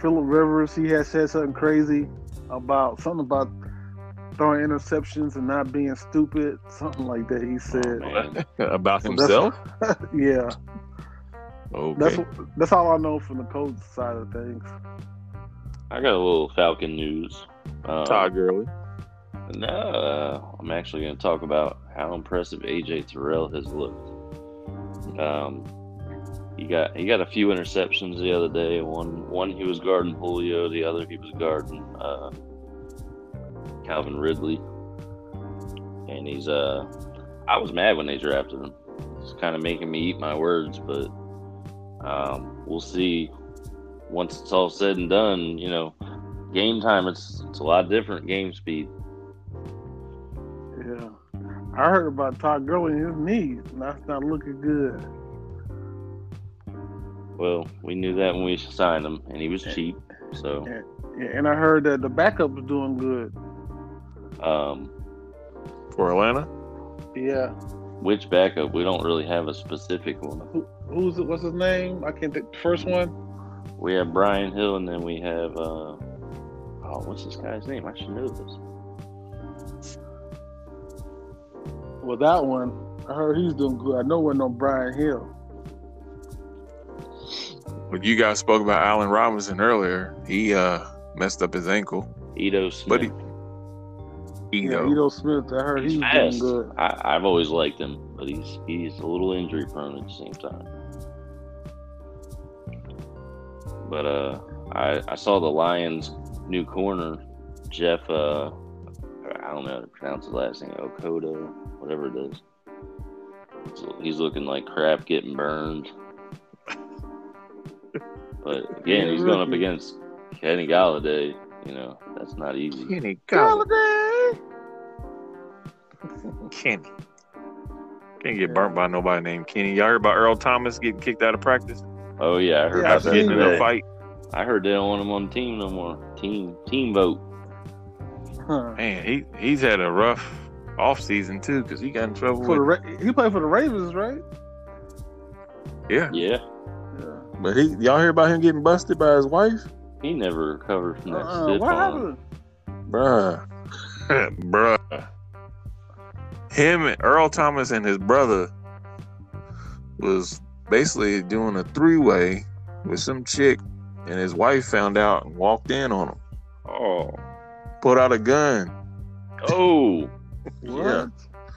[SPEAKER 3] Philip Rivers, he had said something crazy about something about throwing interceptions and not being stupid, something like that. He
[SPEAKER 2] Oh,
[SPEAKER 3] said,
[SPEAKER 2] man.
[SPEAKER 1] Uh, about
[SPEAKER 3] So that's-
[SPEAKER 1] himself.
[SPEAKER 3] "Yeah,
[SPEAKER 1] Okay.
[SPEAKER 3] that's that's all I know from the coach side of things."
[SPEAKER 2] I got a little Falcon news. Um,
[SPEAKER 1] Uh, Todd Gurley.
[SPEAKER 2] No, uh, I'm actually going to talk about how impressive AJ Terrell has looked. Um, he got he got a few interceptions the other day. One one he was guarding Julio, the other he was guarding uh, Calvin Ridley. And he's uh, I was mad when they drafted him. It's kind of making me eat my words, but um, we'll see. Once it's all said and done, you know, game time it's it's a lot different game speed.
[SPEAKER 3] Yeah. I heard about Todd Gurley and his knees, and that's not looking good.
[SPEAKER 2] Well, we knew that when we signed him, and he was cheap. So,
[SPEAKER 3] Yeah, and I heard that the backup was doing good.
[SPEAKER 2] um,
[SPEAKER 1] for Atlanta.
[SPEAKER 3] Yeah.
[SPEAKER 2] which backup? We don't really have a specific one.
[SPEAKER 3] Who, who's it? What's his name? I can't think. The first one?
[SPEAKER 2] We have Brian Hill, and then we have uh, oh, what's this guy's name? I should know this.
[SPEAKER 3] Well, that one, I heard he's doing good. I know it no Brian Hill.
[SPEAKER 1] But you guys spoke about Allen Robinson earlier. He uh messed up his ankle.
[SPEAKER 2] Ito Smith.
[SPEAKER 1] But he-
[SPEAKER 3] Yeah,
[SPEAKER 1] Ego.
[SPEAKER 3] Edo Smith. I heard
[SPEAKER 2] he's
[SPEAKER 3] he's,
[SPEAKER 2] fast.
[SPEAKER 3] doing good.
[SPEAKER 2] I, I've always liked him, but he's he's a little injury prone at the same time. But uh, I I saw the Lions' new corner, Jeff. Uh, I don't know how to pronounce his last name, Okoda, whatever it is. He's, he's looking like crap, getting burned.
[SPEAKER 3] *laughs*
[SPEAKER 2] But again, he's going up against Kenny Galladay. You know, that's not easy.
[SPEAKER 5] Kenny Galladay.
[SPEAKER 3] Galladay.
[SPEAKER 5] Kenny.
[SPEAKER 1] Can't get burnt by nobody named Kenny. Y'all heard about Earl Thomas getting kicked out of practice
[SPEAKER 2] Oh yeah, I heard
[SPEAKER 3] Yeah,
[SPEAKER 2] about
[SPEAKER 3] I've
[SPEAKER 1] after
[SPEAKER 2] that.
[SPEAKER 1] getting in a
[SPEAKER 2] today.
[SPEAKER 1] fight?
[SPEAKER 2] I heard they don't want him on the team no more. Team team vote.
[SPEAKER 3] Huh.
[SPEAKER 1] Man, he he's had a rough off season too because he got in trouble.
[SPEAKER 3] For the
[SPEAKER 1] With,
[SPEAKER 3] Ra- he played for the Ravens, right?
[SPEAKER 1] yeah,
[SPEAKER 2] Yeah,
[SPEAKER 3] Yeah.
[SPEAKER 1] but he y'all hear about him getting busted by his wife,
[SPEAKER 2] he never recovered from that
[SPEAKER 3] Uh-uh.
[SPEAKER 2] stiff
[SPEAKER 3] What
[SPEAKER 2] arm.
[SPEAKER 3] happened?
[SPEAKER 1] bruh, *laughs* bruh. Him and Earl Thomas and his brother was basically doing a three way with some chick, and his wife found out and walked in on him,
[SPEAKER 2] Oh,
[SPEAKER 1] pulled out a gun.
[SPEAKER 2] oh!
[SPEAKER 3] What?
[SPEAKER 1] Yeah.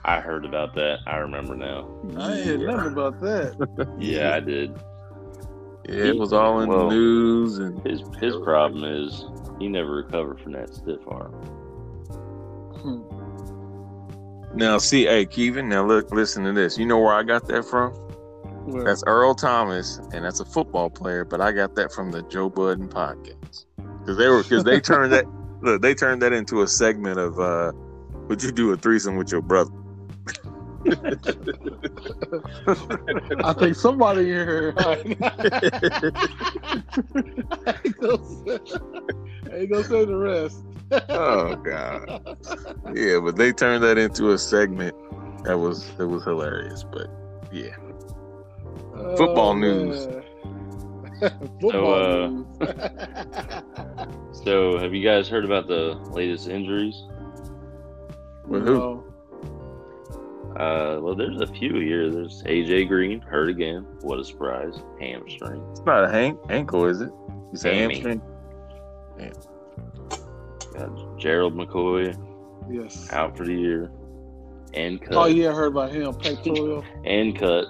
[SPEAKER 2] I heard about that. I remember now.
[SPEAKER 3] I didn't hear nothing
[SPEAKER 1] *laughs*
[SPEAKER 3] about that.
[SPEAKER 2] Yeah, I did.
[SPEAKER 1] Yeah, it was all in
[SPEAKER 2] Well-
[SPEAKER 1] the news and
[SPEAKER 2] His his problem is he never recovered from that stiff arm.
[SPEAKER 3] Hmm.
[SPEAKER 1] Now, see, hey, Kevin, now look, listen to this. You know where I got that from?
[SPEAKER 3] Well,
[SPEAKER 1] That's Earl Thomas, and that's a football player, but I got that from the Joe Budden podcast. Because they were, because they turned that, look, they turned that into a segment of, uh, would you do a threesome with your brother?
[SPEAKER 3] I think somebody in *laughs* here. I ain't gonna say- I ain't gonna say the rest.
[SPEAKER 1] Oh, God. Yeah, but they turned that into a segment that was, that was hilarious. But yeah, Football news.
[SPEAKER 3] man. Oh, Football
[SPEAKER 2] So, uh,
[SPEAKER 3] news.
[SPEAKER 2] So, have you guys heard about the latest injuries?
[SPEAKER 1] With who?
[SPEAKER 3] No.
[SPEAKER 2] Uh, well, there's a few here. There's AJ Green hurt again. What a surprise! Hamstring.
[SPEAKER 1] it's not a hank, ankle, is it? It's a
[SPEAKER 2] Hammy.
[SPEAKER 1] hamstring.
[SPEAKER 2] Got Gerald McCoy
[SPEAKER 3] Yes.
[SPEAKER 2] out for the year. And cut.
[SPEAKER 3] Oh yeah, I heard about him. Pectoral.
[SPEAKER 2] And cut.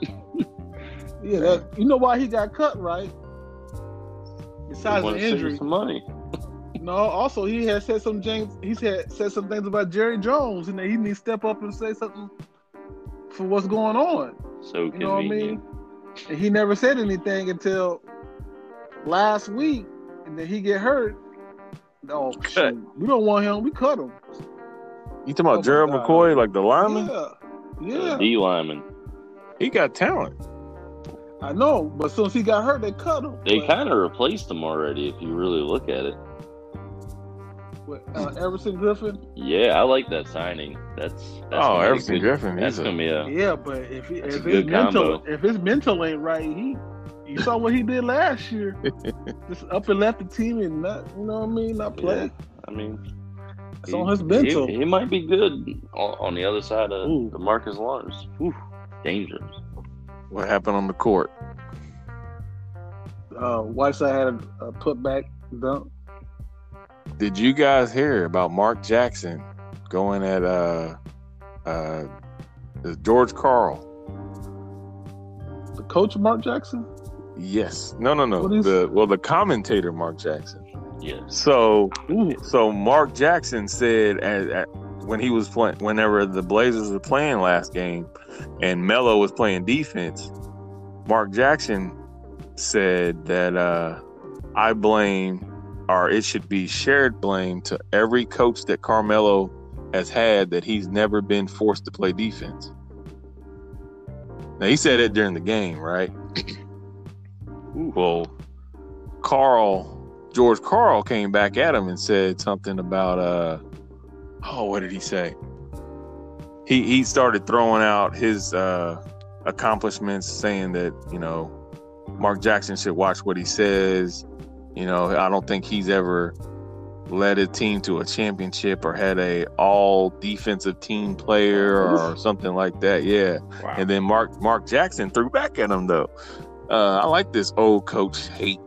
[SPEAKER 3] Yeah, that, you know why he got cut, right? Besides
[SPEAKER 2] Wanna
[SPEAKER 3] the
[SPEAKER 2] save
[SPEAKER 3] injury,
[SPEAKER 2] Some money.
[SPEAKER 3] no. Also, he had said some James. He said said some things about Jerry Jones, and that he needs to step up and say something for what's going on.
[SPEAKER 2] So
[SPEAKER 3] You know what I
[SPEAKER 2] convenient.
[SPEAKER 3] mean? And he never said anything until last week, and then he get hurt. Oh,
[SPEAKER 1] Cut.
[SPEAKER 3] shoot. we don't want him. We cut him.
[SPEAKER 1] You talking about
[SPEAKER 3] Oh, my
[SPEAKER 1] Gerald
[SPEAKER 3] God.
[SPEAKER 1] McCoy, like the lineman?
[SPEAKER 3] Yeah,
[SPEAKER 2] The
[SPEAKER 3] yeah.
[SPEAKER 2] D lineman.
[SPEAKER 1] He got talent.
[SPEAKER 3] I know. But as soon as he got hurt, they cut him.
[SPEAKER 2] They
[SPEAKER 3] But-
[SPEAKER 2] kind of replaced him already, if you really look at it.
[SPEAKER 3] with, uh, Everson Griffin.
[SPEAKER 2] Yeah, I like that signing. That's, that's
[SPEAKER 1] Oh,
[SPEAKER 2] gonna be
[SPEAKER 1] Everson
[SPEAKER 2] good-
[SPEAKER 1] Griffin.
[SPEAKER 2] That's
[SPEAKER 1] He's a,
[SPEAKER 2] gonna be a
[SPEAKER 3] Yeah, but if he,
[SPEAKER 2] That's
[SPEAKER 3] if
[SPEAKER 2] a
[SPEAKER 3] his
[SPEAKER 2] good
[SPEAKER 3] mental
[SPEAKER 2] combo.
[SPEAKER 3] if his mental ain't right, he you saw what he did last
[SPEAKER 2] *laughs*
[SPEAKER 3] year. Just up and left the team and not you know what I mean, not play.
[SPEAKER 2] Yeah, I mean,
[SPEAKER 3] It's on his mental.
[SPEAKER 2] He, he might be good on, on the other side of
[SPEAKER 3] Ooh.
[SPEAKER 2] the Marcus Lawrence. Ooh, dangerous.
[SPEAKER 1] what happened on the court.
[SPEAKER 3] Uh Whiteside had a, a putback dunk.
[SPEAKER 1] Did you guys hear about Mark Jackson going at uh uh is George Carl?
[SPEAKER 3] The coach Mark Jackson?
[SPEAKER 1] Yes. No, no, no.
[SPEAKER 3] What is-
[SPEAKER 1] the well the commentator Mark Jackson.
[SPEAKER 2] Yes.
[SPEAKER 1] So
[SPEAKER 3] Ooh.
[SPEAKER 1] so Mark Jackson said at, at, when he was playing whenever the Blazers were playing last game and Melo was playing defense, Mark Jackson said that uh I blame or it should be shared blame to every coach that Carmelo has had that he's never been forced to play defense. Now he said it during the game, right? well, Carl George Carl came back at him and said something about uh oh what did he say? He he started throwing out his uh accomplishments saying that, you know, Mark Jackson should watch what he says. You know, I don't think he's ever led a team to a championship or had a all defensive team player or something like that. Yeah.
[SPEAKER 2] Wow.
[SPEAKER 1] And then Mark Mark Jackson threw back at him though. Uh, I like this old coach hate.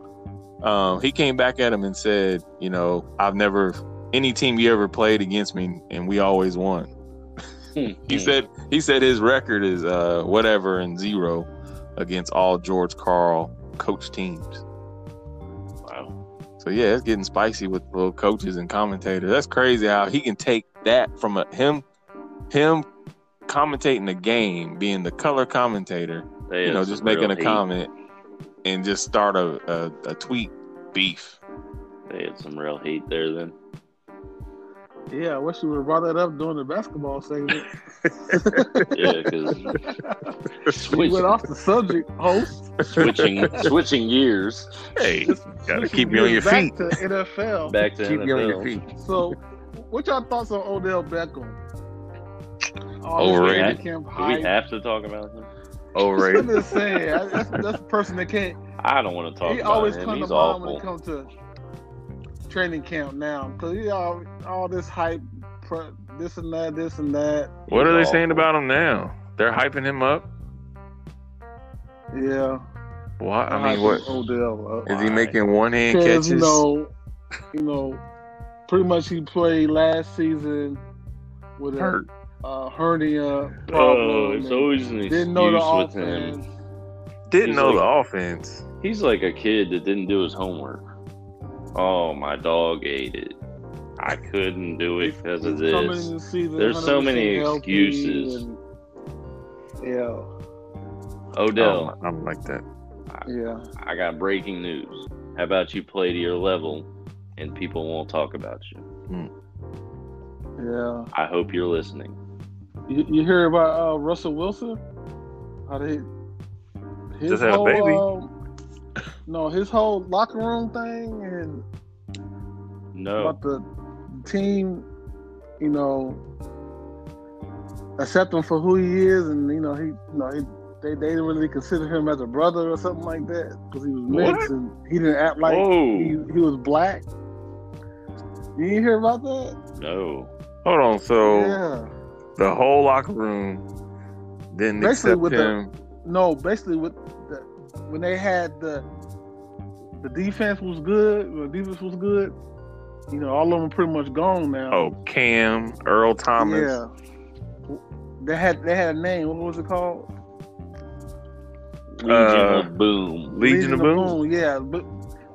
[SPEAKER 1] Um, he came back at him and said, you know, I've never any team you ever played against me, and we always won.
[SPEAKER 2] Hmm,
[SPEAKER 1] He said he said his record is uh, whatever and zero against all George Carl coach teams.
[SPEAKER 2] wow.
[SPEAKER 1] So yeah, it's getting spicy with little coaches and commentators. That's crazy how he can take that from a, him, him commentating the game, being the color commentator,
[SPEAKER 2] They
[SPEAKER 1] you know,
[SPEAKER 2] have
[SPEAKER 1] just
[SPEAKER 2] some
[SPEAKER 1] making
[SPEAKER 2] real
[SPEAKER 1] a
[SPEAKER 2] heat.
[SPEAKER 1] comment and just start a, a, a tweet beef.
[SPEAKER 2] They had some real heat there
[SPEAKER 3] *laughs*
[SPEAKER 2] then.
[SPEAKER 3] Yeah, I wish you would have brought that up during the basketball segment.
[SPEAKER 1] *laughs*
[SPEAKER 2] Yeah, because
[SPEAKER 3] we went
[SPEAKER 2] switching,
[SPEAKER 3] off the subject, host.
[SPEAKER 2] switching, switching
[SPEAKER 3] *laughs*
[SPEAKER 2] gears
[SPEAKER 1] *laughs* Hey, gotta
[SPEAKER 3] Switching
[SPEAKER 1] keep you on your
[SPEAKER 3] gears back
[SPEAKER 1] feet.
[SPEAKER 3] To NFL.
[SPEAKER 2] back to
[SPEAKER 5] Keep
[SPEAKER 2] NFL.
[SPEAKER 5] you on your feet.
[SPEAKER 3] So, what y'all thoughts on Odell Beckham?
[SPEAKER 1] Overrated.
[SPEAKER 2] Do we have to talk about him?
[SPEAKER 3] I'm *laughs*
[SPEAKER 1] Overrated.
[SPEAKER 3] just saying, I- that's, that's a person that can't.
[SPEAKER 2] I don't want to talk
[SPEAKER 3] he
[SPEAKER 2] about
[SPEAKER 3] always
[SPEAKER 2] him.
[SPEAKER 3] comes
[SPEAKER 2] He's
[SPEAKER 3] to mind when
[SPEAKER 2] awful.
[SPEAKER 3] it comes to training camp now because he all all this hype, pre- this and that, this and that.
[SPEAKER 1] what are they
[SPEAKER 2] Awful.
[SPEAKER 1] saying about him now? They're hyping him up.
[SPEAKER 3] Yeah,
[SPEAKER 1] Why? I
[SPEAKER 3] hype
[SPEAKER 1] mean, what
[SPEAKER 3] Odell up.
[SPEAKER 1] is he making? One hand
[SPEAKER 3] Because
[SPEAKER 1] catches.
[SPEAKER 3] you know, you know, pretty much he played last season with a
[SPEAKER 1] hurt.
[SPEAKER 3] Uh, hernia problem.
[SPEAKER 2] Oh,
[SPEAKER 3] and
[SPEAKER 2] it's always an excuse
[SPEAKER 3] didn't know the
[SPEAKER 2] with him.
[SPEAKER 3] offense.
[SPEAKER 1] Didn't
[SPEAKER 2] he's
[SPEAKER 1] know
[SPEAKER 2] like-
[SPEAKER 1] the offense.
[SPEAKER 2] He's like a kid that didn't do his homework. Oh, my dog ate it. I couldn't do it because of
[SPEAKER 3] He's coming in
[SPEAKER 2] this.
[SPEAKER 3] the season
[SPEAKER 2] There's so many
[SPEAKER 3] 100% healthy
[SPEAKER 2] excuses.
[SPEAKER 3] and- yeah,
[SPEAKER 2] Odell,
[SPEAKER 1] Oh, I'm like that.
[SPEAKER 3] yeah.
[SPEAKER 1] Oh,
[SPEAKER 2] I got breaking news. How about you play to your level and people won't talk about you?
[SPEAKER 3] Yeah,
[SPEAKER 2] I hope you're listening.
[SPEAKER 3] you, you hear about uh, Russell Wilson? How they his
[SPEAKER 1] Just had a baby.
[SPEAKER 3] um, no, his whole locker room thing and
[SPEAKER 2] No.
[SPEAKER 1] Oh.
[SPEAKER 3] about the team, you know, accept him for who he is, and you know he, you know he, they they didn't really consider him as a brother or something like that because he was
[SPEAKER 1] What?
[SPEAKER 3] mixed
[SPEAKER 1] Oh.
[SPEAKER 3] and he didn't act like he,
[SPEAKER 2] Whoa.
[SPEAKER 3] he was black. You didn't hear about that?
[SPEAKER 2] No.
[SPEAKER 1] Hold on. So
[SPEAKER 3] Yeah.
[SPEAKER 1] the whole locker room didn't
[SPEAKER 3] Basically
[SPEAKER 1] accept
[SPEAKER 3] with the-
[SPEAKER 1] him.
[SPEAKER 3] No, basically, with the, when they had the the defense was good, when the defense was good. You know, all of them are pretty much gone now.
[SPEAKER 1] oh, Cam, Earl Thomas.
[SPEAKER 3] yeah. They had they had a name. What was it called?
[SPEAKER 2] Legion
[SPEAKER 1] Uh,
[SPEAKER 2] of Boom.
[SPEAKER 1] Legion of Boom.
[SPEAKER 3] Yeah, but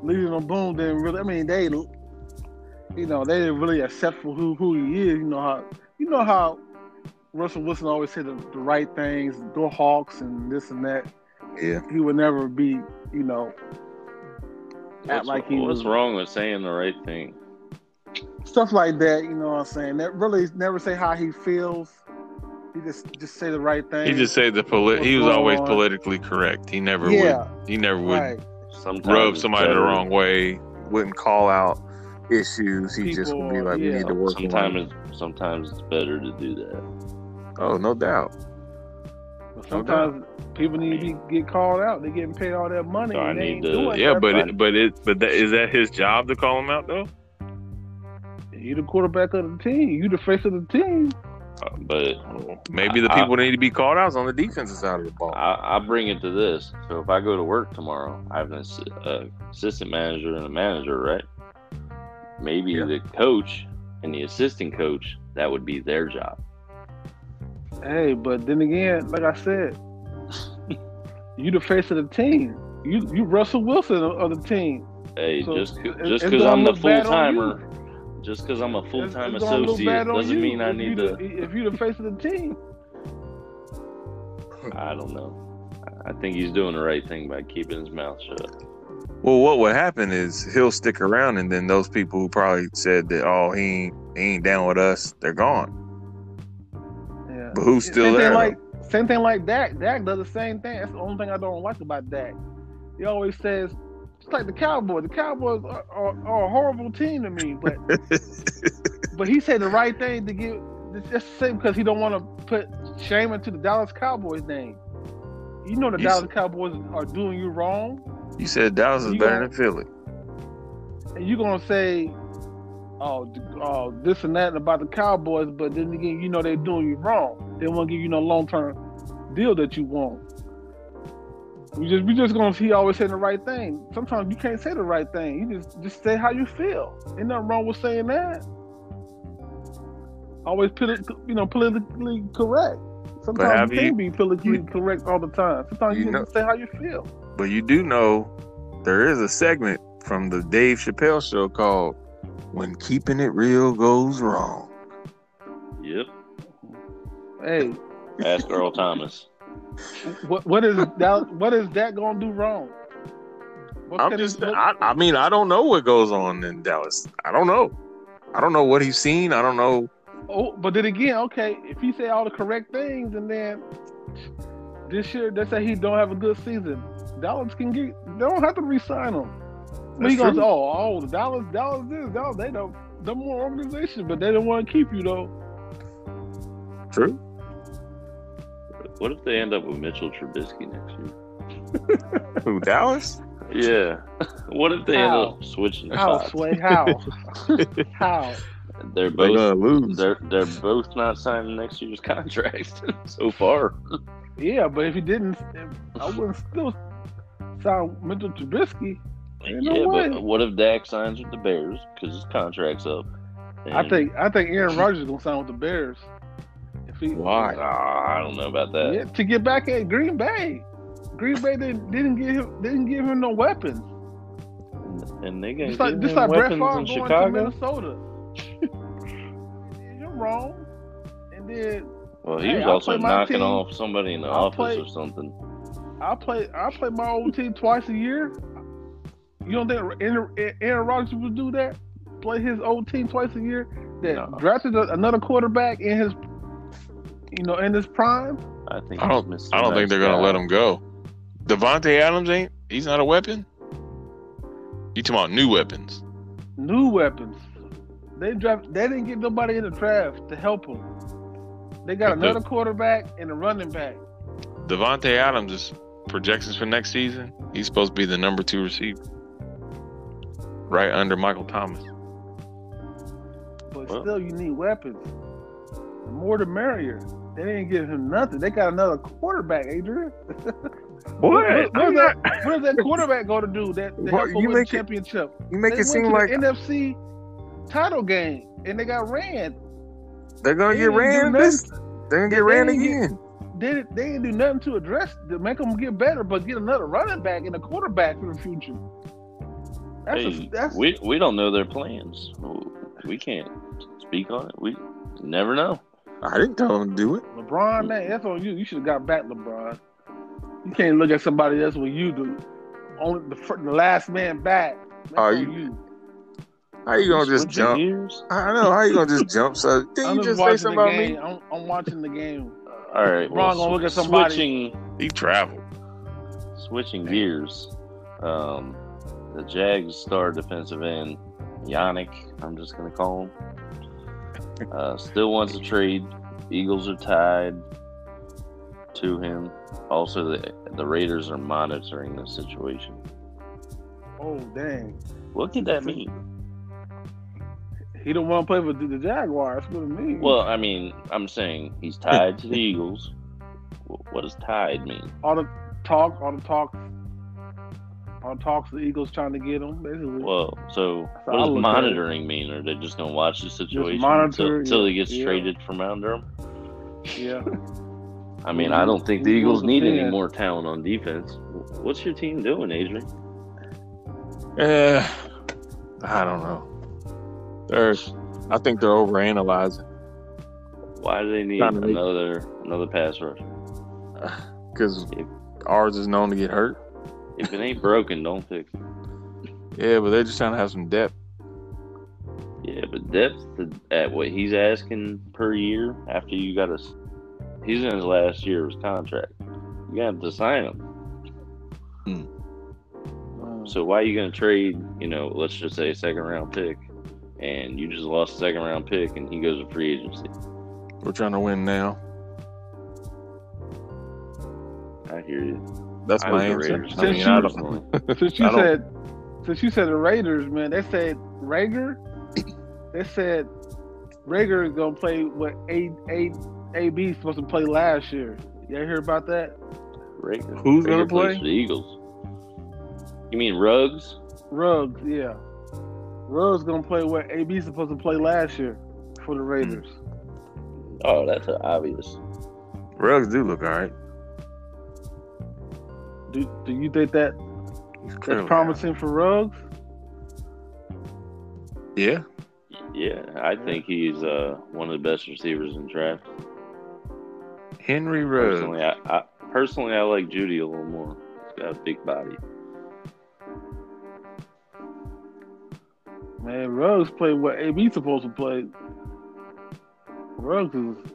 [SPEAKER 3] Legion of Boom didn't really. I mean, they you know they didn't really accept for who who he is. You know how you know how Russell Wilson always said the, the right things, go Hawks and this and that.
[SPEAKER 1] Yeah.
[SPEAKER 3] He would never be, you know,
[SPEAKER 2] What's,
[SPEAKER 3] like he
[SPEAKER 2] what's
[SPEAKER 3] was-
[SPEAKER 2] wrong with saying the right thing?
[SPEAKER 3] stuff like that. You know what I'm saying? That really never say how he feels. He just just say the right thing.
[SPEAKER 1] He just said the poli- he was
[SPEAKER 3] What's
[SPEAKER 1] always
[SPEAKER 3] going on?
[SPEAKER 1] politically correct. He never
[SPEAKER 3] yeah,
[SPEAKER 1] would he never would
[SPEAKER 3] right.
[SPEAKER 2] Sometimes
[SPEAKER 1] rub
[SPEAKER 2] it's
[SPEAKER 1] somebody the
[SPEAKER 2] better-
[SPEAKER 1] wrong way, wouldn't call out issues. He just would be
[SPEAKER 3] People,
[SPEAKER 1] like, We
[SPEAKER 3] yeah.
[SPEAKER 1] need to work on
[SPEAKER 2] Sometimes
[SPEAKER 1] it.
[SPEAKER 2] it's, sometimes it's better to do that.
[SPEAKER 1] Oh, no doubt.
[SPEAKER 3] But sometimes people need to get called out. They're getting paid all that money.
[SPEAKER 2] So I
[SPEAKER 3] and they
[SPEAKER 2] need
[SPEAKER 3] ain't
[SPEAKER 2] to-
[SPEAKER 3] doing
[SPEAKER 1] Yeah,
[SPEAKER 3] that.
[SPEAKER 1] but it, but it but that is that his job to call him out though?
[SPEAKER 3] you the quarterback of the team. You the face of the team.
[SPEAKER 2] But
[SPEAKER 1] Maybe the
[SPEAKER 2] I-
[SPEAKER 1] people that need to be called out is on the defensive side of the ball.
[SPEAKER 2] I, I bring it to this. So if I go to work tomorrow, I have an ass- uh, assistant manager and a manager, right? Maybe the coach and the assistant coach, that would be their job.
[SPEAKER 3] Hey, but then again, like I said, *laughs* you the face of the team. You you Russell Wilson of, of the team.
[SPEAKER 2] Hey,
[SPEAKER 3] So,
[SPEAKER 2] just
[SPEAKER 3] it-
[SPEAKER 2] just
[SPEAKER 3] it's
[SPEAKER 2] because
[SPEAKER 3] gonna
[SPEAKER 2] I'm the
[SPEAKER 3] look
[SPEAKER 2] full
[SPEAKER 3] bad on
[SPEAKER 2] timer, just because I'm a full
[SPEAKER 3] It's-
[SPEAKER 2] time
[SPEAKER 3] it's gonna look
[SPEAKER 2] associate
[SPEAKER 3] bad on
[SPEAKER 2] doesn't
[SPEAKER 3] you
[SPEAKER 2] mean I
[SPEAKER 3] if
[SPEAKER 2] need
[SPEAKER 3] you
[SPEAKER 2] to.
[SPEAKER 3] the- If you the face of the team,
[SPEAKER 2] I don't know. I I think he's doing the right thing by keeping his mouth shut.
[SPEAKER 1] Well, what would happen is he'll stick around, and then those people who probably said that, oh, he ain't, he ain't down with us, they're gone.
[SPEAKER 3] yeah.
[SPEAKER 1] But who's still
[SPEAKER 3] same
[SPEAKER 1] there?
[SPEAKER 3] Thing
[SPEAKER 1] though?
[SPEAKER 3] like, same thing like Dak. Dak does the same thing. That's the only thing I don't like about Dak. He always says, it's like the Cowboys. The Cowboys are, are, are a horrible team to me,
[SPEAKER 1] *laughs*
[SPEAKER 3] but but he said the right thing to get it's just the same because he don't want to put shame into the Dallas Cowboys name. You know the
[SPEAKER 1] You
[SPEAKER 3] Dallas Cowboys are doing you wrong,
[SPEAKER 1] you said Dallas is
[SPEAKER 3] You
[SPEAKER 1] better
[SPEAKER 3] got-
[SPEAKER 1] than Philly.
[SPEAKER 3] and you're gonna say, oh, d- oh, this and that about the Cowboys, but then again, you know they're doing you wrong. They won't give you no long term deal that you want. We just we just gonna see always saying the right thing. Sometimes you can't say the right thing. You just just say how you feel. Ain't nothing wrong with saying that. Always polit- you know politically correct.
[SPEAKER 1] have
[SPEAKER 3] Sometimes you
[SPEAKER 1] you-
[SPEAKER 3] can't be politically
[SPEAKER 1] you-
[SPEAKER 3] correct all the time. Sometimes you,
[SPEAKER 1] you know-
[SPEAKER 3] just say how you feel.
[SPEAKER 1] But you do know there is a segment from the Dave Chappelle show called When Keeping It Real Goes Wrong.
[SPEAKER 2] Yep.
[SPEAKER 3] Hey,
[SPEAKER 2] Ask Earl Thomas.
[SPEAKER 3] What what is that? What is that gonna do wrong? What
[SPEAKER 1] I'm
[SPEAKER 3] could it-
[SPEAKER 1] just.
[SPEAKER 3] what-
[SPEAKER 1] I, I mean, I don't know what goes on in Dallas. I don't know. I don't know what he's seen. I don't know.
[SPEAKER 3] Oh, but then again, okay, if he say all the correct things and then this year they say he don't have a good season, Dallas can get they don't have to re-sign him. But he
[SPEAKER 1] That's
[SPEAKER 3] goes,
[SPEAKER 1] true.
[SPEAKER 3] oh, oh, Dallas, Dallas this, Dallas, they don't they're more organization, but they don't want to keep you though.
[SPEAKER 1] True.
[SPEAKER 2] What if they end up with Mitchell Trubisky next year?
[SPEAKER 1] Who Dallas?
[SPEAKER 2] Yeah. *laughs* What if they
[SPEAKER 3] How?
[SPEAKER 2] end up
[SPEAKER 1] *laughs*
[SPEAKER 2] switching
[SPEAKER 3] How,
[SPEAKER 2] spots?
[SPEAKER 3] Sway? How? how?
[SPEAKER 2] *laughs* They're
[SPEAKER 1] They
[SPEAKER 2] both
[SPEAKER 1] gonna lose.
[SPEAKER 2] they're they're both not signing next year's *laughs* contracts so far.
[SPEAKER 3] Yeah, but if he didn't, I wouldn't still sign Mitchell Trubisky. Ain't no
[SPEAKER 2] yeah,
[SPEAKER 3] way.
[SPEAKER 2] but what if Dak signs with the Bears because his contract's up?
[SPEAKER 3] I
[SPEAKER 2] And-
[SPEAKER 3] think I think Aaron Rodgers is gonna sign with the Bears. If he
[SPEAKER 2] Ah, I don't know about that.
[SPEAKER 3] Yeah, to get back at Green Bay. Green Bay they didn't give him didn't give him no weapons.
[SPEAKER 2] And they
[SPEAKER 3] Just
[SPEAKER 2] got
[SPEAKER 3] like
[SPEAKER 2] like,
[SPEAKER 3] just like Brett
[SPEAKER 2] weapons in
[SPEAKER 3] Favre going to
[SPEAKER 2] Chicago.
[SPEAKER 3] Minnesota. *laughs* You're wrong. And then
[SPEAKER 2] Well, he
[SPEAKER 3] Hey,
[SPEAKER 2] was
[SPEAKER 3] I'll
[SPEAKER 2] also
[SPEAKER 3] play my
[SPEAKER 2] knocking
[SPEAKER 3] team.
[SPEAKER 2] off somebody in the
[SPEAKER 3] I'll
[SPEAKER 2] office
[SPEAKER 3] play-
[SPEAKER 2] or something.
[SPEAKER 3] I play I play my old team twice a year. You don't think Aaron Aaron Rodgers would do that? Play his old team twice a year? That
[SPEAKER 2] No.
[SPEAKER 3] drafted a, another quarterback in his you know, in his prime?
[SPEAKER 2] I think.
[SPEAKER 1] I don't-
[SPEAKER 2] he's missed
[SPEAKER 1] I don't
[SPEAKER 2] the
[SPEAKER 1] think they're
[SPEAKER 2] next
[SPEAKER 1] gonna
[SPEAKER 2] guy.
[SPEAKER 1] let him go. Devontae Adams ain't. He's not a weapon. You talking about new weapons?
[SPEAKER 3] new weapons. They draft. They didn't get nobody in the draft to help them. They got
[SPEAKER 1] They did.
[SPEAKER 3] another quarterback and a running back.
[SPEAKER 1] Devontae Adams is projections for next season. He's supposed to be the number two receiver, right under Michael Thomas.
[SPEAKER 3] But
[SPEAKER 2] Well.
[SPEAKER 3] still, you need weapons. The more the merrier. They didn't give him nothing. They got another quarterback, Adrian. Where, where's,
[SPEAKER 5] I'm
[SPEAKER 3] that,
[SPEAKER 5] not-
[SPEAKER 3] where's that quarterback going to do that? that
[SPEAKER 5] Well,
[SPEAKER 3] help them
[SPEAKER 5] you
[SPEAKER 3] win the
[SPEAKER 5] make it-
[SPEAKER 3] championship.
[SPEAKER 5] You
[SPEAKER 3] They
[SPEAKER 5] make it
[SPEAKER 3] went to
[SPEAKER 5] seem
[SPEAKER 3] the
[SPEAKER 5] like
[SPEAKER 3] NFC title game, and they got ran.
[SPEAKER 5] they're gonna
[SPEAKER 3] they
[SPEAKER 5] get
[SPEAKER 3] didn't do
[SPEAKER 5] ran.
[SPEAKER 3] nothing.
[SPEAKER 5] This they're gonna get ran
[SPEAKER 3] didn't get-
[SPEAKER 5] again.
[SPEAKER 3] They, didn't- they didn't do nothing to address to make them get better, but get another running back and a quarterback for the future. That's
[SPEAKER 2] Hey,
[SPEAKER 3] a, that's
[SPEAKER 2] we we don't know their plans. We can't speak on it. We never know.
[SPEAKER 1] I didn't tell him to do it.
[SPEAKER 3] LeBron, man, that's on you. You should have got back LeBron. You can't look at somebody else when you do. Only the, fir- the last man back. That's
[SPEAKER 5] Are
[SPEAKER 3] on you?
[SPEAKER 5] How you gonna just
[SPEAKER 2] Switching
[SPEAKER 5] jump?
[SPEAKER 2] gears?
[SPEAKER 5] I I know how you gonna just jump.
[SPEAKER 3] *laughs*
[SPEAKER 5] So did
[SPEAKER 3] I'm
[SPEAKER 5] you just
[SPEAKER 3] just
[SPEAKER 5] say
[SPEAKER 3] watching
[SPEAKER 5] something
[SPEAKER 3] the
[SPEAKER 5] about
[SPEAKER 3] game.
[SPEAKER 5] me?
[SPEAKER 3] I'm, I'm watching the game.
[SPEAKER 2] All right.
[SPEAKER 3] Wrong,
[SPEAKER 2] well,
[SPEAKER 3] I'll look at
[SPEAKER 2] sw-
[SPEAKER 3] somebody.
[SPEAKER 2] Switching
[SPEAKER 1] He traveled.
[SPEAKER 2] switching gears. Um, the Jags star defensive end Yannick. I'm just gonna call him. Uh, still wants a trade. Eagles are tied to him. Also, the the Raiders are monitoring the situation.
[SPEAKER 3] Oh dang,
[SPEAKER 2] What could that mean?
[SPEAKER 3] he don't want to play for the Jaguars. That's what it means.
[SPEAKER 2] Well, I mean, I'm saying he's tied
[SPEAKER 3] *laughs*
[SPEAKER 2] to the Eagles. W- What does tied mean?
[SPEAKER 3] all the talk, all the talks, all the talks. The Eagles trying to get him basically.
[SPEAKER 2] Well, so
[SPEAKER 3] So
[SPEAKER 2] what
[SPEAKER 3] I'll
[SPEAKER 2] does
[SPEAKER 3] look at
[SPEAKER 2] monitoring mean? Are they just gonna watch the situation
[SPEAKER 3] monitor,
[SPEAKER 2] until, until he
[SPEAKER 3] yeah,
[SPEAKER 2] gets
[SPEAKER 3] yeah.
[SPEAKER 2] traded from around him? *laughs*
[SPEAKER 3] yeah,
[SPEAKER 2] I mean, I don't think the
[SPEAKER 3] Mhm.
[SPEAKER 2] Eagles need any
[SPEAKER 3] Yeah.
[SPEAKER 2] more talent on defense. W- What's your team doing, Adrian?
[SPEAKER 1] Uh, I don't know. There's. I think they're overanalyzing
[SPEAKER 2] Why do they need
[SPEAKER 1] Trying to make-
[SPEAKER 2] another another pass rush?
[SPEAKER 1] because ours is known to get hurt.
[SPEAKER 2] If it ain't broken, don't fix it.
[SPEAKER 1] Yeah, but they're just trying to have some depth.
[SPEAKER 2] Yeah, but depth at what he's asking per year after you got a he's in his last year of his contract. You got to sign him.
[SPEAKER 3] Um,
[SPEAKER 2] So why are you going to trade? You know, let's just say a second round pick, and you just lost a second round pick, and he goes to free agency.
[SPEAKER 1] We're trying to win now.
[SPEAKER 2] I hear you.
[SPEAKER 1] That's
[SPEAKER 2] I
[SPEAKER 1] my
[SPEAKER 2] was the
[SPEAKER 1] answer.
[SPEAKER 2] Raiders.
[SPEAKER 1] I mean, I don't.
[SPEAKER 2] personally.
[SPEAKER 3] since you
[SPEAKER 1] I don't-
[SPEAKER 3] said, since you said the Raiders, man, they said
[SPEAKER 1] *clears throat*
[SPEAKER 3] Rager. They said Rager is gonna play what A A A B supposed to play last year. Y'all hear about that?
[SPEAKER 2] Rager-
[SPEAKER 1] *laughs* Who's gonna
[SPEAKER 2] Rager plays
[SPEAKER 1] play?
[SPEAKER 2] for The Eagles. You mean Ruggs?
[SPEAKER 3] Ruggs, yeah. Ruggs gonna play what A B supposed to play last year for
[SPEAKER 1] Hmm.
[SPEAKER 3] the Raiders.
[SPEAKER 2] Oh, that's a obvious.
[SPEAKER 1] Rugs do look all right.
[SPEAKER 3] Do Do you think that
[SPEAKER 1] He's
[SPEAKER 3] that's
[SPEAKER 1] clearly-
[SPEAKER 3] promising for Ruggs?
[SPEAKER 1] Yeah.
[SPEAKER 2] Yeah, I think he's uh, one of the best receivers in draft.
[SPEAKER 1] Henry Ruggs.
[SPEAKER 2] Personally, I, I personally I like Judy a little more. He's got a big body.
[SPEAKER 3] Man, Ruggs played what AB supposed to play. Ruggs is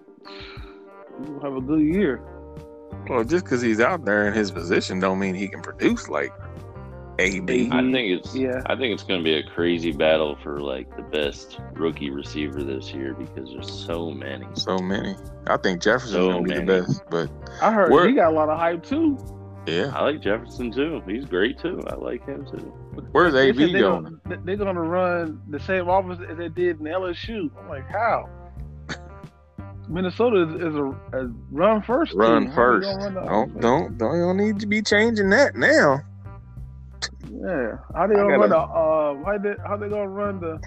[SPEAKER 3] he gonna have a good year.
[SPEAKER 5] Well, just because he's out there in his position, don't mean he can produce like AB.
[SPEAKER 2] I think it's
[SPEAKER 3] Yeah.
[SPEAKER 2] I think it's going to be a crazy battle for like the best rookie receiver this year because there's so many.
[SPEAKER 5] So many. I think Jefferson's
[SPEAKER 2] So
[SPEAKER 5] gonna be
[SPEAKER 2] many.
[SPEAKER 5] the best, but
[SPEAKER 3] I heard
[SPEAKER 5] Where-
[SPEAKER 3] he got a lot of hype too.
[SPEAKER 5] yeah,
[SPEAKER 2] I like Jefferson too. He's great too. I like him too.
[SPEAKER 5] where's
[SPEAKER 3] They
[SPEAKER 5] AB
[SPEAKER 3] said they
[SPEAKER 5] going?
[SPEAKER 3] gonna- they- They're gonna run the same offense as they did in LSU. I'm like, how? Minnesota is, is a, a run first. team.
[SPEAKER 1] Run
[SPEAKER 3] How they
[SPEAKER 1] first.
[SPEAKER 3] gonna run the
[SPEAKER 5] Don't
[SPEAKER 3] offense?
[SPEAKER 5] don't don't, you don't need to be changing that now.
[SPEAKER 3] Yeah, how they
[SPEAKER 5] I
[SPEAKER 3] gonna
[SPEAKER 5] gotta-
[SPEAKER 3] run the? Uh, how they how they gonna run the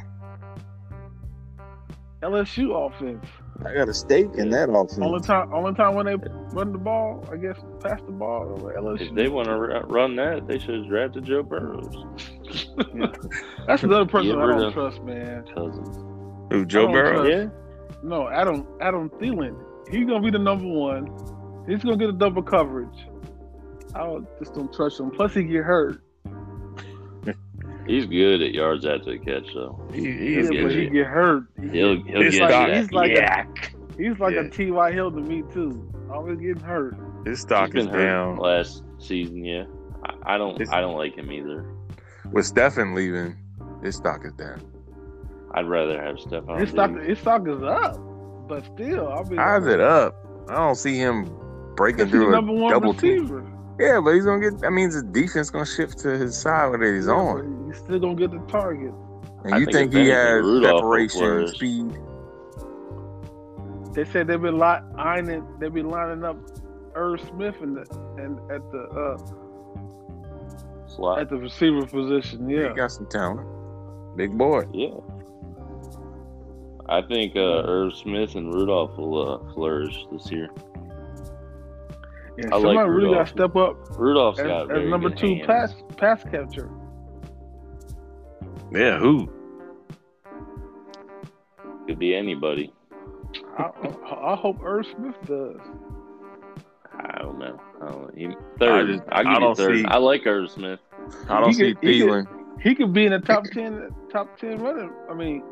[SPEAKER 3] LSU offense?
[SPEAKER 5] I got a stake in that
[SPEAKER 3] Only
[SPEAKER 5] offense.
[SPEAKER 3] time, only time when they run the ball, I guess pass the ball. it was
[SPEAKER 2] If
[SPEAKER 3] LSU.
[SPEAKER 2] they want to run that, they should have drafted Joe Burrows.
[SPEAKER 3] That's another person
[SPEAKER 2] Yeah,
[SPEAKER 3] I
[SPEAKER 2] we're
[SPEAKER 3] don't
[SPEAKER 2] done.
[SPEAKER 3] trust, man.
[SPEAKER 2] Cousins.
[SPEAKER 1] Who, Joe
[SPEAKER 3] don't
[SPEAKER 1] Burrow?
[SPEAKER 3] trust-
[SPEAKER 2] Yeah.
[SPEAKER 3] No, Adam Adam Thielen. He's gonna be the number one. He's gonna get a double coverage. I don't- just don't trust him. Plus, he get hurt.
[SPEAKER 2] He's good at yards after the catch, though.
[SPEAKER 1] He, he
[SPEAKER 3] Yeah,
[SPEAKER 1] is
[SPEAKER 2] He's
[SPEAKER 3] but he
[SPEAKER 1] good.
[SPEAKER 3] get hurt.
[SPEAKER 2] He'll, he'll
[SPEAKER 1] It's
[SPEAKER 2] get
[SPEAKER 1] like-
[SPEAKER 2] you
[SPEAKER 3] he's
[SPEAKER 2] that.
[SPEAKER 3] like a-
[SPEAKER 2] yeah.
[SPEAKER 3] He's like
[SPEAKER 1] Yeah.
[SPEAKER 3] a T.Y. Hill to me too. Always getting hurt.
[SPEAKER 1] His stock
[SPEAKER 2] He's
[SPEAKER 1] is
[SPEAKER 2] been hurt
[SPEAKER 1] down.
[SPEAKER 2] last season. Yeah, I, I don't.
[SPEAKER 1] It's-
[SPEAKER 2] I don't like him either.
[SPEAKER 5] With Stefan leaving, his stock is down.
[SPEAKER 2] I'd rather have Stephon.
[SPEAKER 3] His stock,
[SPEAKER 2] Diggs.
[SPEAKER 3] his stock is up, but still, I mean,
[SPEAKER 5] Eyes it up. I don't see him breaking through a
[SPEAKER 3] number one
[SPEAKER 5] double team.
[SPEAKER 3] receiver.
[SPEAKER 5] Yeah, but he's gonna get. That means the defense gonna shift to his side that he's
[SPEAKER 3] Yeah,
[SPEAKER 5] on.
[SPEAKER 3] but He's still gonna get the target.
[SPEAKER 5] And
[SPEAKER 2] I
[SPEAKER 5] you
[SPEAKER 2] think
[SPEAKER 5] think,
[SPEAKER 2] if
[SPEAKER 5] he
[SPEAKER 2] anything,
[SPEAKER 5] has
[SPEAKER 2] Rudolph will
[SPEAKER 5] separation,
[SPEAKER 2] flourish.
[SPEAKER 5] speed?
[SPEAKER 3] They said they've been li- lining, they've been lining up Irv Smith in the and at the uh,
[SPEAKER 2] slot.
[SPEAKER 3] at the receiver position.
[SPEAKER 5] He
[SPEAKER 3] Yeah,
[SPEAKER 5] got some talent. Big boy.
[SPEAKER 2] Yeah. I think uh, Irv Smith and Rudolph will uh, flourish this year.
[SPEAKER 3] yeah
[SPEAKER 2] I like
[SPEAKER 3] somebody really
[SPEAKER 2] Rudolph.
[SPEAKER 3] got to step up
[SPEAKER 2] Rudolph's
[SPEAKER 3] as,
[SPEAKER 2] got
[SPEAKER 3] as
[SPEAKER 2] very
[SPEAKER 3] number
[SPEAKER 2] good
[SPEAKER 3] two
[SPEAKER 2] hands.
[SPEAKER 3] pass pass catcher.
[SPEAKER 1] Yeah, who?
[SPEAKER 2] Could be anybody.
[SPEAKER 3] I, I, I hope Irv Smith does.
[SPEAKER 2] I don't know. I don't know. He- Third. I
[SPEAKER 1] just-
[SPEAKER 2] will give
[SPEAKER 1] I
[SPEAKER 2] you
[SPEAKER 1] don't
[SPEAKER 2] third.
[SPEAKER 1] see-
[SPEAKER 2] I like Irv Smith.
[SPEAKER 5] I don't
[SPEAKER 3] He
[SPEAKER 5] see
[SPEAKER 3] could- he could-
[SPEAKER 5] Thielen.
[SPEAKER 3] He could be in the top ten top ten running. I mean,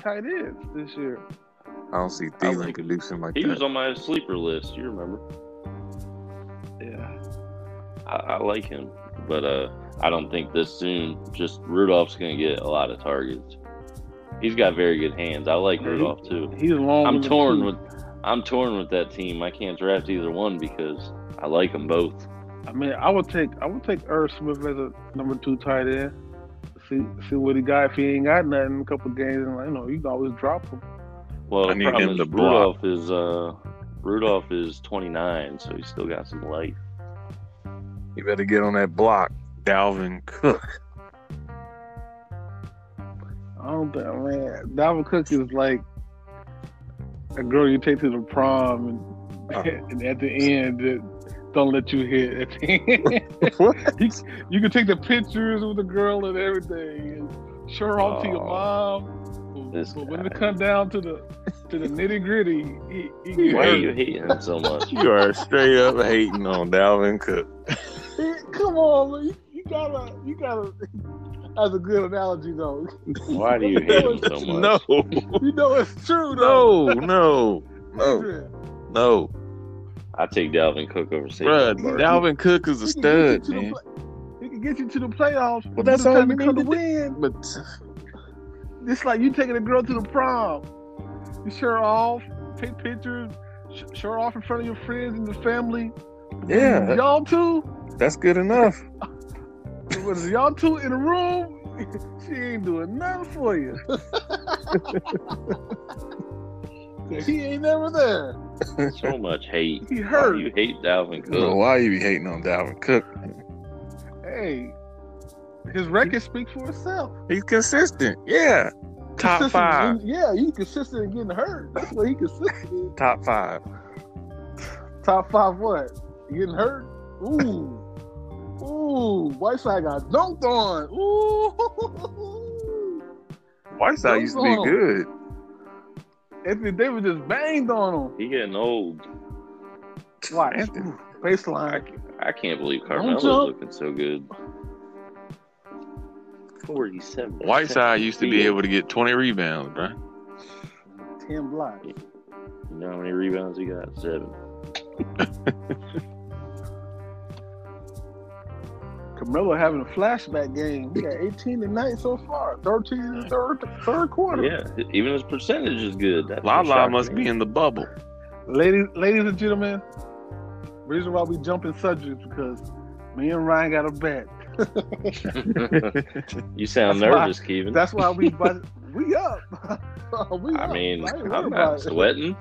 [SPEAKER 3] tight ends this year.
[SPEAKER 5] I don't see
[SPEAKER 2] I
[SPEAKER 5] Thielen
[SPEAKER 2] like-
[SPEAKER 5] producing like
[SPEAKER 2] He
[SPEAKER 5] that.
[SPEAKER 2] was on my sleeper list. You remember?
[SPEAKER 3] Yeah.
[SPEAKER 2] I, I like him, but uh, I don't think this soon. Just Rudolph's going to get a lot of targets. He's got very good hands. I like
[SPEAKER 3] Mhm.
[SPEAKER 2] Rudolph too.
[SPEAKER 3] He's long.
[SPEAKER 2] I'm
[SPEAKER 3] in the
[SPEAKER 2] torn
[SPEAKER 3] tooth.
[SPEAKER 2] with I'm torn with that team. I can't draft either one because I like them both.
[SPEAKER 3] I mean, I would take I would take Irv Smith as a number two tight end. See see what he got if he ain't got nothing a couple games. And you know, you can always drop him.
[SPEAKER 2] Well,
[SPEAKER 1] I
[SPEAKER 2] the
[SPEAKER 1] need
[SPEAKER 2] problem
[SPEAKER 1] him
[SPEAKER 2] is
[SPEAKER 1] to block.
[SPEAKER 2] Rudolph is uh, Rudolph is 29, so he's still got some life.
[SPEAKER 5] You better get on that block.
[SPEAKER 1] Dalvin Cook.
[SPEAKER 3] *laughs* I don't think man. Dalvin Cook is like a girl you take to the prom, and,
[SPEAKER 2] Uh-huh.
[SPEAKER 3] *laughs* and at the end, it don't let you hit. *laughs* At the end, you, you can take the pictures with the girl and everything, and show her off to your
[SPEAKER 2] Oh,
[SPEAKER 3] mom.
[SPEAKER 2] this
[SPEAKER 3] But when
[SPEAKER 2] guy.
[SPEAKER 3] it come down to the to the nitty gritty, he, he get
[SPEAKER 2] Why are
[SPEAKER 3] hurt.
[SPEAKER 2] you hating him so
[SPEAKER 1] *laughs*
[SPEAKER 2] much?
[SPEAKER 1] You are straight up hating on Dalvin Cook.
[SPEAKER 3] *laughs* Come on, man. You, you gotta, you gotta. *laughs* That's a good analogy, though. *laughs*
[SPEAKER 2] Why do you hate him so much?
[SPEAKER 1] *laughs* No,
[SPEAKER 3] You know it's true, though.
[SPEAKER 1] no, no, no,
[SPEAKER 2] Oh.
[SPEAKER 3] Adrian,
[SPEAKER 1] no.
[SPEAKER 2] I take Dalvin Cook over Saquon.
[SPEAKER 1] Bruh,
[SPEAKER 2] Barkley.
[SPEAKER 1] Dalvin Cook is a
[SPEAKER 3] he can get
[SPEAKER 1] stud,
[SPEAKER 3] you to the
[SPEAKER 1] man.
[SPEAKER 3] pla- He can get you to the playoffs.
[SPEAKER 5] Well, that's
[SPEAKER 3] Just
[SPEAKER 5] all
[SPEAKER 3] tell
[SPEAKER 5] you
[SPEAKER 3] me
[SPEAKER 5] need
[SPEAKER 3] to
[SPEAKER 5] to
[SPEAKER 3] win.
[SPEAKER 5] But
[SPEAKER 3] It's like you taking a girl to the prom. You show her off, take pictures, sh- show her off in front of your friends and the family.
[SPEAKER 5] yeah,
[SPEAKER 3] Y'all two,
[SPEAKER 5] that's good enough.
[SPEAKER 3] was y'all two in the room? *laughs* She ain't doing nothing for you. he ain't never there.
[SPEAKER 2] So much hate.
[SPEAKER 3] He
[SPEAKER 2] Why
[SPEAKER 3] hurt.
[SPEAKER 2] do you hate Dalvin
[SPEAKER 5] I don't know
[SPEAKER 2] Cook?
[SPEAKER 5] why you be hating on Dalvin Cook.
[SPEAKER 3] Hey, his record speaks for itself.
[SPEAKER 5] He's consistent. Yeah,
[SPEAKER 1] Top
[SPEAKER 3] Consistent-
[SPEAKER 1] five.
[SPEAKER 3] Yeah, he consistent in getting hurt. That's what he consistent. in.
[SPEAKER 5] top five.
[SPEAKER 3] Top five what? Getting hurt?
[SPEAKER 2] *laughs*
[SPEAKER 3] Ooh. Ooh. Whiteside got dunked on. Ooh.
[SPEAKER 5] Whiteside used to be
[SPEAKER 3] Those are-
[SPEAKER 5] good.
[SPEAKER 3] Anthony Davis just banged on him.
[SPEAKER 2] He getting old.
[SPEAKER 3] Watch.
[SPEAKER 1] Anthony.
[SPEAKER 3] Ooh, Baseline.
[SPEAKER 2] I can't believe
[SPEAKER 3] Don't
[SPEAKER 2] Carmelo's
[SPEAKER 3] jump.
[SPEAKER 2] looking so good. Forty-seven.
[SPEAKER 1] Whiteside used to be able to get 20 rebounds, bro.
[SPEAKER 3] 10 blocks.
[SPEAKER 2] You know how many rebounds he got? Seven.
[SPEAKER 3] Carmelo having a flashback game. He got 18 tonight so far. 13 in the third, third quarter.
[SPEAKER 2] Yeah, even his percentage is good. That's
[SPEAKER 1] Lala
[SPEAKER 2] what shocked
[SPEAKER 1] must
[SPEAKER 2] me.
[SPEAKER 1] be in the bubble.
[SPEAKER 3] Ladies, ladies and gentlemen, reason why we jumping subjects because me and Ryan got a bet.
[SPEAKER 2] you sound
[SPEAKER 3] That's why-
[SPEAKER 2] nervous, Kevin.
[SPEAKER 3] That's why we but
[SPEAKER 2] *laughs*
[SPEAKER 3] we up. *laughs* we
[SPEAKER 2] I
[SPEAKER 3] up.
[SPEAKER 2] mean,
[SPEAKER 3] ain't worried
[SPEAKER 2] I'm
[SPEAKER 3] about
[SPEAKER 2] not
[SPEAKER 3] it.
[SPEAKER 2] sweating.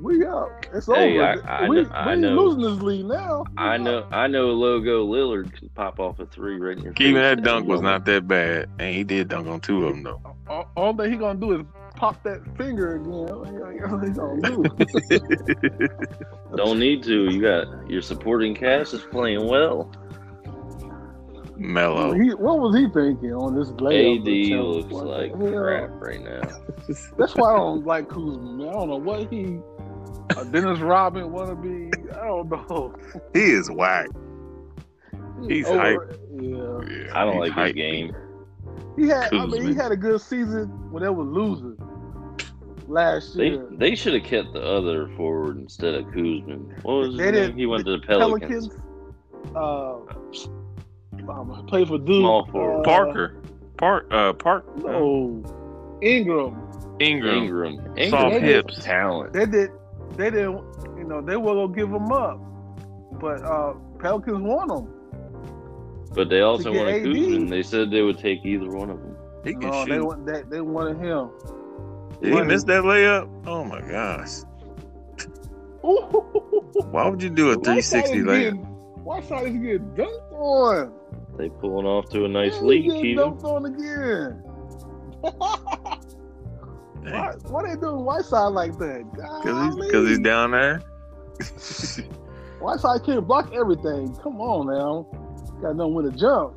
[SPEAKER 3] We up. It's
[SPEAKER 2] Hey,
[SPEAKER 3] over.
[SPEAKER 2] I- I
[SPEAKER 3] we,
[SPEAKER 2] kn- I
[SPEAKER 3] we ain't
[SPEAKER 2] know.
[SPEAKER 3] losing this lead now. We
[SPEAKER 2] I
[SPEAKER 3] up.
[SPEAKER 2] know, I know. Logo Lillard can pop off a three right in your face.
[SPEAKER 1] Keeping that dunk was not that bad, and he did dunk on two of them though.
[SPEAKER 3] All, all that he gonna do is pop that finger again. *laughs* All he gonna
[SPEAKER 2] *laughs*
[SPEAKER 3] do.
[SPEAKER 2] Don't need to. You got your supporting cast is playing well.
[SPEAKER 1] Mellow.
[SPEAKER 3] He- what was he thinking on this layup?
[SPEAKER 2] AD
[SPEAKER 3] attempt?
[SPEAKER 2] looks
[SPEAKER 3] What
[SPEAKER 2] like
[SPEAKER 3] the hell?
[SPEAKER 2] crap right now.
[SPEAKER 3] That's why I don't like Kuzma. Man. I don't know what he, a Dennis Robin wannabe. I don't know.
[SPEAKER 1] He is whack. He's
[SPEAKER 3] over- Yeah,
[SPEAKER 1] Yeah,
[SPEAKER 2] I don't
[SPEAKER 1] he's
[SPEAKER 2] like his
[SPEAKER 1] hype.
[SPEAKER 2] game.
[SPEAKER 3] he had. I mean,
[SPEAKER 1] Kuzma.
[SPEAKER 3] he had a good season when they were losing last
[SPEAKER 2] They
[SPEAKER 3] year.
[SPEAKER 2] they should have kept the other forward instead of Kuzman. What was his
[SPEAKER 3] They
[SPEAKER 2] name?
[SPEAKER 3] didn't-
[SPEAKER 2] He went to the
[SPEAKER 3] Pelicans.
[SPEAKER 2] Pelicans.
[SPEAKER 3] Uh, um, played for Duke.
[SPEAKER 2] Small forward.
[SPEAKER 3] uh,
[SPEAKER 1] Parker, Park, uh, Park
[SPEAKER 3] No, Ingram.
[SPEAKER 1] Ingram.
[SPEAKER 2] Ingram.
[SPEAKER 1] Soft
[SPEAKER 2] Ingram is
[SPEAKER 1] hips.
[SPEAKER 2] talent.
[SPEAKER 3] They did. They didn't. You know, they were gonna give him up, but uh, Pelicans won him.
[SPEAKER 2] But they also
[SPEAKER 3] get
[SPEAKER 2] wanted
[SPEAKER 3] AD.
[SPEAKER 2] Kuzman. They said they would take either one of them.
[SPEAKER 1] He can
[SPEAKER 3] No, they
[SPEAKER 1] shoot.
[SPEAKER 3] want that. They wanted
[SPEAKER 1] *laughs*
[SPEAKER 3] him.
[SPEAKER 1] Did he miss that layup? Oh my gosh!
[SPEAKER 3] Ooh.
[SPEAKER 1] Why would you do a 360 layup?
[SPEAKER 3] Why side is getting dunked on?
[SPEAKER 2] They pulling off to a
[SPEAKER 3] Yeah,
[SPEAKER 2] nice
[SPEAKER 3] he
[SPEAKER 2] lead,
[SPEAKER 3] getting
[SPEAKER 2] Keegan.
[SPEAKER 3] dunked on again.
[SPEAKER 1] Because
[SPEAKER 3] Why, why they doing Whiteside like that?
[SPEAKER 1] he's
[SPEAKER 3] Golly.
[SPEAKER 1] because he's down *laughs* there.
[SPEAKER 3] Whiteside can't block everything. Come on now, got nowhere to jump.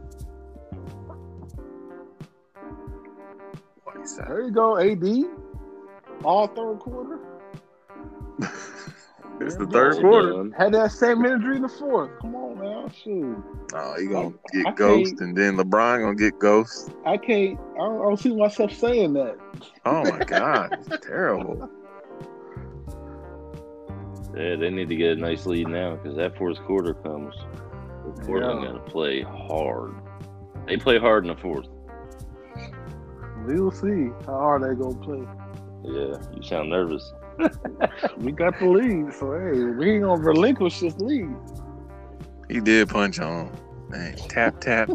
[SPEAKER 3] There you go, AD. All third quarter.
[SPEAKER 1] It's the
[SPEAKER 3] Man,
[SPEAKER 1] third
[SPEAKER 2] Well
[SPEAKER 1] quarter.
[SPEAKER 2] done.
[SPEAKER 3] Had that same energy in the fourth. Come on now, shoot.
[SPEAKER 1] Oh, he gonna
[SPEAKER 3] I
[SPEAKER 1] get
[SPEAKER 3] can't-
[SPEAKER 1] ghost, and then LeBron gonna get ghost.
[SPEAKER 3] I can't. I don't, I don't see myself saying that.
[SPEAKER 1] Oh
[SPEAKER 3] *laughs*
[SPEAKER 1] my god, it's terrible.
[SPEAKER 2] Yeah, they need to get a nice lead now because that fourth quarter comes. Portland
[SPEAKER 3] Yeah.
[SPEAKER 2] got to play hard. They play hard in the fourth.
[SPEAKER 3] We'll see how hard they gonna
[SPEAKER 1] *laughs*
[SPEAKER 3] play.
[SPEAKER 2] Yeah, you sound nervous.
[SPEAKER 3] We got the lead, so hey, we ain't gonna relinquish this lead.
[SPEAKER 1] He did punch on. him. Man, tap tap,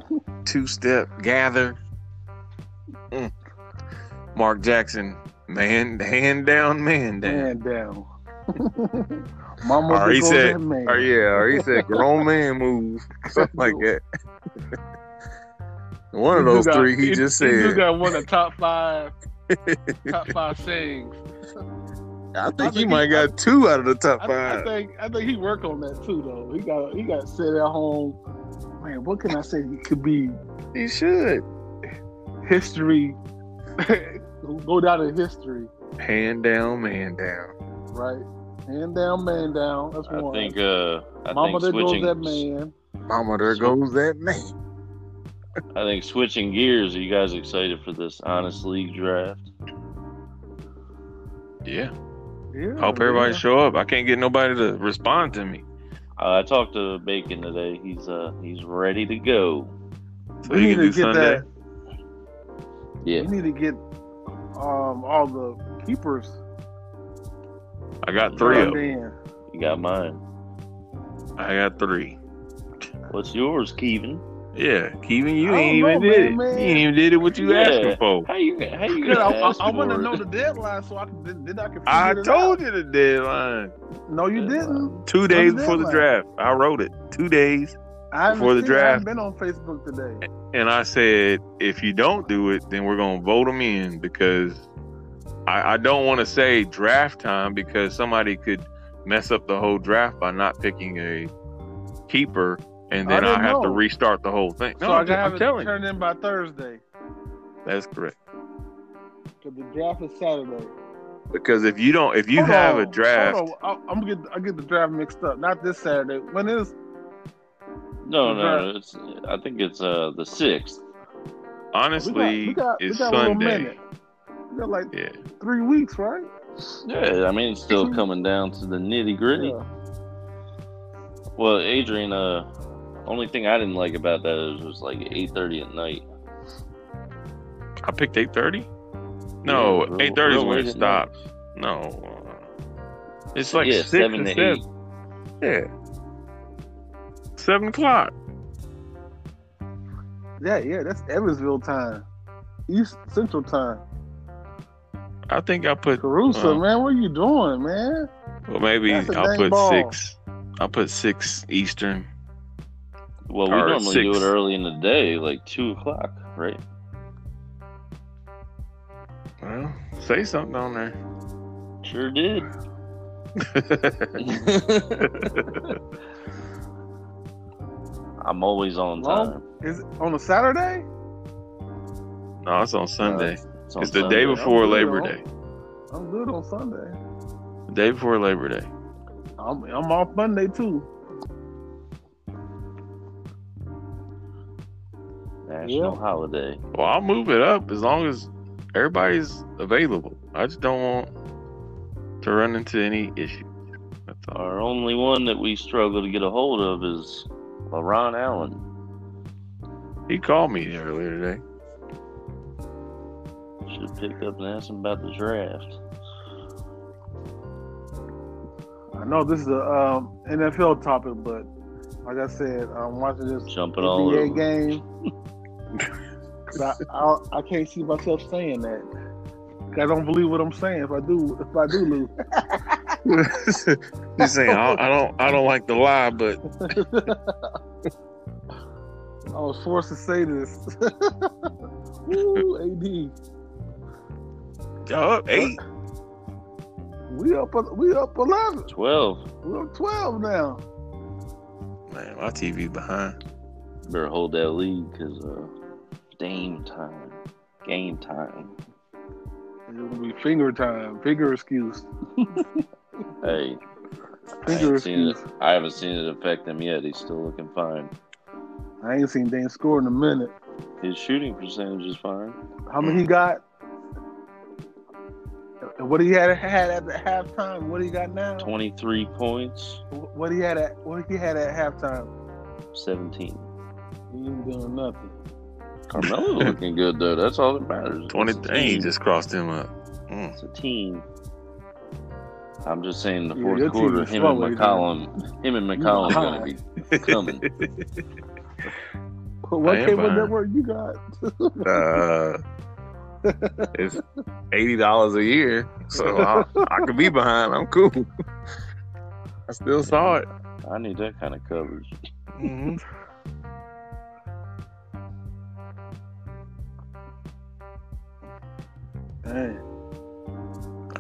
[SPEAKER 1] two step, gather. Mm. Mark Jackson, man, hand down, man down.
[SPEAKER 3] Man down. *laughs* Mama
[SPEAKER 1] Or he
[SPEAKER 3] was
[SPEAKER 1] said-
[SPEAKER 3] that man.
[SPEAKER 1] Or Oh, yeah, or he said grown man move, something
[SPEAKER 3] *laughs*
[SPEAKER 1] like that. One of
[SPEAKER 3] do
[SPEAKER 1] those
[SPEAKER 3] got-
[SPEAKER 1] three, he just
[SPEAKER 3] He do
[SPEAKER 1] said.
[SPEAKER 3] got one of the top
[SPEAKER 1] *laughs*
[SPEAKER 3] five, top five sayings.
[SPEAKER 1] I
[SPEAKER 3] I
[SPEAKER 1] think he
[SPEAKER 3] think
[SPEAKER 1] might
[SPEAKER 3] he-
[SPEAKER 1] got two out of the top
[SPEAKER 3] I, I
[SPEAKER 1] five.
[SPEAKER 3] think I think he worked on that too, though. He got he got sit at home. Man, what can I say? It could be
[SPEAKER 1] He should
[SPEAKER 3] history. *laughs* Go down in history,
[SPEAKER 1] hand down, man down.
[SPEAKER 3] right? Hand down, man down. That's
[SPEAKER 2] I
[SPEAKER 3] one.
[SPEAKER 2] think. Uh, I
[SPEAKER 3] Mama, there
[SPEAKER 2] think switching.
[SPEAKER 3] goes that man.
[SPEAKER 1] Mama, there goes that man.
[SPEAKER 2] I think switching gears. Are you guys excited for this honest league draft?
[SPEAKER 1] Yeah,
[SPEAKER 3] Yeah,
[SPEAKER 1] hope everybody
[SPEAKER 3] yeah.
[SPEAKER 1] show up. I can't get nobody to respond to me.
[SPEAKER 2] Uh, I talked to Bacon today. He's uh he's ready to go.
[SPEAKER 1] So you
[SPEAKER 3] We need
[SPEAKER 1] can do
[SPEAKER 3] to get
[SPEAKER 1] Sunday.
[SPEAKER 3] that.
[SPEAKER 2] Yeah.
[SPEAKER 3] We need to get um all the keepers
[SPEAKER 1] I got three of
[SPEAKER 3] plugged
[SPEAKER 1] them.
[SPEAKER 3] in.
[SPEAKER 2] You got mine.
[SPEAKER 1] I got three.
[SPEAKER 2] What's yours, Keevan?
[SPEAKER 1] Yeah, Kevin, you
[SPEAKER 3] I
[SPEAKER 1] ain't even
[SPEAKER 3] don't know,
[SPEAKER 1] did
[SPEAKER 3] man,
[SPEAKER 1] it.
[SPEAKER 3] man.
[SPEAKER 1] You ain't even did it what you
[SPEAKER 2] Yeah.
[SPEAKER 1] asking for.
[SPEAKER 2] How you how you
[SPEAKER 3] Yeah,
[SPEAKER 2] gonna
[SPEAKER 3] *laughs* I,
[SPEAKER 2] ask
[SPEAKER 3] want to
[SPEAKER 2] for
[SPEAKER 3] know
[SPEAKER 2] it?
[SPEAKER 3] the deadline so I can then, then I can. Figure
[SPEAKER 1] I
[SPEAKER 3] it
[SPEAKER 1] told
[SPEAKER 3] out.
[SPEAKER 1] you the deadline.
[SPEAKER 3] No, you didn't.
[SPEAKER 1] Two days
[SPEAKER 3] the
[SPEAKER 1] before the
[SPEAKER 3] deadline.
[SPEAKER 1] draft, I wrote it. Two days,
[SPEAKER 3] I haven't
[SPEAKER 1] Before the
[SPEAKER 3] seen- I
[SPEAKER 1] draft.
[SPEAKER 3] haven't been on Facebook today.
[SPEAKER 1] and I said, if you don't do it, then we're gonna vote them in because I, I don't want to say draft time because somebody could mess up the whole draft by not picking a keeper, and
[SPEAKER 3] I
[SPEAKER 1] then I,
[SPEAKER 3] didn't
[SPEAKER 1] have to
[SPEAKER 3] know.
[SPEAKER 1] restart the whole thing. No,
[SPEAKER 3] so I
[SPEAKER 1] I'm,
[SPEAKER 3] gotta have
[SPEAKER 1] I'm
[SPEAKER 3] it
[SPEAKER 1] telling you,
[SPEAKER 3] turned in by Thursday
[SPEAKER 1] that's correct.
[SPEAKER 3] because the draft is Saturday.
[SPEAKER 1] Because if you don't, if you
[SPEAKER 3] Hold
[SPEAKER 1] have
[SPEAKER 3] on,
[SPEAKER 1] a draft,
[SPEAKER 3] Hold on. I, I'm get I get the draft mixed up. Not this Saturday. When is?
[SPEAKER 2] No, no, it's. I think it's uh the sixth.
[SPEAKER 1] honestly,
[SPEAKER 3] we got, we
[SPEAKER 1] it's
[SPEAKER 3] got a little
[SPEAKER 1] Sunday.
[SPEAKER 3] minute. We got like
[SPEAKER 1] Yeah.
[SPEAKER 3] three weeks, right?
[SPEAKER 2] Yeah, I mean it's still coming down to the nitty gritty.
[SPEAKER 3] Yeah.
[SPEAKER 2] Well, Adrian, uh, only thing I didn't like about that is it was like eight thirty at night.
[SPEAKER 1] I picked eight thirty. No,
[SPEAKER 2] Yeah, real-
[SPEAKER 1] eight thirty is
[SPEAKER 2] real
[SPEAKER 1] when
[SPEAKER 2] late
[SPEAKER 1] it
[SPEAKER 2] at night.
[SPEAKER 1] stops. No, it's like
[SPEAKER 2] yeah,
[SPEAKER 1] six and
[SPEAKER 2] seven to
[SPEAKER 1] seven.
[SPEAKER 2] eight.
[SPEAKER 1] Yeah, seven o'clock.
[SPEAKER 3] Yeah, yeah, that's Evansville time, East Central time.
[SPEAKER 1] I think I put
[SPEAKER 3] Caruso,
[SPEAKER 1] Wow.
[SPEAKER 3] man, what are you doing, man?
[SPEAKER 1] well, maybe
[SPEAKER 3] That's a
[SPEAKER 1] I'll
[SPEAKER 3] dang
[SPEAKER 1] put
[SPEAKER 3] ball.
[SPEAKER 1] six. I'll put six Eastern.
[SPEAKER 2] Well, we
[SPEAKER 1] Or
[SPEAKER 2] normally do
[SPEAKER 1] six.
[SPEAKER 2] it early in the day, like two o'clock, right?
[SPEAKER 1] Well, say something on there. *laughs*
[SPEAKER 2] Sure did. *laughs* I'm always on
[SPEAKER 3] Long-
[SPEAKER 2] time.
[SPEAKER 3] Is it on a Saturday?
[SPEAKER 1] no, it's on Sunday.
[SPEAKER 2] on
[SPEAKER 1] it's the
[SPEAKER 2] Sunday.
[SPEAKER 1] day before
[SPEAKER 3] I'm good
[SPEAKER 1] Labor
[SPEAKER 3] on-
[SPEAKER 1] Day.
[SPEAKER 3] I'm good on Sunday.
[SPEAKER 1] The day before Labor Day.
[SPEAKER 3] I'm I'm off Monday too.
[SPEAKER 2] National holiday.
[SPEAKER 1] Well, I'll move it up as long as everybody's available. I just don't want to run into any issues. That's all.
[SPEAKER 2] Our only one that we struggle to get a hold of is LaRon Allen.
[SPEAKER 1] He called me earlier
[SPEAKER 3] *laughs*
[SPEAKER 1] today.
[SPEAKER 2] Should pick up and ask him about the draft.
[SPEAKER 3] I know this is a um, NFL topic, but like I said, I'm watching this
[SPEAKER 2] Jumping all
[SPEAKER 3] NBA
[SPEAKER 2] over.
[SPEAKER 3] game.
[SPEAKER 2] *laughs*
[SPEAKER 3] 'Cause I, I I can't see myself saying that. 'Cause I don't believe what I'm saying. If I do, if I do lose,
[SPEAKER 1] He's saying I, I don't, I don't like to lie, but
[SPEAKER 3] I was forced to say this. *laughs* Woo, AD.
[SPEAKER 1] y'all up oh, eight.
[SPEAKER 3] We up, we up eleven.
[SPEAKER 2] Twelve.
[SPEAKER 3] We up twelve now.
[SPEAKER 1] Man, my TV behind.
[SPEAKER 2] Better hold that lead because uh, game time. Game time.
[SPEAKER 3] It'll be finger time, finger excuse,
[SPEAKER 2] Hey, I
[SPEAKER 3] finger
[SPEAKER 2] haven't, seen it,
[SPEAKER 3] excuse.
[SPEAKER 2] I haven't seen it affect him yet. He's still looking fine.
[SPEAKER 3] I ain't seen Dan score in a minute.
[SPEAKER 2] His shooting percentage is fine.
[SPEAKER 3] How many he
[SPEAKER 2] Mm.
[SPEAKER 3] got? And What he had had at the halftime? What he got now?
[SPEAKER 2] 23 points,
[SPEAKER 3] What he had at what he had at halftime?
[SPEAKER 2] 17.
[SPEAKER 3] He ain't doing nothing. *laughs*
[SPEAKER 2] Carmelo's looking good, though. That's all that matters.
[SPEAKER 1] Twenty.
[SPEAKER 2] It's a
[SPEAKER 1] Hey, he
[SPEAKER 2] team.
[SPEAKER 1] just crossed him up. Mm.
[SPEAKER 2] It's a team. I'm just saying, the
[SPEAKER 3] Yeah,
[SPEAKER 2] fourth
[SPEAKER 3] your team
[SPEAKER 2] quarter,
[SPEAKER 3] is
[SPEAKER 2] him and
[SPEAKER 3] slow, ain't it?
[SPEAKER 2] McCollum,
[SPEAKER 3] *laughs*
[SPEAKER 2] him and McCollum
[SPEAKER 3] behind.
[SPEAKER 2] going to be
[SPEAKER 1] *laughs*
[SPEAKER 2] coming.
[SPEAKER 3] *laughs* But what
[SPEAKER 1] I am
[SPEAKER 3] cable
[SPEAKER 1] behind.
[SPEAKER 3] network you got?
[SPEAKER 1] Uh, it's eighty dollars a year, so I, I could be behind. I'm cool. I still saw it.
[SPEAKER 2] I need that kind of coverage.
[SPEAKER 3] Dang.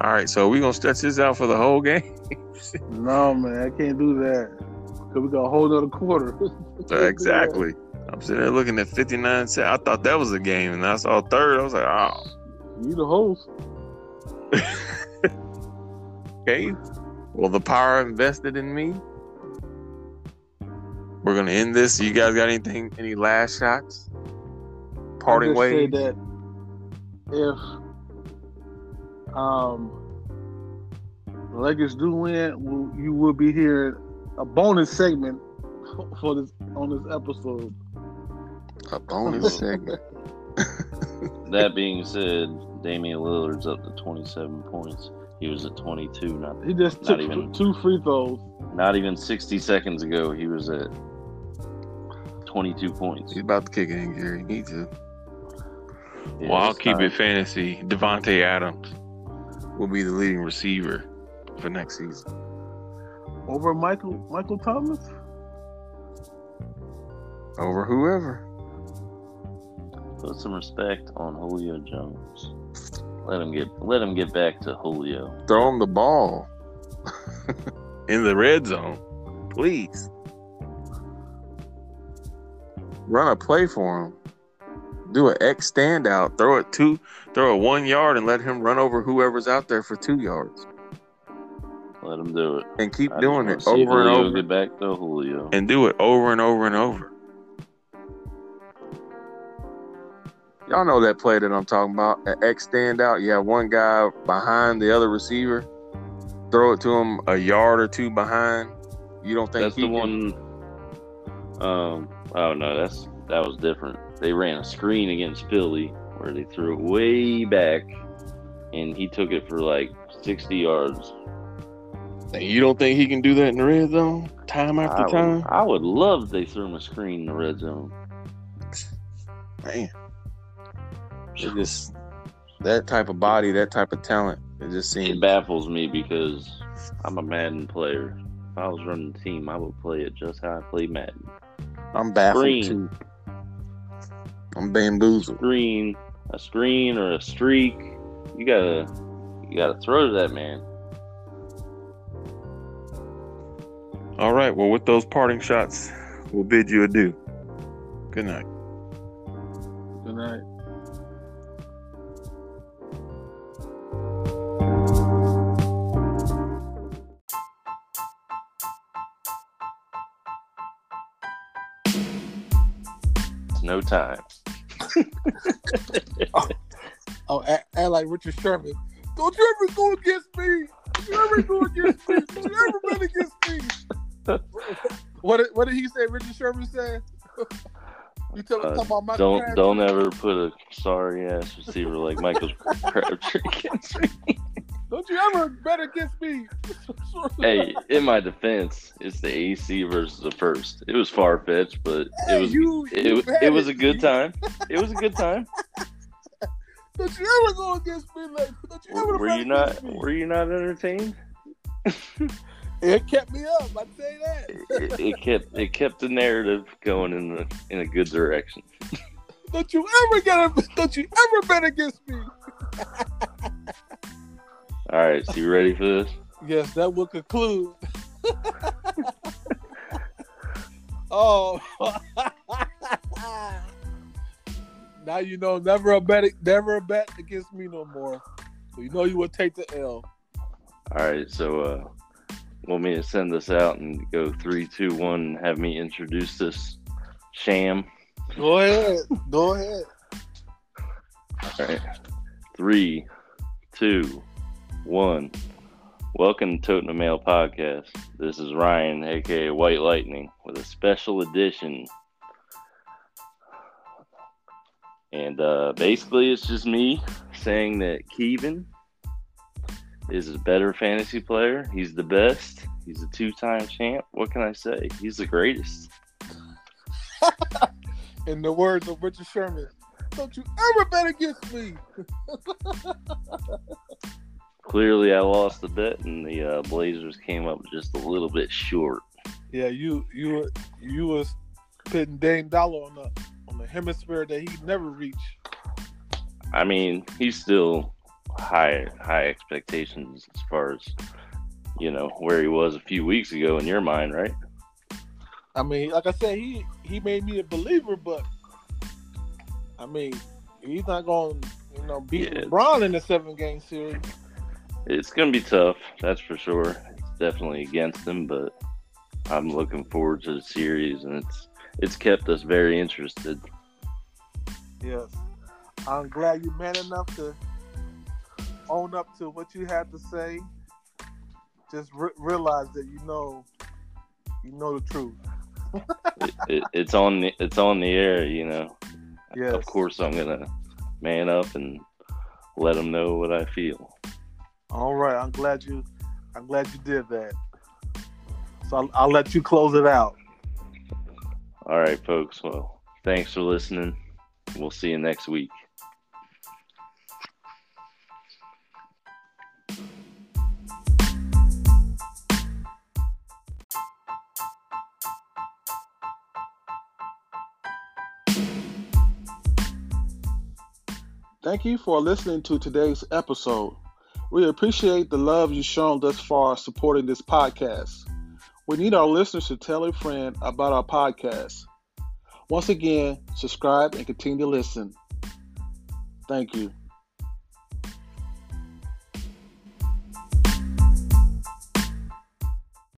[SPEAKER 1] All right, so we gonna stretch this out for the whole game.
[SPEAKER 3] No man, I can't do that. Cause we got a whole nother quarter.
[SPEAKER 1] *laughs*
[SPEAKER 3] *laughs*
[SPEAKER 1] exactly. I'm sitting there looking at 59 cents. I thought that was a game, and I saw third. I was like, oh,
[SPEAKER 3] You the host.
[SPEAKER 1] okay. Well, the power invested in me. We're gonna end this. You guys got anything? Any last shots? Parting
[SPEAKER 3] I just say
[SPEAKER 1] ways.
[SPEAKER 3] that if um the Lakers do win, we'll- you will be hearing a bonus segment for this on this episode.
[SPEAKER 1] A bonus segment.
[SPEAKER 2] That being said, Damian Lillard's up to 27 points. He was at 22 not
[SPEAKER 3] He just
[SPEAKER 2] Not
[SPEAKER 3] took
[SPEAKER 2] even-
[SPEAKER 3] two free throws.
[SPEAKER 2] not even 60 seconds ago. He was at 22 points.
[SPEAKER 1] He's about to kick it in, Gary. Need to.
[SPEAKER 2] Yeah,
[SPEAKER 1] well, I'll
[SPEAKER 2] it's
[SPEAKER 1] keep
[SPEAKER 2] time.
[SPEAKER 1] it fantasy. Devonte Adams will be the leading receiver for next season.
[SPEAKER 3] over Michael Michael Thomas.
[SPEAKER 1] Over whoever.
[SPEAKER 2] Put some respect on Julio Jones. Let him get let him get back to Julio.
[SPEAKER 1] Throw him the ball *laughs* in the red zone, please. Run a play for him. do an X standout, throw it two, throw it one yard, and let him run over whoever's out there for two yards,
[SPEAKER 2] Let him do it.
[SPEAKER 1] and keep
[SPEAKER 2] I just
[SPEAKER 1] doing
[SPEAKER 2] wanna
[SPEAKER 1] it
[SPEAKER 2] see
[SPEAKER 1] over and
[SPEAKER 2] Julio
[SPEAKER 1] over,
[SPEAKER 2] Get back to Julio.
[SPEAKER 1] and do it over and over and over. Y'all know that play that I'm talking about, an X standout. You have one guy behind the other receiver, throw it to him a yard or two behind. You don't think
[SPEAKER 2] that's
[SPEAKER 1] he
[SPEAKER 2] the
[SPEAKER 1] can-
[SPEAKER 2] one. Um. Oh no, that's that was different. They ran a screen against Philly where they threw it way back, and he took it for like sixty yards.
[SPEAKER 1] You don't think he can do that in the red zone, time
[SPEAKER 2] I would, I would love they threw him a screen in the red zone.
[SPEAKER 1] Man, it just that type of body, that type of talent. It just
[SPEAKER 2] It
[SPEAKER 1] seems
[SPEAKER 2] baffles me because I'm a Madden player. If I was running the team, I would play it just how I play Madden.
[SPEAKER 1] I'm baffled
[SPEAKER 2] Green.
[SPEAKER 1] too. I'm bamboozled.
[SPEAKER 2] Screen, a screen or a streak. You gotta, you gotta throw to that man.
[SPEAKER 1] All right, well, with those parting shots, we'll bid you adieu. Good night.
[SPEAKER 6] Good night.
[SPEAKER 2] It's no time.
[SPEAKER 3] Oh, act, act like Richard Sherman. Don't you ever go against me. Don't you ever go against me. Don't you ever run against me. What did, what did he say? Richard Sherman said. You tell
[SPEAKER 2] Uh,
[SPEAKER 3] talking about Michael
[SPEAKER 2] Don't
[SPEAKER 3] Crabtree?
[SPEAKER 2] don't ever put a sorry ass receiver like Michael Crabtree *laughs* against me.
[SPEAKER 3] Don't you ever bet against me.
[SPEAKER 2] Hey, in my defense, it's the AC versus the first. It was far fetched, but it
[SPEAKER 3] Hey,
[SPEAKER 2] was
[SPEAKER 3] you, you
[SPEAKER 2] it,
[SPEAKER 3] bet
[SPEAKER 2] it was a
[SPEAKER 3] it.
[SPEAKER 2] good time. It was a good
[SPEAKER 3] *laughs*
[SPEAKER 2] time.
[SPEAKER 3] Don't you ever go against me. Like, don't you
[SPEAKER 2] Were
[SPEAKER 3] ever run
[SPEAKER 2] you
[SPEAKER 3] against
[SPEAKER 2] not
[SPEAKER 3] me.
[SPEAKER 2] were you not entertained?
[SPEAKER 3] It kept me up. I tell you that.
[SPEAKER 2] It, it kept it kept the narrative going in the in a good direction.
[SPEAKER 3] Don't you ever get a, Don't you ever bet against me.
[SPEAKER 2] All right, so you ready for this?
[SPEAKER 3] Yes, that will conclude. *laughs* oh, *laughs* now you know never a bet, never a bet against me no more. So you know you will take the L.
[SPEAKER 2] All right, so uh want me to send this out and go three, two, one, and have me introduce this sham.
[SPEAKER 3] Go ahead, go ahead.
[SPEAKER 2] All right. Three, two, one. Welcome to Totem the Mail Podcast. This is Ryan, aka White Lightning, with a special edition. And uh, basically, it's just me saying that Keevan is a better fantasy player. He's the best. He's a two time champ. What can I say? He's the greatest.
[SPEAKER 3] In the words of Richard Sherman, don't you ever bet against me.
[SPEAKER 2] Clearly, I lost the bet, and the uh, Blazers came up just a little bit short.
[SPEAKER 3] Yeah, you you were- you was putting Dane Dollar on the on the hemisphere that he never reached.
[SPEAKER 2] I mean, he's still high high expectations as far as you know where he was a few weeks ago in your mind, right?
[SPEAKER 3] I mean, like I said, he he made me a believer, but I mean, he's not going to you know beat
[SPEAKER 2] Yeah.
[SPEAKER 3] LeBron in a seven game series.
[SPEAKER 2] It's gonna be tough, that's for sure. It's definitely against him, but I'm looking forward to the series, and it's it's kept us very interested.
[SPEAKER 3] Yes, I'm glad you're man enough to own up to what you had to say. Just re- realize that you know you know the truth.
[SPEAKER 2] It, it, it's on the, it's on the air, you know.
[SPEAKER 3] Yes,
[SPEAKER 2] Of course, I'm gonna man up and let him know what I feel.
[SPEAKER 3] All right, I'm glad you I'm glad you did that. So I'll, I'll let you close it out.
[SPEAKER 2] All right, folks. Well, thanks for listening. We'll see you next week.
[SPEAKER 6] Thank you for listening to today's episode. We appreciate the love you've shown thus far supporting this podcast. We need our listeners to tell a friend about our podcast.
[SPEAKER 3] Once again, subscribe and continue to listen. Thank you.